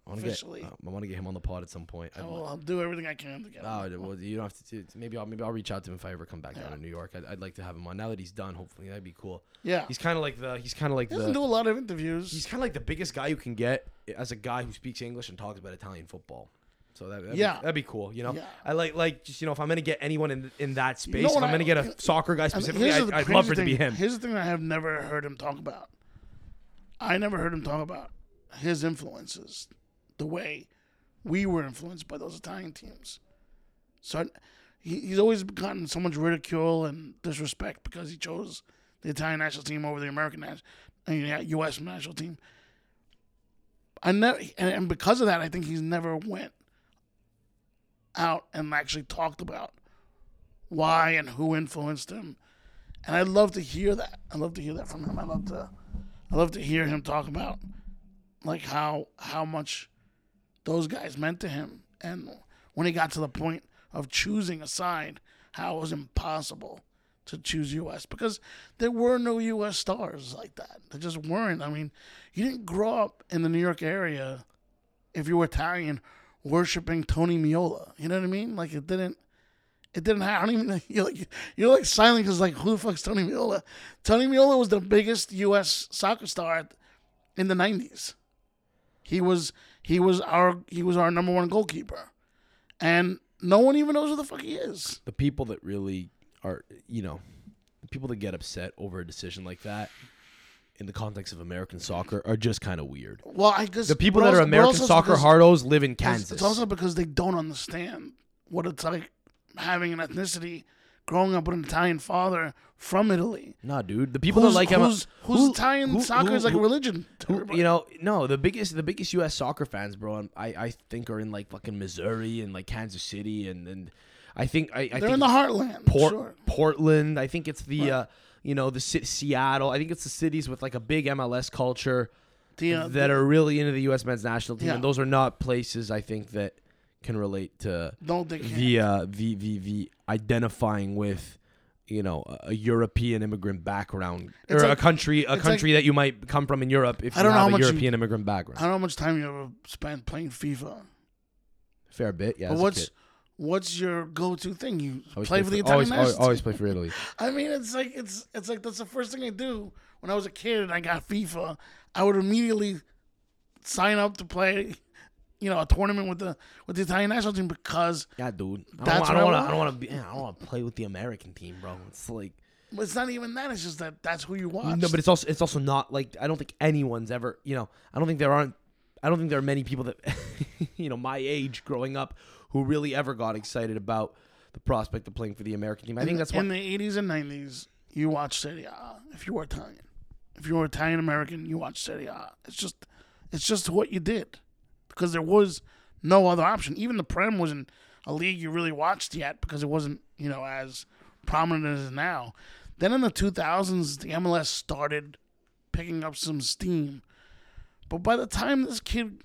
I want to get. uh, Officially. Oh. I want to get him on the pod at some point. I I'd will, I'll do everything I can to get him. Oh, d- well, you don't have to. t- Maybe I'll maybe I'll reach out to him if I ever come back down Yeah. to New York. I'd, I'd like to have him on now that he's done. Hopefully, that'd be cool. yeah. He's kind of like the he's kind of like He doesn't the do a lot of interviews. he's kind of like the biggest guy you can get as a guy who speaks English and talks about Italian football. So that that'd Yeah. be, that'd be cool. You know, Yeah. I like like just you know if I'm gonna get anyone in in that space, know if what I'm I- gonna get a soccer I guy mean, specifically, here's I'd, the I'd crazy love for it to be thing- him. Here's the thing I have never heard him talk about. I never heard him talk about his influences, the way we were influenced by those Italian teams. So I- he, he's always gotten so much ridicule and disrespect because he chose the Italian national team over the American national, I mean, yeah, U.S. national team. I never, and, and because of that, I think he's never went out and actually talked about why and who influenced him and I'd love to hear that. I'd love to hear that from him. I love to, I love to hear him talk about, like how how much those guys meant to him, and when he got to the point of choosing a side, how it was impossible to choose U.S. because there were no U.S. stars like that. There just weren't. I mean, you didn't grow up in the New York area, if you were Italian, worshiping Tony Miola. You know what I mean? Like it didn't. It didn't happen. I don't even. You're like you're like silent because like who the fuck's Tony Miola? Tony Miola was the biggest U.S. soccer star in the '90s. He was he was our he was our number one goalkeeper, and no one even knows who the fuck he is. the people that really are you know the people that get upset over a decision like that in the context of American soccer are just kind of weird. Well, I guess The people but that are also- but American also it's soccer because- hardos live in it's- Kansas. It's also because they don't understand what it's like having an ethnicity, growing up with an Italian father from Italy. nah, dude. The people who's, that like him, uh, who's, who's who- Italian who- soccer who- is like a who- religion. to who- everybody. you know, no, the biggest, the biggest U.S. soccer fans, bro. I'm- I, I think are in like fucking Missouri and like Kansas City, and and I think I, I They're think in the heartland. Port, sure. Portland. I think it's the, uh, you know, the ci- Seattle. I think it's the cities with like a big MLS culture. The, uh, that are really into the U.S. men's national team, Yeah. and those are not places I think that can relate to don't they can't. the uh, the the the identifying with you know a- a European immigrant background or It's a like- country a it's country that you might come from in Europe if I you don't know have how a much you- European immigrant I background. don't know how much time you ever spent playing FIFA. Fair bit, yeah. But as a what's kid. what's your go-to thing? You Always play for the Italian always, national always, team. always play for Italy. I mean, it's like it's it's like that's the first thing I do when I was a kid and I got FIFA. I would immediately sign up to play, you know, a tournament with the with the Italian national team because Yeah, dude. I don't, That's wa- I what I don't want to. want. I don't want to. be. I don't want to play with the American team, bro. It's like it's not even that. It's just that that's who you watch. No, but it's also it's also not like I don't think anyone's ever you know I don't think there aren't I don't think there are many people that you know my age growing up who really ever got excited about the prospect of playing for the American team. I think that's why in the eighties and nineties, you watched Serie A if you were Italian. If you were Italian American, you watched Serie A. It's just it's just what you did. Because there was no other option. Even the Prem wasn't a league you really watched yet because it wasn't, you know, as prominent as it is now. Then in the two thousands the MLS started picking up some steam. But by the time this kid,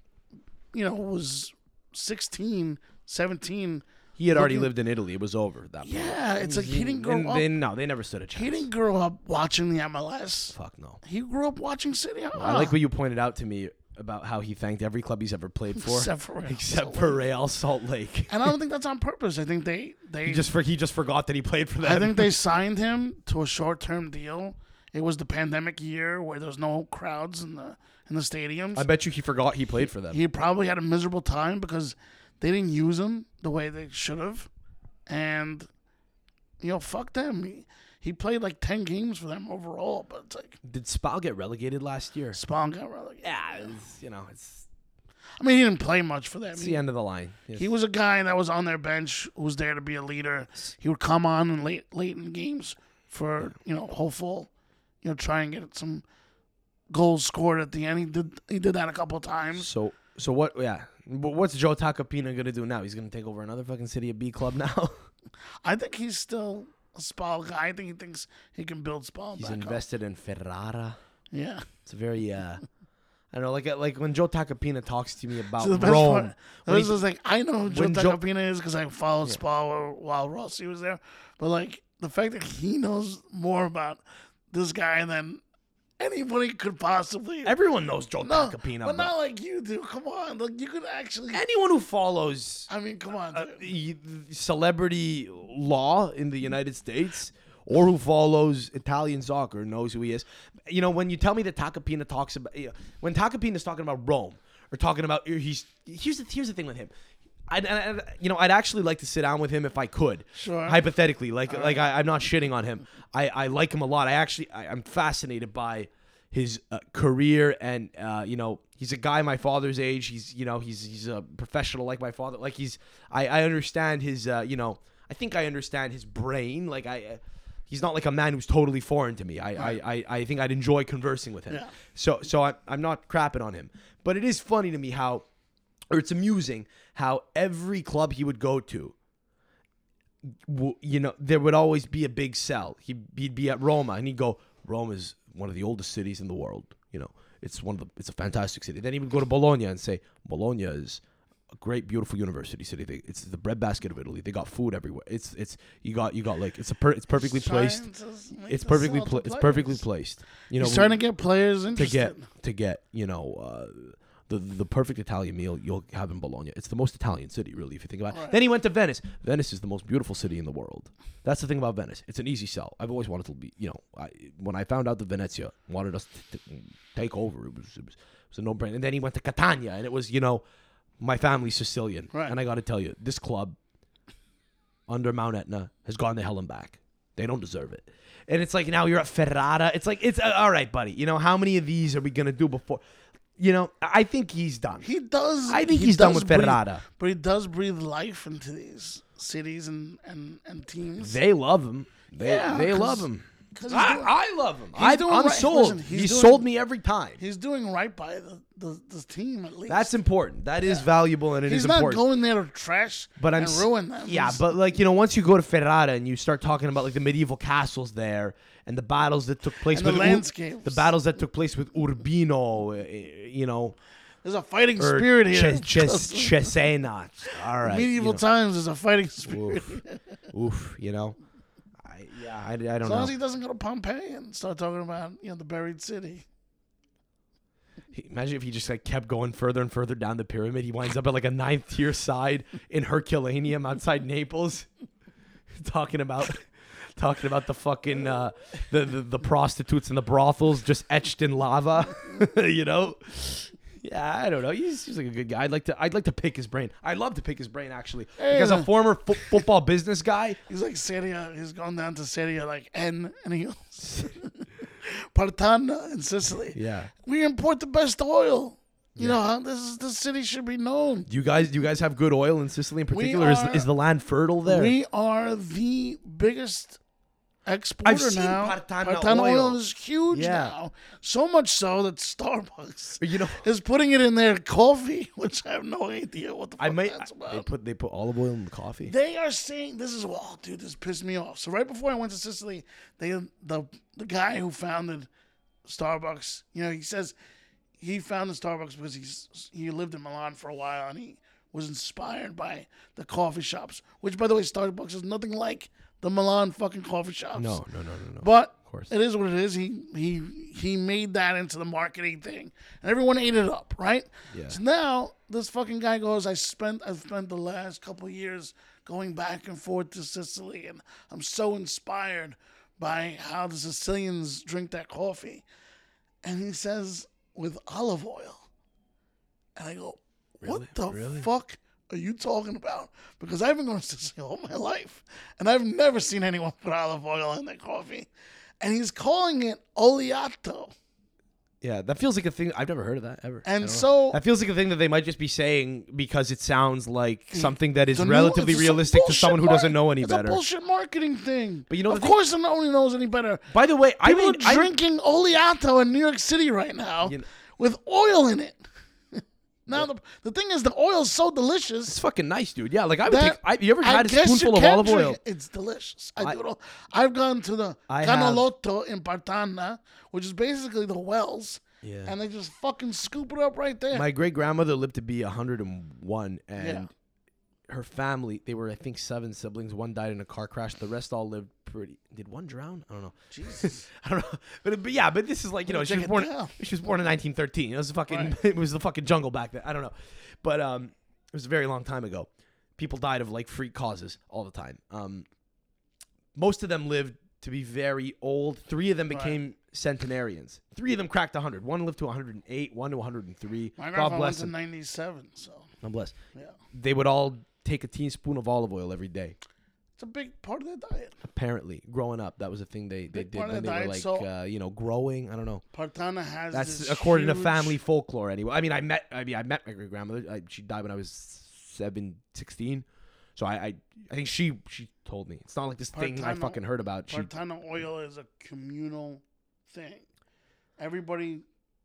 you know, was 16, 17, he had already looking- lived in Italy. It was over at that. point. yeah, it's like he didn't grow Mm-hmm. And up. They, no, they never stood a chance. He didn't grow up watching the MLS. Fuck no. He grew up watching City Hall. I like what you pointed out to me about how he thanked every club he's ever played for, except for Real except Salt for Lake. Real Salt Lake. And I don't think that's on purpose. I think they they He just for, he just forgot that he played for them. I think they signed him to a short term deal. It was the pandemic year where there's no crowds in the in the stadiums. I bet you he forgot he played for them. he probably had a miserable time because they didn't use him the way they should have, and you know, fuck them. He, he played like ten games for them overall, but it's like Did Spal get relegated last year? Spawn got relegated. Yeah, it's, you know it's I mean, he didn't play much for them. It's He- the end of the line. He was a guy that was on their bench who was there to be a leader. He would come on in late late in games for you know hopeful, you know try and get some goals scored at the end. He did he did that a couple of times. so so what? Yeah, but what's Joe Tacopina gonna do now? He's gonna take over another fucking city of B club now. I think he's still a Spal guy. I think he thinks he can build Spal He's back up. invested in Ferrara. Yeah, It's a very uh, I don't know, like uh, like when Joe Tacopina talks to me about so the best Rome. part. when This he- was like I know who Joe when Joe- Tacopina is because I followed Spal while, while Rossi was there, but like the fact that he knows more about this guy than anybody could possibly. Everyone knows Joe no, Tacopina. Oh, but but not like you do. Come on, like you could actually. anyone who follows I mean, come on. uh, dude. y- celebrity law in the United States or who follows Italian soccer knows who he is. You know, when you tell me that Tacopina talks about you know, when Tacopina's talking about Rome or talking about he's here's the here's the thing with him. I'd, and I- you know, I'd actually like to sit down with him if I could. Sure. Hypothetically, like like I, I'm not shitting on him. I, I like him a lot. I actually I, I'm fascinated by his uh, career and uh, you know he's a guy my father's age he's you know he's he's a professional like my father like he's i, I understand his uh, you know i think i understand his brain like i uh, he's not like a man who's totally foreign to me i I, I, I think i'd enjoy conversing with him Yeah. so so I, i'm not crapping on him but it is funny to me how or it's amusing how every club he would go to w- you know, there would always be a big sell. He, he'd be at Roma, and he'd go, "Roma's one of the oldest cities in the world. You know, it's one of the, it's a fantastic city." Then he would go to Bologna and say, "Bologna is a great, beautiful university city. They, it's the breadbasket of Italy. They got food everywhere. It's, it's, you got, you got like, it's a, per, it's perfectly placed. Sciences make It's us perfectly, all pla- the it's perfectly players. placed. You know, He's trying to get players to interested. get to get you know uh, the the perfect Italian meal you'll have in Bologna. It's the most Italian city, really, if you think about it. Right. Then he went to Venice. Venice is the most beautiful city in the world. That's the thing about Venice. It's an easy sell. I've always wanted to be, you know, I, when I found out that Venezia wanted us to t- take over, it was, it was it was a no brainer. And then he went to Catania, and it was you know, my family's Sicilian, Right. and I got to tell you, this club under Mount Etna has gone to hell and back. They don't deserve it. And it's like now you're at Ferrara. It's like it's uh, all right, buddy. You know how many of these are we gonna do before? You know, I I think he's done. He does. I think he he's done does with breathe- Ferrara. but he does breathe life into these cities and and and teams. They love him. They Yeah, they 'cause love him. 'Cause he's doing- I, I love him. I, doing I'm right- sold. listen, he's he doing- sold me every time. He's doing right by the, the, the team at least. That's important. That is valuable and it is he's not important. going there to trash but I'm and s- ruin them. Yeah, He's- but like you know, once you go to Ferrara and you start talking about like the medieval castles there and the battles that took place And the with Ur- landscapes. the battles that took place with Urbino, uh, uh, you know, there's a fighting or spirit here. Ches- Ches- Cesena. All right, you medieval know. times is a fighting spirit. Oof, you know, I, yeah, I, I don't As long know. as he doesn't go to Pompeii and start talking about you know the buried city. He- Imagine if he just like kept going further and further down the pyramid. He winds up at like a ninth tier side in Herculaneum outside Naples, talking about talking about the fucking uh, the, the the prostitutes and the brothels just etched in lava. you know. Yeah, I don't know. He seems like a good guy. I'd like to. I'd like to pick his brain. I'd love to pick his brain actually, Hey, like as a man. former fo- football business guy. He's like Serie. He's gone down to Serie like N and he goes Partana in Sicily. Yeah. We import the best oil. You know how this is the city should be known. Do you guys do you guys have good oil in Sicily in particular? are- is, is the land fertile there? We are the biggest exporter seen now. Partana oil. oil. is huge Yeah. now. So much so that Starbucks you know, is putting it in their coffee, which I have no idea what the fuck I might that's they about. put they put olive oil in the coffee. They are saying this is well, dude. This pissed me off. So right before I went to Sicily, they the the guy who founded Starbucks, you know, he says he founded Starbucks because he's he lived in Milan for a while and he was inspired by the coffee shops, which by the way, Starbucks is nothing like the Milan fucking coffee shops. No, no, no, no, no. But course. it is what it is. He he he made that into the marketing thing, and everyone ate it up, right? Yeah. So now this fucking guy goes, I spent I've spent the last couple of years going back and forth to Sicily, and I'm so inspired by how the Sicilians drink that coffee, and he says with olive oil, and I go, what the fuck? Are you talking about? Because I've been going to Sicily all my life, and I've never seen anyone put olive oil in their coffee. And he's calling it oleato. yeah, that feels like a thing I've never heard of that ever. I don't know. And so that feels like a thing that they might just be saying because it sounds like something that is Mm. the new- relatively it's just a realistic to someone who bullshit doesn't know any it's better. a bullshit marketing thing. But you know of the thing- course, no one knows any better. By the way, I People made are I, drinking oleato in New York City right now You know- with oil in it. now the, the thing is, the oil's so delicious. it's fucking nice, dude. Yeah, like I would that- take. I, you ever had a guess you spoonful of can olive drink oil? it. It's delicious. I, I- do it all. I've gone to the I Canolotto in Partana, which is basically the wells, Yeah. and they just fucking scoop it up right there. My great grandmother lived to be 101, and Yeah. her family, they were, I think, seven siblings. One died in a car crash. The rest all lived p- pretty. Did one drown? I don't know. Jesus. I don't know. But, but yeah, but this is like you Well, know she check was it born. out. She was born in 1913. It was fucking. Right. It was the fucking jungle back then. I don't know, but um, it was a very long time ago. People died of like freak causes all the time. Um, most of them lived to be very old. Three of them Right. became centenarians. Three of them cracked 100. One lived to 108. One to 103. My God grandfather bless was in them. '97, so God bless. yeah, They would all take a teaspoon of olive oil every day. it's a big part of their diet. Apparently, growing up, that was a thing they, they Big did part of when they the were diet, like so- uh, you know growing. I don't know. Partana has That's this according to huge- family folklore, anyway. I mean, I met, I mean, I met my great grandmother. I, she died when I was seven, 16. so I, I, I think she, she told me. It's not like this thing I Part-time, fucking heard about. She, Partana oil is a communal thing. Everybody,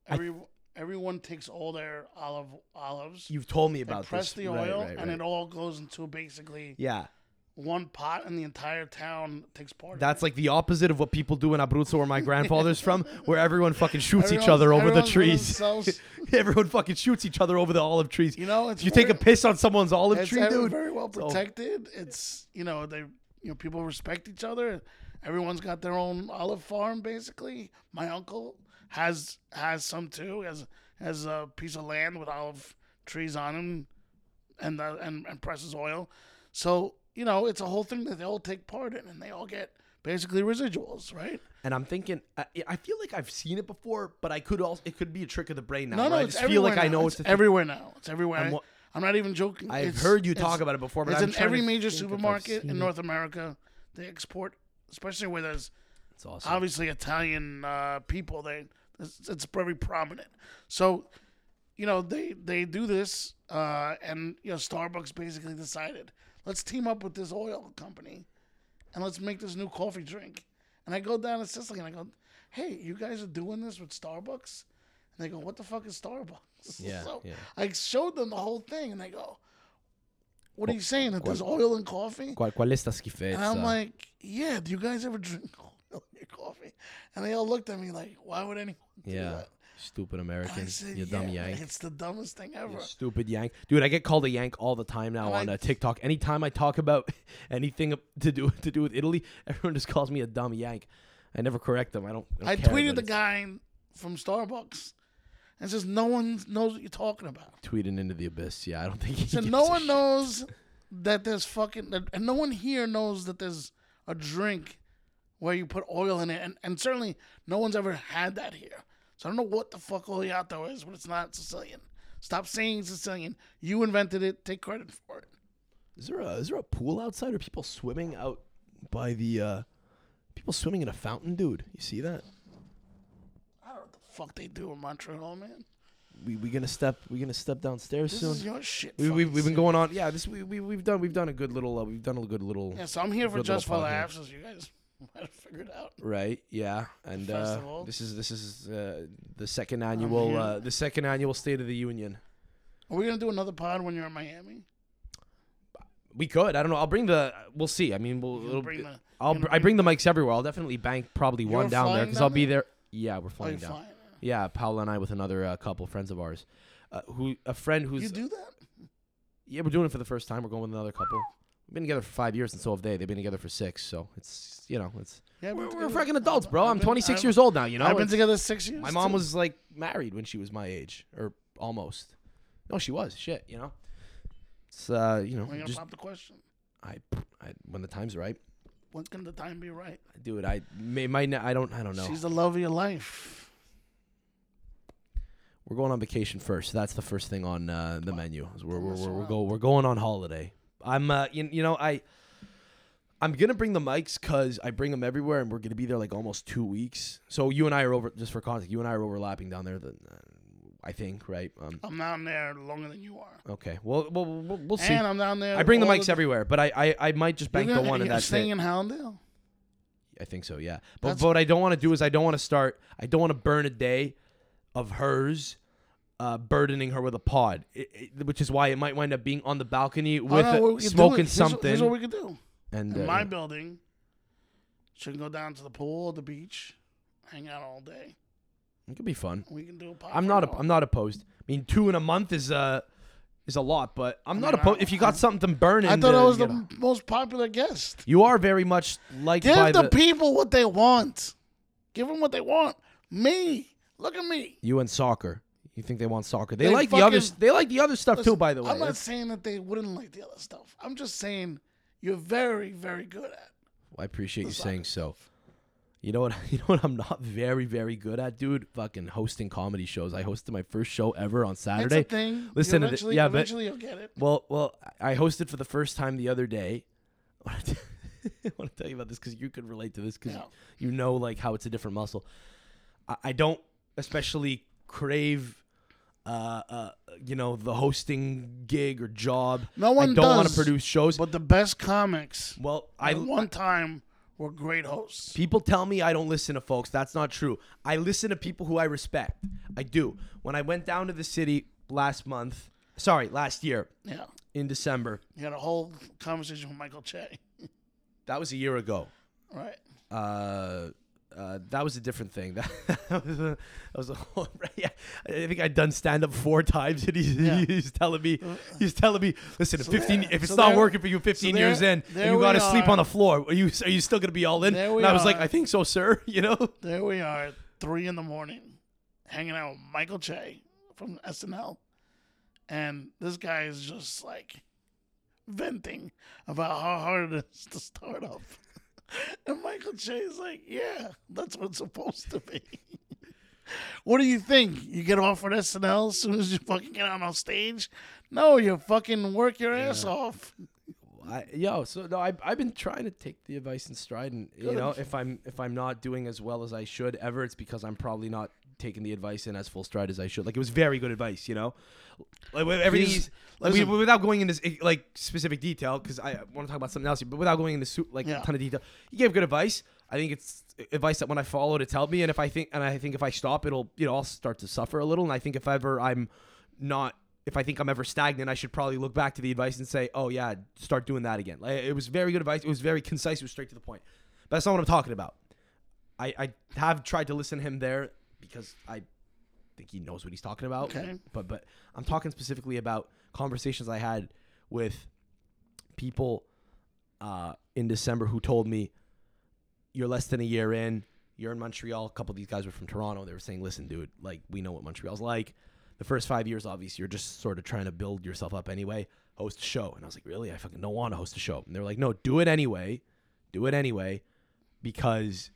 every everyone takes all their olive olives. you've told me they about press this. the Right, oil, right, and right. it all goes into basically yeah, one pot, and the entire town takes part. that's in like the opposite of what people do in Abruzzo, where my grandfather's from, where everyone fucking shoots Everyone's- each other over the everyone's for trees. themselves. everyone fucking shoots each other over the olive trees. it. you know, it's you take a very- piss on someone's olive it's tree, ever- dude. very well So- protected. It's you know they you know people respect each other. Everyone's got their own olive farm basically. My uncle has has some too. He Has has a piece of land with olive trees on him, and uh, and and presses oil. So you know it's a whole thing that they all take part in, and they all get basically residuals, right? And I'm thinking, I, I feel like I've seen it before, but I could also, it could be a trick of the brain now. No, where no, I it's just feel like everywhere I now. know it's it's a everywhere now. It's everywhere. I'm I'm, wa- not even joking. I've It's- heard you it's- talk about it before, but It's I'm in trying every to major think if I've supermarket seen in it. North America. They export, especially where there's It's awesome. obviously Italian uh, people. They it's, it's very prominent. So, you know, they they do this, uh, and you know, Starbucks basically decided, let's team up with this oil company, and let's make this new coffee drink. And I go down to Sicily and I go, hey, you guys are doing this with Starbucks, and they go, what the fuck is Starbucks? Yeah, so yeah. I showed them the whole thing, and they go. What are you saying? That there's oil in coffee? Qual, qual è sta schifezza? And I'm like, yeah, do you guys ever drink oil in your coffee? And they all looked at me like, why would anyone do yeah, that? stupid And I American, said, you dumb yeah, yank. it's the dumbest thing ever. You Stupid yank, dude. I get called a yank all the time now And on I- uh, TikTok. Anytime I talk about anything to do to do with Italy, everyone just calls me a dumb yank. I never correct them. I don't. I, I don't care, tweeted but the it's guy from Starbucks and says, no one knows what you're talking about. tweeting into the abyss. Yeah, I don't think. He So gives no a one shit. knows that there's fucking, that, and no one here knows that there's a drink where you put oil in it. And, and certainly no one's ever had that here. So I don't know what the fuck oleato is, but it's not Sicilian. Stop saying Sicilian. You invented it. Take credit for it. Is there a is there a pool outside? Are people swimming out by the? uh People swimming in a fountain, dude. You see that? I don't know what the fuck they do in Montreal, man. We we gonna step we gonna step downstairs This soon. is your shit. We, we, fucking we've been city. going on. Yeah, this we, we we've done we've done a good little uh, we've done a good little Yeah, so I'm here for Good just for little laughs, as you guys might have figured out. right. Yeah, and uh, Festival. this is this is uh, the second annual here. uh, the second annual State of the Union. Are we gonna do another pod when you're in Miami? We could. I don't know. I'll bring the. We'll see. I mean, we'll. You'll it'll- bring the- I'll. you'll br- I bring the mics everywhere. I'll definitely bank probably You're one down there flying because down I'll be there? there. Yeah, we're Oh, flying you're down. flying. Yeah, Paula and I with another uh, couple friends of ours, uh, who a friend who's You do that? yeah we're doing it for the first time. We're going with another couple. We've been together for five years, and so have they. They've been together for six. So it's you know it's Yeah, We're, I've been we're together- fucking adults, bro. I've I'm been- 26 I've- years old now. You know, I've been It's- together six years. my mom too. was like married when she was my age, or almost. No, she was. Shit, you know. It's uh, you know, We're gonna just pop the question. I, I, when the time's right, When's gonna the time be right? I do it. I may, might not. I don't. I don't know. She's the love of your life. we're going on vacation first. That's the first thing on uh, the menu. is We're we're mess we're, we're, around. go, we're going on holiday. I'm uh, you, you know I. I'm gonna bring the mics because I bring them everywhere, and we're gonna be there like almost two weeks. So you and I are over just for context. You and I are overlapping down there, the, uh, I think, right? Um, I'm down there longer than you are, Okay. Well, we'll, we'll, we'll see. and I'm down there. I bring the all mics everywhere, but I, I, I might just You're bank the gonna- one and you're that's staying it. in Hallandale. I think so, yeah. But, That's- but what I don't want to do is I don't want to start. I don't want to burn a day of hers, uh, burdening her with a pod, It- it- which is why it might wind up being on the balcony Oh, with no, a- what we could do is- smoking here's what- something. Here's what we could do. and in uh, my yeah. building, she can go down to the pool, the beach, hang out all day. it could be fun. We can do a podcast. I'm not. A, I'm not opposed. I mean, two in a month is uh is a lot, but I'm not mean, opposed. I- If you got something burning, I thought to I was the get on. most popular guest. You are very much liked Give by the, the, people what they want. Give them what they want. Me. Look at me. you and soccer. You think they want soccer? They, They like the other. fucking- They like the other stuff too. By the way, I'm not That's- saying that they wouldn't like the other stuff. I'm just saying you're very, very good at. it. I appreciate you saying so. You know what? You know what? I'm not very, very good at, dude. Fucking hosting comedy shows. I hosted my first show ever on That's Saturday. a thing. Listen to this- eventually, yeah, but- eventually you'll get it. Well, well, I hosted for the first time the other day. I want to, tell you about this because you could relate to this because Yeah. you know like how it's a different muscle. I, I don't especially crave, uh, uh, you know, the hosting gig or job. No one I don't want to does, produce shows. But the best comics well, I at one time were great hosts. People tell me I don't listen to folks. That's not true. I listen to people who I respect. I do. When I went down to the city last month, sorry, last year Yeah. in December, You had a whole conversation with Michael Che. that was a year ago. Right. uh, uh, that was a different thing. That, was a, that was a whole, yeah. I think I'd done stand up four times, and he's, Yeah. he's telling me, he's telling me, listen, if fifteen, if it's so not there- working for you, fifteen there- years in, there and you we got to sleep are. on the floor, are you are you still gonna be all in? There And we I was like, are. I think so, sir. You know, There we are at three in the morning, hanging out with Michael Che from SNL. And this guy is just like venting about how hard it is to start up. And Michael Che is like, yeah, that's what it's supposed to be. what do you think? You get offered SNL as soon as you fucking get out on stage? No, you fucking work your ass off. I, yo, so no, I I've been trying to take the advice in stride, and you know, if I'm if I'm not doing as well as I should ever, it's because I'm probably not taking the advice in as full stride as I should. Like it was very good advice, you know, like with everything. Please, like we, listen. without going into s- like specific detail, because I want to talk about something else, but without going into su- like Yeah. a ton of detail, you gave good advice. I think it's advice that when I follow, it's helped me, and if I think and I think if I stop, it'll you know I'll start to suffer a little, and I think if ever I'm not if I think I'm ever stagnant, I should probably look back to the advice and say, oh yeah, start doing that again. Like, it was very good advice. It was very concise. It was straight to the point. But that's not what I'm talking about. I, I have tried to listen to him there because I think he knows what he's talking about. Okay. But but I'm talking specifically about conversations I had with people uh, in December who told me you're less than a year in. You're in Montreal. A couple of these guys were from Toronto. They were saying, "Listen, dude, like we know what Montreal's like. The first five years, obviously, you're just sort of trying to build yourself up anyway. Host a show." And I was like, "Really? I fucking don't want to host a show." And they were like, "No, do it anyway. Do it anyway, because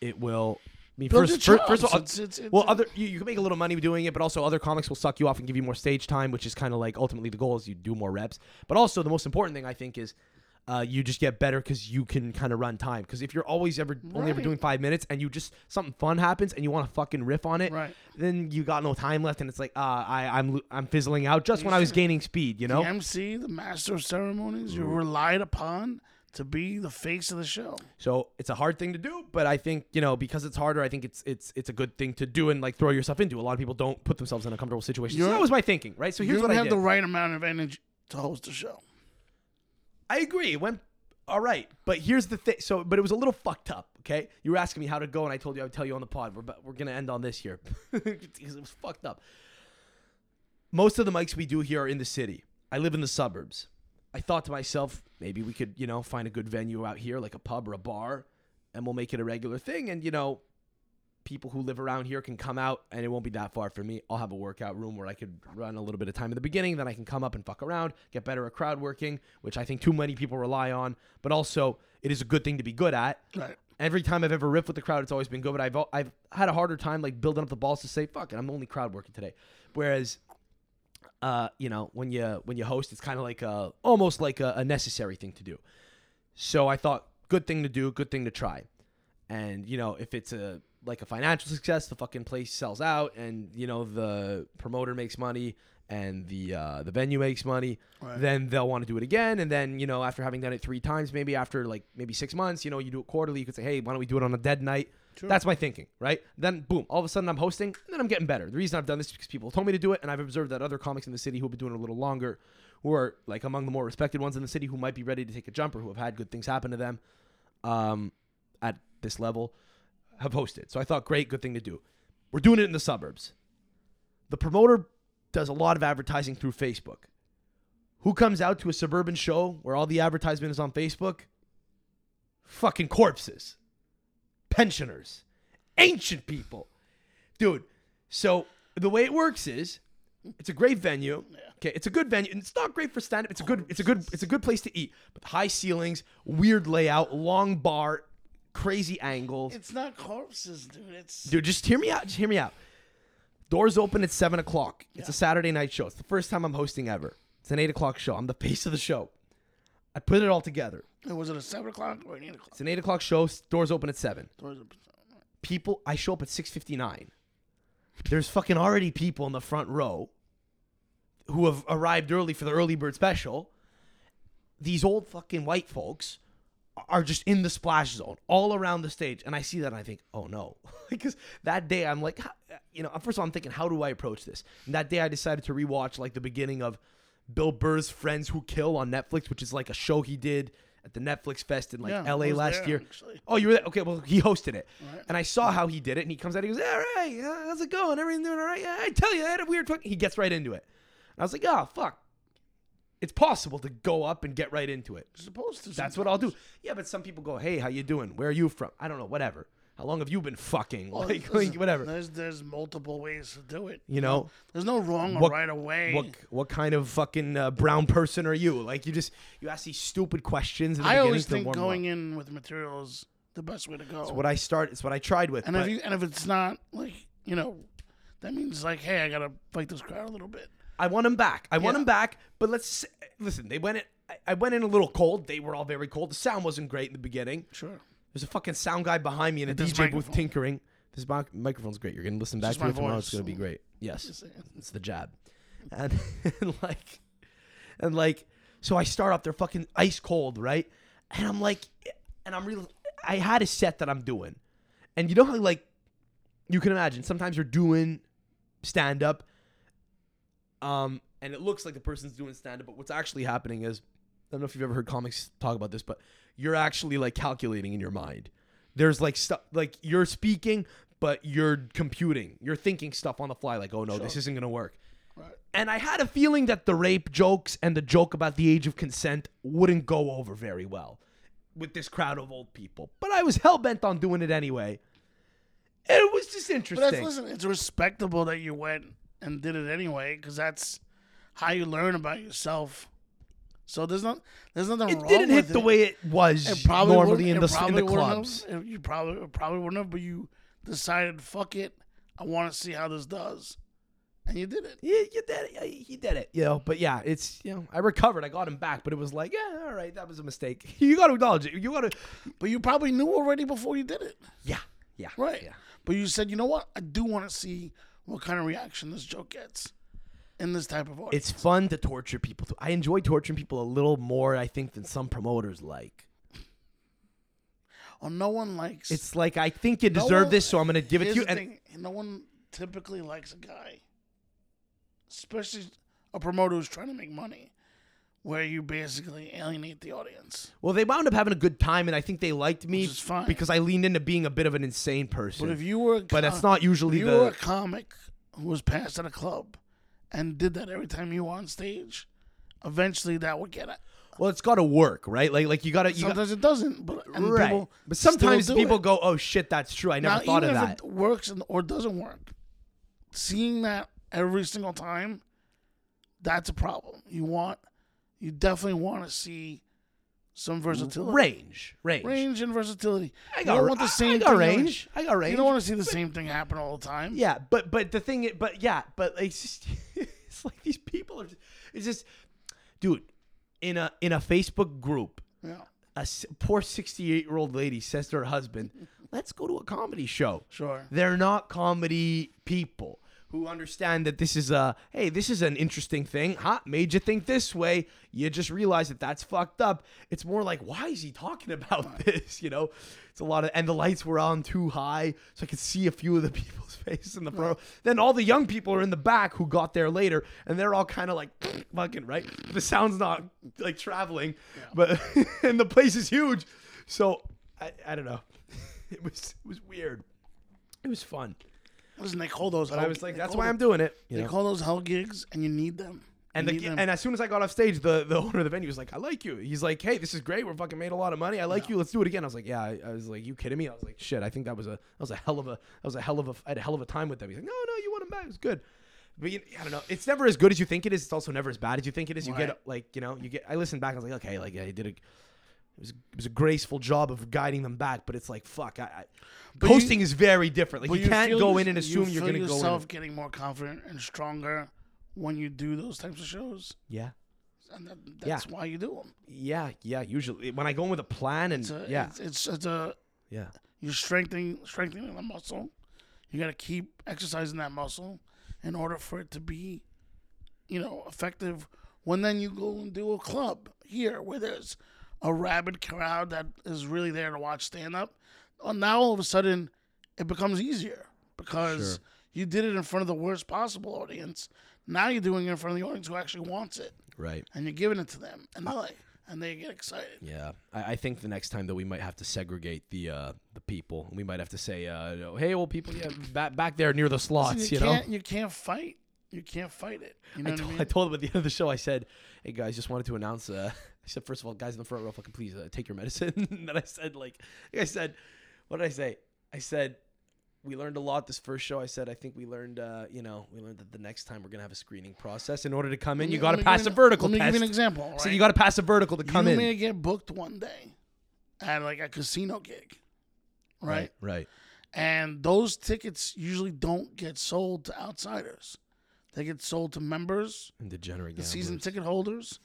it will." I mean, Build first, your fir- first, of all, chops. It's- it's- it's- well, other you, you can make a little money doing it, but also other comics will suck you off and give you more stage time, which is kind of like ultimately the goal is you do more reps. But also the most important thing I think is uh, you just get better because you can kind of run time. Because if you're always ever only ever Right. doing five minutes and you just something fun happens and you want to fucking riff on it, Right. then you got no time left and it's like uh, I I'm lo- I'm fizzling out just when I was gaining speed, you know. The MC, the master of ceremonies, you're relied upon to be the face of the show. So it's a hard thing to do, but I think you know because it's harder. I think it's it's it's a good thing to do and like throw yourself into. A lot of people don't put themselves in a comfortable situation. So You're- that was my thinking, right? So here's you what don't I have did. the right amount of energy to host a show. I agree. It went all right, but here's the thing. So, but it was a little fucked up. Okay, you were asking me how to go, and I told you I would tell you on the pod. We're about- we're gonna end on this here because it was fucked up. Most of the mics we do here are in the city. I live in the suburbs. I thought to myself, maybe we could, you know, find a good venue out here, like a pub or a bar, and we'll make it a regular thing. And you know, people who live around here can come out and it won't be that far for me. I'll have a workout room where I could run a little bit of time in the beginning, then I can come up and fuck around, get better at crowd working, which I think too many people rely on, but also it is a good thing to be good at. Right. Every time I've ever riffed with the crowd, it's always been good, but I've al- I've had a harder time like building up the balls to say, "Fuck it, I'm only crowd working today." Whereas uh, you know, when you when you host, it's kind of like a almost like a, a necessary thing to do. So I thought, good thing to do, good thing to try. And you know, if it's a like a financial success, the fucking place sells out, and you know the promoter makes money, and the uh, the venue makes money. Then they'll want to do it again, and then you know after having done it three times, maybe after like maybe six months, you know you do it quarterly. You could say, hey, why don't we do it on a dead night? That's my thinking, right? Then boom, all of a sudden I'm hosting, and then I'm getting better. The reason I've done this is because people told me to do it, and I've observed that other comics in the city who've been doing it a little longer, who are like among the more respected ones in the city, who might be ready to take a jump or who have had good things happen to them, um, at this level, have hosted. So I thought, great, good thing to do. We're doing it in the suburbs. The promoter does a lot of advertising through Facebook. Who comes out to a suburban show where all the advertisement is on Facebook? Fucking corpses, pensioners, ancient people. Dude, so the way it works is it's a great venue. Okay, it's a good venue. And it's not great for stand up. It's a good it's a good it's a good place to eat. But high ceilings, weird layout, long bar, crazy angles. It's not corpses, dude. It's Dude, just hear me out. Just hear me out. Doors open at seven o'clock. It's a Saturday night show. It's the first time I'm hosting ever. It's an eight o'clock show. I'm the face of the show. I put it all together. was it a seven o'clock or an eight o'clock? It's an eight o'clock show. s- Doors open at seven. Doors open. People, I show up at six fifty nine. There's fucking already people in the front row who have arrived early for the early bird special. These old fucking white folks are just in the splash zone all around the stage. And I see that and I think, oh no. because that day I'm like, h- you know, first of all, I'm thinking, how do I approach this? And that day I decided to rewatch like the beginning of Bill Burr's Friends Who Kill on Netflix, which is like a show he did at the Netflix Fest in like Yeah, I LA was last there, year. actually. Oh, you were there? Okay, well, he hosted it. And I saw how he did it. And he comes out, he goes, all right, yeah, how's it going? Everything doing all right? Yeah, I tell you, I had a weird fuck. He gets right into it. And I was like, oh, fuck. It's possible to go up and get right into it. You're supposed to. That's what I'll do. Yeah, but some people go, "Hey, how you doing? Where are you from? I don't know. Whatever. How long have you been fucking? Well, Like, listen, like, whatever. There's there's multiple ways to do it. You know There's no wrong or What- right away. what? What kind of fucking uh, brown person are you? Like, you just you ask these stupid questions. And I always think going in with material is the best way to go. What I start. It's what I tried with. and but if you and if it's not like you know, that means like hey, I gotta fight this crowd a little bit. I want him back. I want Yeah. him back. But let's listen. They went in. I- I went in a little cold. They were all very cold. The sound wasn't great in the beginning. Sure. There's a fucking sound guy behind me and a this DJ booth microphone. tinkering. This mic- microphone's great. You're gonna listen back just to my it tomorrow. It's voice, gonna be so- great. Yes. Just saying. It's the jab. And, and like, and like, so I start off, they're fucking ice cold, right? And I'm like, and I'm real, I had a set that I'm doing. And you know how, like, you can imagine sometimes you're doing stand up, um, and it looks like the person's doing stand up, but what's actually happening is, I don't know if you've ever heard comics talk about this, but you're actually like calculating in your mind. There's like stuff, like you're speaking, but you're computing. You're thinking stuff on the fly, like, oh no, this isn't gonna work. Right. And I had a feeling that the rape jokes and the joke about the age of consent wouldn't go over very well with this crowd of old people. But I was hell bent on doing it anyway. And it was just But that's, interesting. listen, it's respectable that you went and did it anyway, because that's how you learn about yourself. So there's not there's nothing it wrong. didn't hit with the way it was It probably normally wouldn't- in it the, s- in probably the wouldn't clubs. have- it- you probably it probably wouldn't have, but you decided, fuck it, I want to see how this does, and you did it. Yeah, you did it. Yeah, He did it. You know, but yeah, it's you know, I recovered. I got him back, but it was like, yeah, all right, that was a mistake. You got to acknowledge it. You got to, But you probably knew already before you did it, yeah, yeah, right? Yeah. But you said, you know what, I do want to see what kind of reaction this joke gets in this type of art. It's fun to torture people. I enjoy torturing people a little more, I think, than some promoters like. or Oh, no one likes. It's like I think you No deserve one- this, so I'm gonna give it to Here's you. the And thing, no one typically likes a guy, especially a promoter who's trying to make money, where you basically alienate the audience. well, they wound up having a good time, and I think they liked me Which is fine. because I leaned into being a bit of an insane person. But if you were, a But co- that's not usually if you the- were a comic who was passed at a club, and did that every time you were on stage. Eventually, that would get it. well, it's got to work, right? Like, like you gotta, you got Sometimes it doesn't, but and right. people but still sometimes do people it. go, "Oh shit, that's true. I never now, thought of even if that." it works and, or doesn't work, seeing that every single time, that's a problem. You want, you definitely want to see some versatility, range, range. range and versatility. I You got, don't ra- want I- the same I got thing every- range. I got range. You don't want to see the same thing happen all the time. Yeah, but but the thing, i- but yeah, but like, it's just it's like these people are. Just, it's just, dude, in a in a Facebook group, Yeah, a s- poor sixty eight year old lady says to her husband, "Let's go to a comedy show." sure. They're not comedy people who understand that this is a hey, this is an interesting thing. Huh? Made you think this way. You just realize that that's fucked up. It's more like, why is he talking about this? You know, it's a lot of and the lights were on too high, so I could see a few of the people's faces in the front. row. Then all the young people are in the back who got there later, and they're all kind of like fucking right. The sound's not like traveling, but and the place is huge. So I, I don't know. It was it was weird. It was fun. Listen, they call those. Hell, I was like, they that's call why I'm them- doing it. You They know? call those hell gigs, and you need them. And need the, them. uh, and as soon as I got off stage, the, the owner of the venue was like, "I like you." He's like, "Hey, this is great. We're fucking made a lot of money. I like you. Let's do it again." I was like, "Yeah." I, I was like, "You kidding me?" I was like, "Shit." I think that was a that was a hell of a that was a hell of a I had a hell of a time with them. He's like, "No, no, you want them back? It was good." But you, I don't know. It's never as good as you think it is. It's also never as bad as you think it is. You Right. get like you know you get. I listened back. I was like, okay, like I did a. It was, it was a graceful job of guiding them back, but it's like fuck. I, I, you- hosting is very different. Like But you, can't feel go your- in and assume you you are feel gonna go in. yourself and- getting more confident and stronger when you do those types of shows, Yeah, and that, that's why you do them. yeah, yeah. Usually, when I go in with a plan and It's a, yeah, it's, it's, it's a yeah. you're strengthening strengthening the muscle. You got to keep exercising that muscle in order for it to be, you know, effective. When then you go and do a club here where there's a rabid crowd that is really there to watch stand up, now all of a sudden it becomes easier because you did it in front of the worst possible audience. Now you're doing it in front of the audience who actually wants it, Right. and you're giving it to them, and they like, and they get excited. Yeah, I, I think the next time that we might have to segregate the uh, the people. We might have to say, uh, you know, "Hey, old people, yeah, back back there near the And slots," you you know. can't you can't fight. You can't fight it. You know I what told, I mean? I told him at the end of the show, I said, hey guys, just wanted to announce. Uh, I said, first of all, guys in the front row, fucking please uh, take your medicine. and then I said, like, I said, what did I say? I said, we learned a lot this first show. I said, I think we learned, uh, you know, we learned that the next time we're going to have a screening process. In order to come in, you Let got me to give you pass an- a vertical Let me test. give you an example. Right? So you got to pass a vertical to come you in. may get booked one day at like a casino gig, right? Right. And those tickets usually don't get sold to outsiders; they get sold to members, And degenerate the gamblers. season ticket holders.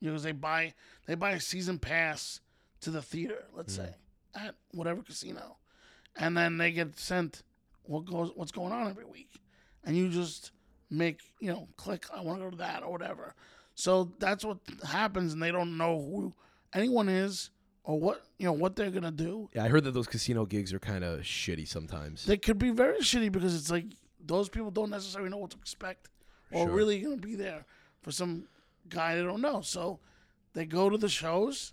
You know, 'cause they buy they buy a season pass to the theater, let's say, at whatever casino, and then they get sent what goes what's going on every week, and you just make you know click I want to go to that or whatever. So that's what happens, and they don't know who anyone is or what you know what they're gonna do. Yeah, I heard that those casino gigs are kind of shitty sometimes. They could be very shitty because it's like those people don't necessarily know what to expect or Sure. really gonna be there for some guy they don't know. So they go to the shows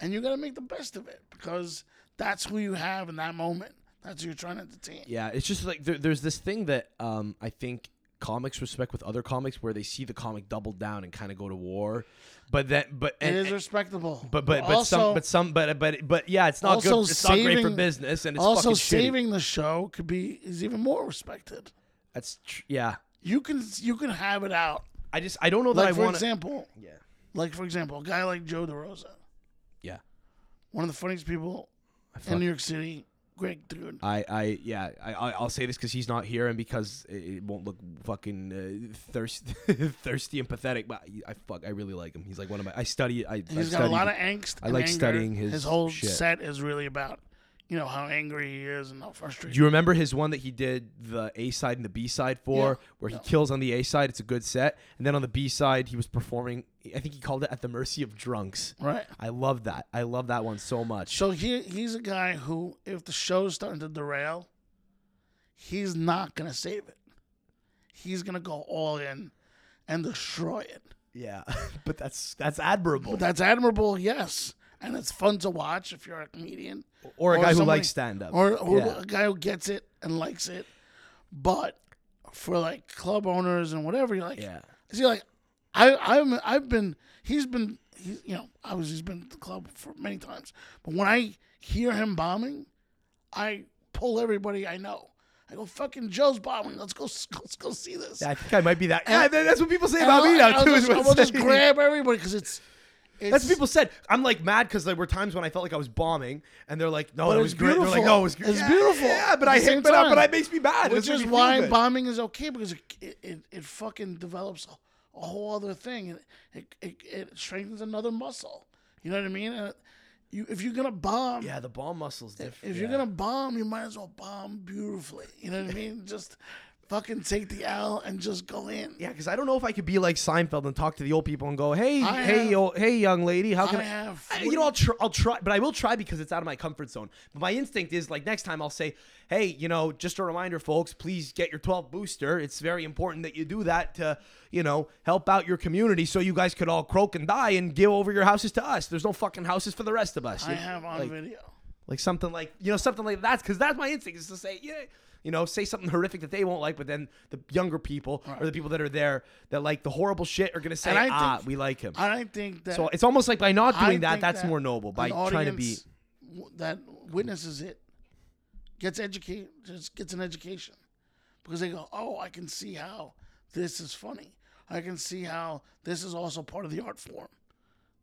and you gotta make the best of it because that's who you have in that moment. That's who you're trying to entertain. Yeah, it's just like there, there's this thing that um, I think comics respect with other comics where they see the comic double down and kind of go to war, but that but and, it is respectable. but but but some but some but uh, but but yeah, it's not good. Also It's not great for saving- business, and it's also fucking shitty. saving the show could be is even more respected. That's tr- yeah. You can you can have it out. I just I don't know that Like I for want. example, Yeah. like for example, a guy like Joe DeRosa. Yeah. One of the funniest people fuck- in New York City. Great dude. I, I yeah I I- I'll say this because he's not here and because it, it won't look fucking uh, thirst, thirsty and pathetic. But I, I fuck I really like him. He's like one of my I study I. He's I got a study- lot of angst. I and like anger. studying his whole shit. set is really about, you know, how angry he is and how frustrated. Do you remember his one that he did the A side and the B side for, Yeah. where he No. kills on the A side? It's a good set, and then on the B side he was performing. I think he called it "At the Mercy of Drunks." right. I love that. I love that one so much. So he he's a guy who, if the show's starting to derail, he's not gonna save it. He's gonna go all in and destroy it. yeah, but that's that's admirable. But that's admirable, yes, and it's fun to watch if you're a comedian or a guy who somebody- likes stand up. or, or Yeah. a guy who gets it and likes it. But for like club owners and whatever, you're like, Yeah. See, like, I, I'm, I've been, he's been, he, you know, obviously he's been at the club for many times, but when I hear him bombing, I pull everybody I know. I go, fucking Joe's bombing. Let's go, s- let's go see this. I think I might be that. And- yeah, that's what people say And about I'll- me and now I'll too. is Just, what I'll just saying. grab everybody because it's, it's, That's what people said. I'm like mad because there were times when I felt like I was bombing, and they're like, "No, But it it's was great." They're like, beautiful. "No, it was It's yeah, beautiful Yeah, but at I the same hate, but, I- but time. it makes me bad. which That's is what why you feel good. bombing is okay because it it, it, it fucking develops a, a whole other thing and it, it it strengthens another muscle. You know what I mean? And you if you're gonna bomb, Yeah, the bomb muscle's different. if you're gonna bomb, you might as well bomb beautifully. You know what I mean? Just fucking take the L and just go in. Yeah, because I don't know if I could be like Seinfeld and talk to the old people and go, "Hey, I hey, have- old, hey, young lady, how can I I?" have I- you know, I'll try, I'll try, but I will try because it's out of my comfort zone. But my instinct is like next time I'll say, "Hey, you know, just a reminder, folks, please get your 12 booster. It's very important that you do that to, you know, help out your community, so you guys could all croak and die and give over your houses to us. There's no fucking houses for the rest of us. I You- have on like, video. like something like you know something like that because that's my instinct is to say, yeah, You know, say something horrific that they won't like, but then the younger people or the people that are there that like the horrible shit are gonna say, And I "Ah, think- we like him." I don't think that so it's almost like by not I doing that, think that's that more noble. By an trying to be, audience w- that witnesses it gets educated, just gets an education because they go, "Oh, I can see how this is funny. I can see how this is also part of the art form."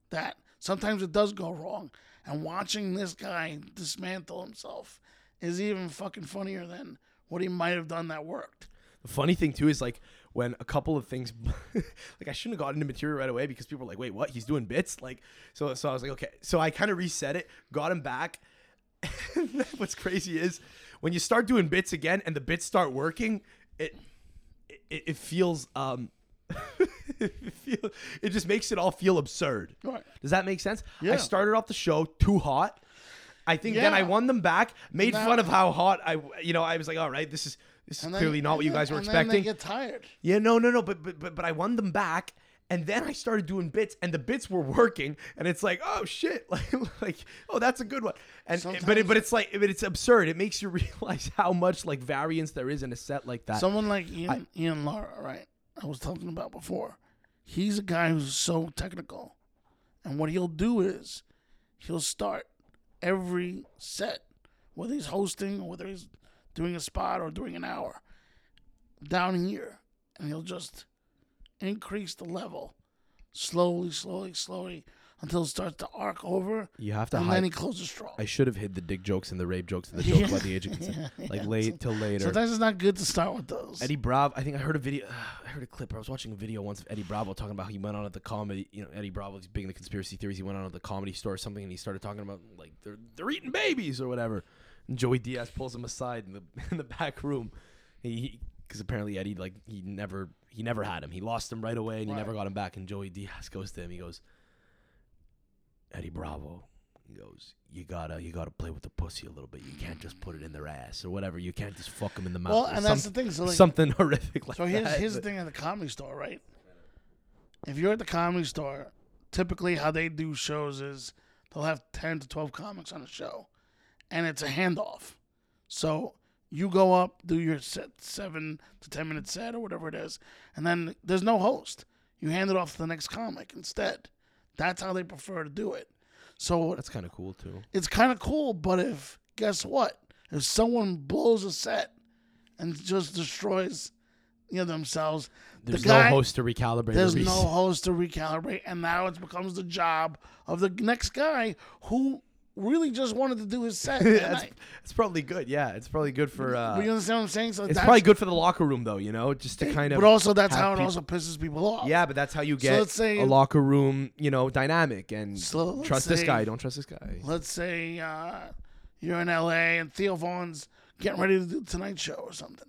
That sometimes it does go wrong, and watching this guy dismantle himself is even fucking funnier than what he might have done that worked. The funny thing too is like when a couple of things like I shouldn't have gotten into material right away because people were like, "Wait, what? He's doing bits?" Like so so I was like, "Okay." So I kind of reset it, got him back. What's crazy is when you start doing bits again and the bits start working, it it, it feels um it, feel, it just makes it all feel absurd. Right. Does that make sense? Yeah. I started off the show too hot. I think then I Yeah. won them back, made Now- fun of how hot I, you know, I was like, all right, this is this is And then- clearly not what you and then- guys were and then expecting. they get tired. Yeah, no, no, no, but, but but but I won them back, and then I started doing bits, and the bits were working, and it's like, oh shit, like like oh that's a good one, and but it, Sometimes- but it's like but it's absurd. It makes you realize how much like variance there is in a set like that. Someone like Ian, Ian Lara, right? I was talking about before. He's a guy who's so technical, and what he'll do is he'll start every set, whether he's hosting or whether he's doing a spot or doing an hour, down here, and he'll just increase the level slowly, slowly, slowly until it starts to arc over, You have to and then hide. he closes strong. I should have hid the dick jokes and the rape jokes and the jokes about the age of consent. Like late till later. Sometimes it's not good to start with those. Eddie Bravo. I think I heard a video. I heard a clip. I was watching a video once of Eddie Bravo talking about how he went on at the comedy. You know, Eddie Bravo. He's big into conspiracy theories. He went on at the comedy store or something, and he started talking about like they're they're eating babies or whatever. And Joey Diaz pulls him aside in the in the back room. He because apparently Eddie like he never he never had him. He lost him right away, and he never got him back. And Joey Diaz goes to him. He goes, Eddie Bravo. He goes, you gotta, you gotta play with the pussy a little bit. You can't just put it in their ass or whatever. You can't just fuck them in the mouth. well, or and that's some- the thing. So like, something horrific like So here's that. here's the thing at the comedy store, right? If you're at the comedy store, typically how they do shows is they'll have ten to twelve comics on a show, and it's a handoff. So you go up, do your set seven to ten minute set or whatever it is, and then there's no host. You hand it off to the next comic instead. That's how they prefer to do it. So That's kind of cool too. it's kind of cool, but if guess what? If someone blows a set and just destroys, you know themselves, There's the guy, no host to recalibrate. There's the no reason. host to recalibrate, and now it becomes the job of the next guy who really just wanted to do his set. that That's- night. it's probably good. Yeah, it's probably good for. But you Uh, understand what I'm saying? So it's that's- probably good for the locker room though. You know, just to kind of. But also, that's have how it people- also pisses people off. Yeah, but that's how you get let's say- a locker room, you know, dynamic and So let's trust this say- guy, don't trust this guy. Let's say uh, you're in LA and Theo Vaughn's getting ready to do Tonight Show or something,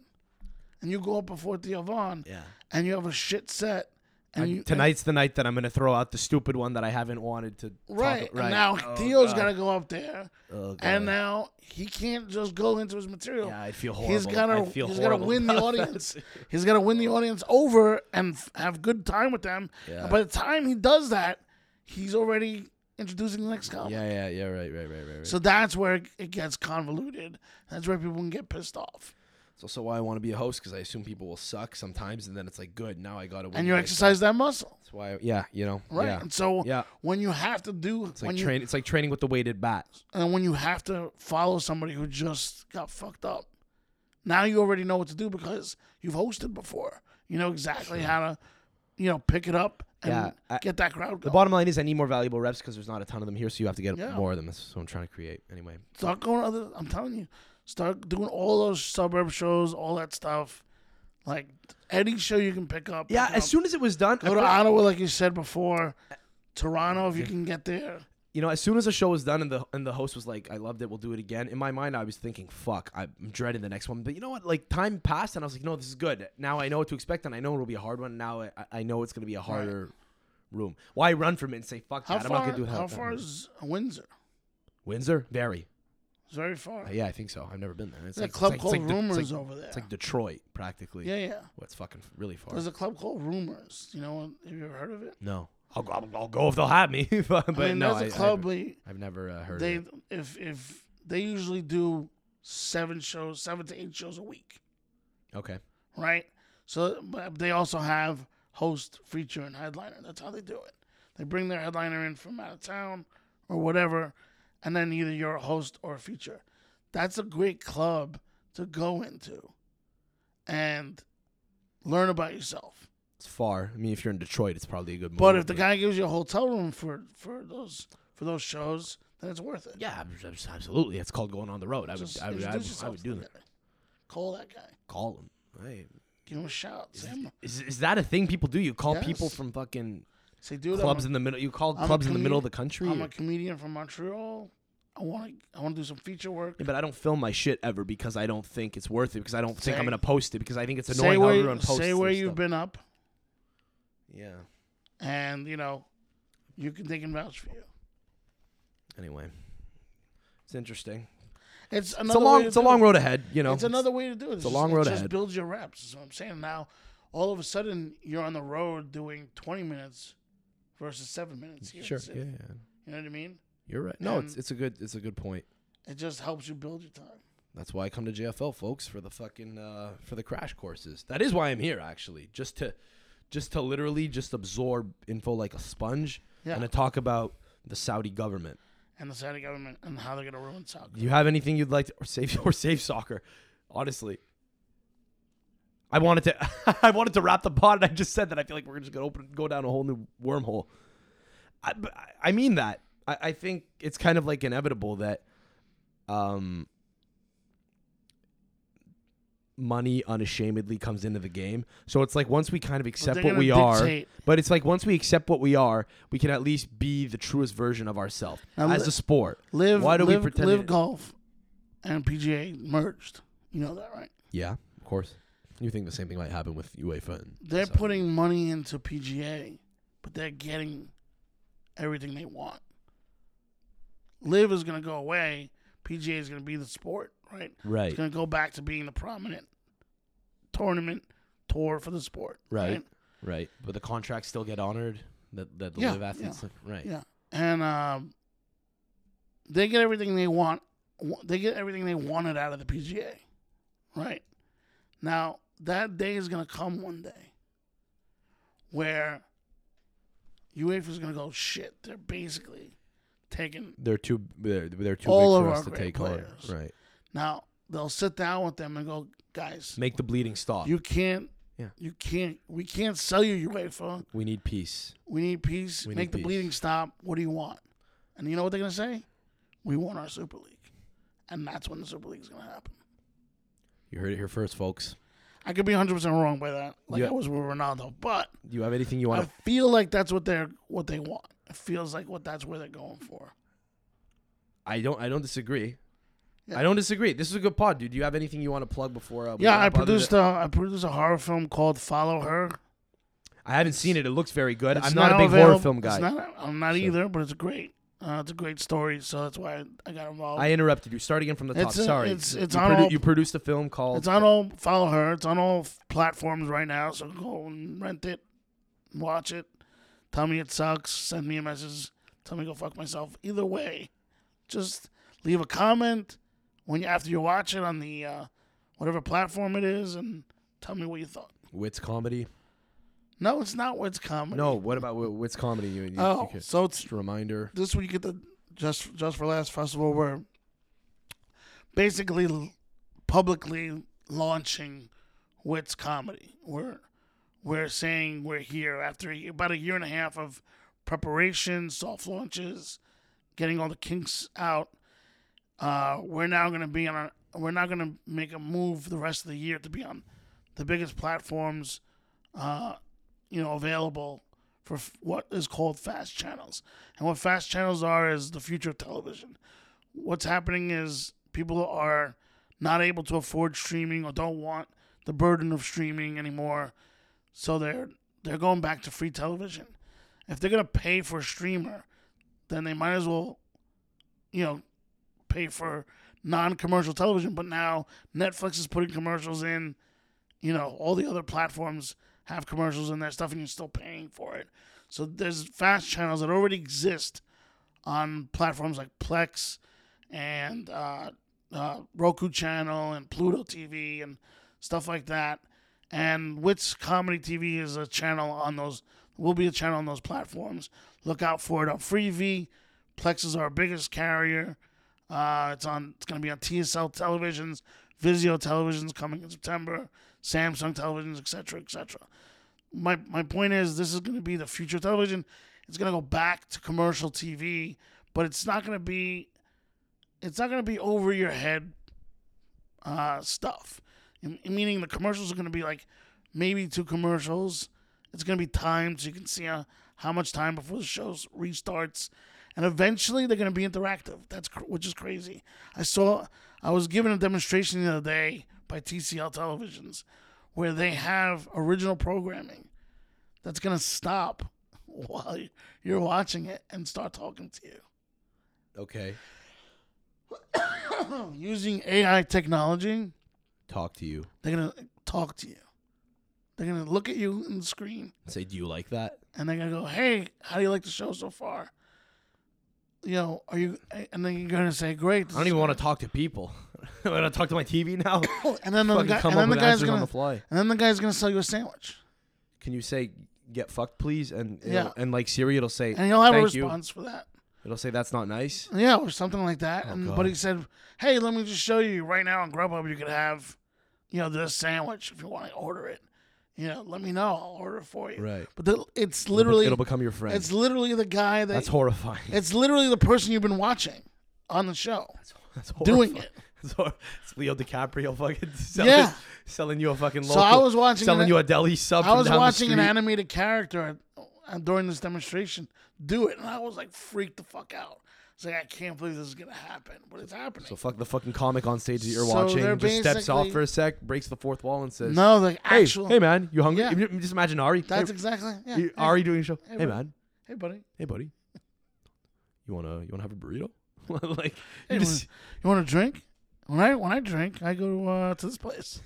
and you go up before Theo Vaughn. Yeah. and you have a shit set, and you Tonight's the night that I'm going to throw out the stupid one that I haven't wanted to and- right? talk And now Oh, Theo's God. got to go up there, Oh, God. and now he can't just go into his material. yeah, I feel horrible. he's gotta I feel he's gotta horrible win the about that. audience. he's gotta win the audience over and f- have good time with them. Yeah. And by the time he does that, he's already introducing the next comic. Yeah, yeah, yeah. Right, right, right, right. right. So that's where it- it gets convoluted. That's where people can get pissed off. It's also why I want to be a host because I assume people will suck sometimes, and then it's like, good. Now I gotta win. And you my- exercise that muscle, That's why. yeah, you know. right? Yeah. And so Yeah. when you have to do It's when like you train. It's like training with the weighted bat. and when you have to follow somebody who just got fucked up, now you already know what to do because you've hosted before. You know exactly how to, you know, pick it up and Yeah, I- get that crowd The going. bottom line is, I need more valuable reps because there's not a ton of them here, so you have to get Yeah. more of them. That's what I'm trying to create. Anyway, start going other. I'm telling you, start doing all those suburb shows, all that stuff. Like any show you can pick up. Yeah, pick as up. soon as it was done, I go to put- Ottawa, like you said before. Toronto, if you can get there. you know, as soon as the show was done and the and the host was like, "I loved it, we'll do it again." In my mind, I was thinking, "Fuck, I'm dreading the next one." But you know what? Like time passed, and I was like, "No, this is good. Now I know what to expect, and I know it'll be a hard one. Now I, I know it's gonna be a harder room. Why run from it and say, "Fuck How that, I'm not far? gonna do it." how far is Windsor? Windsor? Uh, Very. It's very far. yeah, I think so. I've never been there. It's There's like a club it's like, called it's like the- Rumors it's like, over there. it's like Detroit, practically. yeah, yeah. Well, it's fucking really far. There's a club called Rumors. You know, have you ever heard of it? no, I'll, I'll, I'll go if they'll have me. but I mean, no, there's a I- club I've, where I've never uh, heard. of they it. if if they usually do seven shows, seven to eight shows a week, Okay. right? So but they also have host, feature, and headliner. That's how they do it. They bring their headliner in from out of town or whatever, and then either you're a host or a feature. That's a great club to go into and learn about yourself. It's far. I mean, if you're in Detroit, it's probably a good. But move, if the guy gives you a hotel room for for those for those shows, then it's worth it. yeah, ab- ab- absolutely, it's called going on the road. I would, Just I would, I would, introduce I yourself would to do the that. guy. Call that guy. Call him. Right. Give him a shout. Say, I'm- Is, is that a thing people do? You call people Yes. from fucking say dude, clubs I'm in the middle. You call I'm a clubs in the middle of the comedian. country. a, I'm or- a comedian from Montreal. I want to I want to do some feature work. Yeah, but I don't film my shit ever because I don't think it's worth it because I don't think I'm Say- gonna post it because I think it's say annoying how where, everyone posts. say their where you've stuff. been up, Yeah. and you know, you can they can vouch for you. Anyway, it's interesting. It's It's a another way long, to it's a do long it. road ahead. You know, It's another way to do it. It's, a just- long road it's Just ahead. build your reps. Is what I'm saying. Now, all of a sudden, you're on the road doing 20 minutes versus seven minutes. Here in Sure. the city. Yeah, yeah. You know what I mean? You're right. No, it's And- it's a good it's a good point. It just helps you build your time. That's why I come to JFL, folks, for the fucking uh, for the crash courses. That is why I'm here, actually, just to just to literally just absorb info like a sponge Yeah. and to talk about the Saudi government. And the Saudi government and how they're going to ruin soccer. Do you have anything you'd like to or save or save soccer? Honestly. I wanted to I wanted to wrap the pod and I just said that I feel like we're just gonna open go down a whole new wormhole. I but I- I mean that. I, I think it's kind of like inevitable that um money unashamedly comes into the game. So it's like once we kind of accept they're what gonna we are dictate- but it's like once we accept what we are, we can at least be the truest version of ourselves Now, as li- a sport. Live, Why do we live, pretend live it- golf and PGA merged? You know that, right? Yeah, of course. You think the same thing might happen with UEFA? And They're so- putting money into PGA, but they're getting everything they want. Live is going to go away. PGA is going to be the sport, right? right, It's going to go back to being the prominent tournament tour for the sport, Right. right. But the contracts still get honored. That that the Yeah, live athletes, right? Yeah, and um, they get everything they want. wa- They get everything they wanted out of the PGA, right? Now that day is gonna come one day where UEFA is gonna go shit. They're basically taking They're too they're, they're too All of big for our us to great take on. players. Right. now. They'll sit down with them and go, guys, Make the bleeding stop. you can't. Yeah. You can't. We can't sell you E UEFA. we need peace. We need peace. We Make need the peace. bleeding stop. What do you want? And you know what they're gonna say? We want our Super League, and that's when the Super League's gonna happen. You heard it here first, folks. I could be 100 percent wrong by that, like Yeah. I was with Ronaldo, but Do you have anything you want I to? feel like that's what they're what they want. It feels like what that's where they're going for. I don't. I don't disagree. Yeah. I don't disagree. This is a good pod, dude. Do you have anything you want to plug before? Uh, we Yeah, I wrap other than- produced a, I produced a horror film called Follow Her. I haven't seen it. It looks very good. It's I'm not now a big horror available- film it's guy. not- I'm not So- either, but it's great. Uh, it's a great story, so that's why I, I got involved. I interrupted you. Start again from the top. It's a- Sorry. it's- it's you, on all- you produced a film called. It's on all follow her. It's on all f- platforms right now. So go and rent it, watch it. Tell me it sucks. Send me a message. Tell me go fuck myself. Either way, just leave a comment when you after you watch it on the uh, whatever platform it is, and tell me what you thought. Wits comedy. No, it's not what's comedy. No, what about wh- what's comedy? You, you, you Oh, could- so it's just a reminder. this week at the just just for last festival we're basically l- publicly launching wits comedy we're we're saying we're here after a, year- about a year and a half of preparation soft launches getting all the kinks out uh, we're now going to be on our, we're not going to make a move the rest of the year to be on the biggest platforms uh, you know available for f- what is called fast channels. And what fast channels are is the future of television. What's happening is people are not able to afford streaming or don't want the burden of streaming anymore. So they're they're going back to free television. If they're going to pay for a streamer, then they might as well you know pay for non-commercial television, but now Netflix is putting commercials in you know, all the other platforms have commercials in their stuff and you're still paying for it. So there's fast channels that already exist on platforms like Plex and uh, uh, Roku channel and Pluto TV and stuff like that. And Wits Comedy TV is a channel on those. Will be a channel on those platforms. Look out for it on Freevee. Plex is our biggest carrier. Uh, it's on. It's going to be on TSL televisions, Vizio televisions coming in September, Samsung televisions, etc., etc. My my point is, this is going to be the future of television. It's going to go back to commercial TV, but it's not going to be. It's not going to be over your head uh, stuff. M- meaning the commercials are going to be like maybe two commercials. It's going to be timed so you can see how, how much time before the show restarts. And eventually they're going to be interactive. That's cr- which is crazy. I saw I was given a demonstration the other day by TCL Televisions where they have original programming that's going to stop while you're watching it and start talking to you Okay. using AI technology. Talk to you. They're gonna talk to you. They're gonna look at you in the screen, Say, do you like that? and they're gonna go, "Hey, how do you like the show so far?" You know, are you? And then you're gonna say, "Great." I don't even want to talk to people. I want to talk to my TV now. And then the, Fucking guy, come and up then the with guy's answers on gonna, the fly. and then the guy's gonna sell you a sandwich, Can you say "get fucked, please"? And it'll- Yeah. and like Siri, it'll say and he'll have a "Thank you." response for that. It'll say that's not nice. Yeah, or something like that. and, but Oh, God. he said, "Hey, let me just show you right now on Grubhub. You could have, you know, this sandwich if you want to order it. You know, let me know. I'll order it for you. Right. But the, it's It'll be- literally, it'll become your friend. it's literally the guy that that's horrifying. It's literally the person you've been watching on the show That's doing horrifying. it. It's, hor- it's Leo DiCaprio fucking selling, Yeah. selling you a fucking So local- I was watching selling an- you a deli sub. I from was down the watching an street. animated character uh, during this demonstration do it, and I was like freaked the fuck out. It's like I can't believe this is gonna happen, but it's happening. So fuck the fucking comic on stage that you're So they're watching. Just steps off basically- for a sec, breaks the fourth wall, and says, no, the "Hey, actual. hey man, you hungry? Yeah. You- Just imagine Ari. that's hey, exactly. Yeah. you- Hey, Ari doing a show. Hey, hey bro. man, hey, buddy, hey buddy, you wanna you wanna have a burrito? like Hey, you just you want a drink? When I when I drink, I go uh, to this place,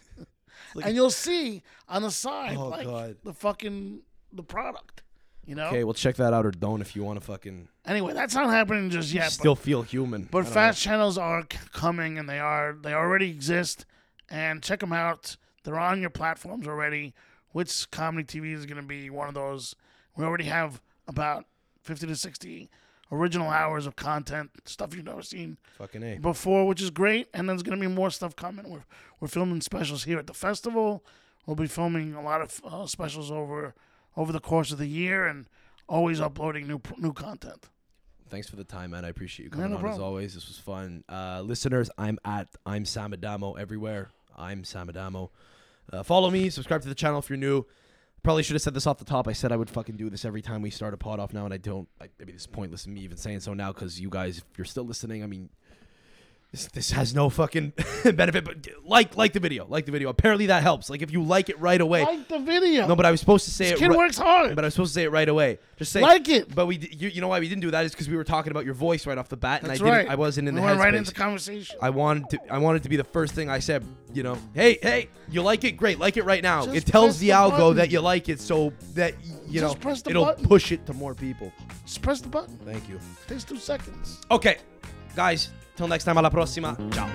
like- and you'll see on the side Oh, like God. the fucking the product. You know. okay, well check that out or don't if you wanna fucking Anyway, that's not happening just yet. but- still feel human. I But don't fast channels are c- coming, and they are they already exist. And check them out; they're on your platforms already. Which comedy TV is going to be one of those? We already have about fifty to sixty original hours of content, stuff you've never seen know. fucking a. before, which is great. And there's going to be more stuff coming. We're we're filming specials here at the festival. We'll be filming a lot of uh, specials over over the course of the year, and always uploading new pr- new content. Thanks for the time, man. I appreciate you Yeah, coming no on as problem. always. This was fun. Uh, listeners, I'm at I'm Sam Adamo everywhere. I'm Sam Adamo. Uh, follow me, subscribe to the channel if you're new. Probably should have said this off the top. I said I would fucking do this every time we start a pod off now, and I don't. I, I mean, it's pointless in me even saying so now because you guys, if you're still listening, I mean, this, this has no fucking benefit. But like, like the video, like the video. Apparently that helps. Like if you like it right away. Like the video. no, but I was supposed to say this it. kid ri- works hard. but I was supposed to say it right away. Just say Like it. But we, di- you, you know why we didn't do that is because we were talking about your voice right off the bat, and That's I didn't. right. I wasn't in we the went headspace. right into conversation. I wanted to. I wanted to be the first thing I said. You know, hey, hey, you like it? Great, like it right now. Just it tells press the, the algo button. that you like it, so that y- you Just know press the it'll button. push it to more people. Just press the button. Thank you. takes two seconds. Okay, guys. Till next time. Alla prossima. Ciao.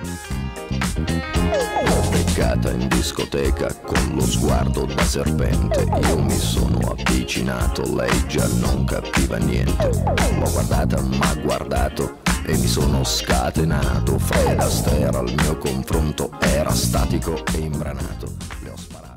beccata in discoteca con lo sguardo da serpente. Io mi sono avvicinato, lei già non capiva niente. L'ho guardata, ma guardato e mi sono scatenato. Fred Astera al mio confronto era statico e imbranato. Le ho sparato.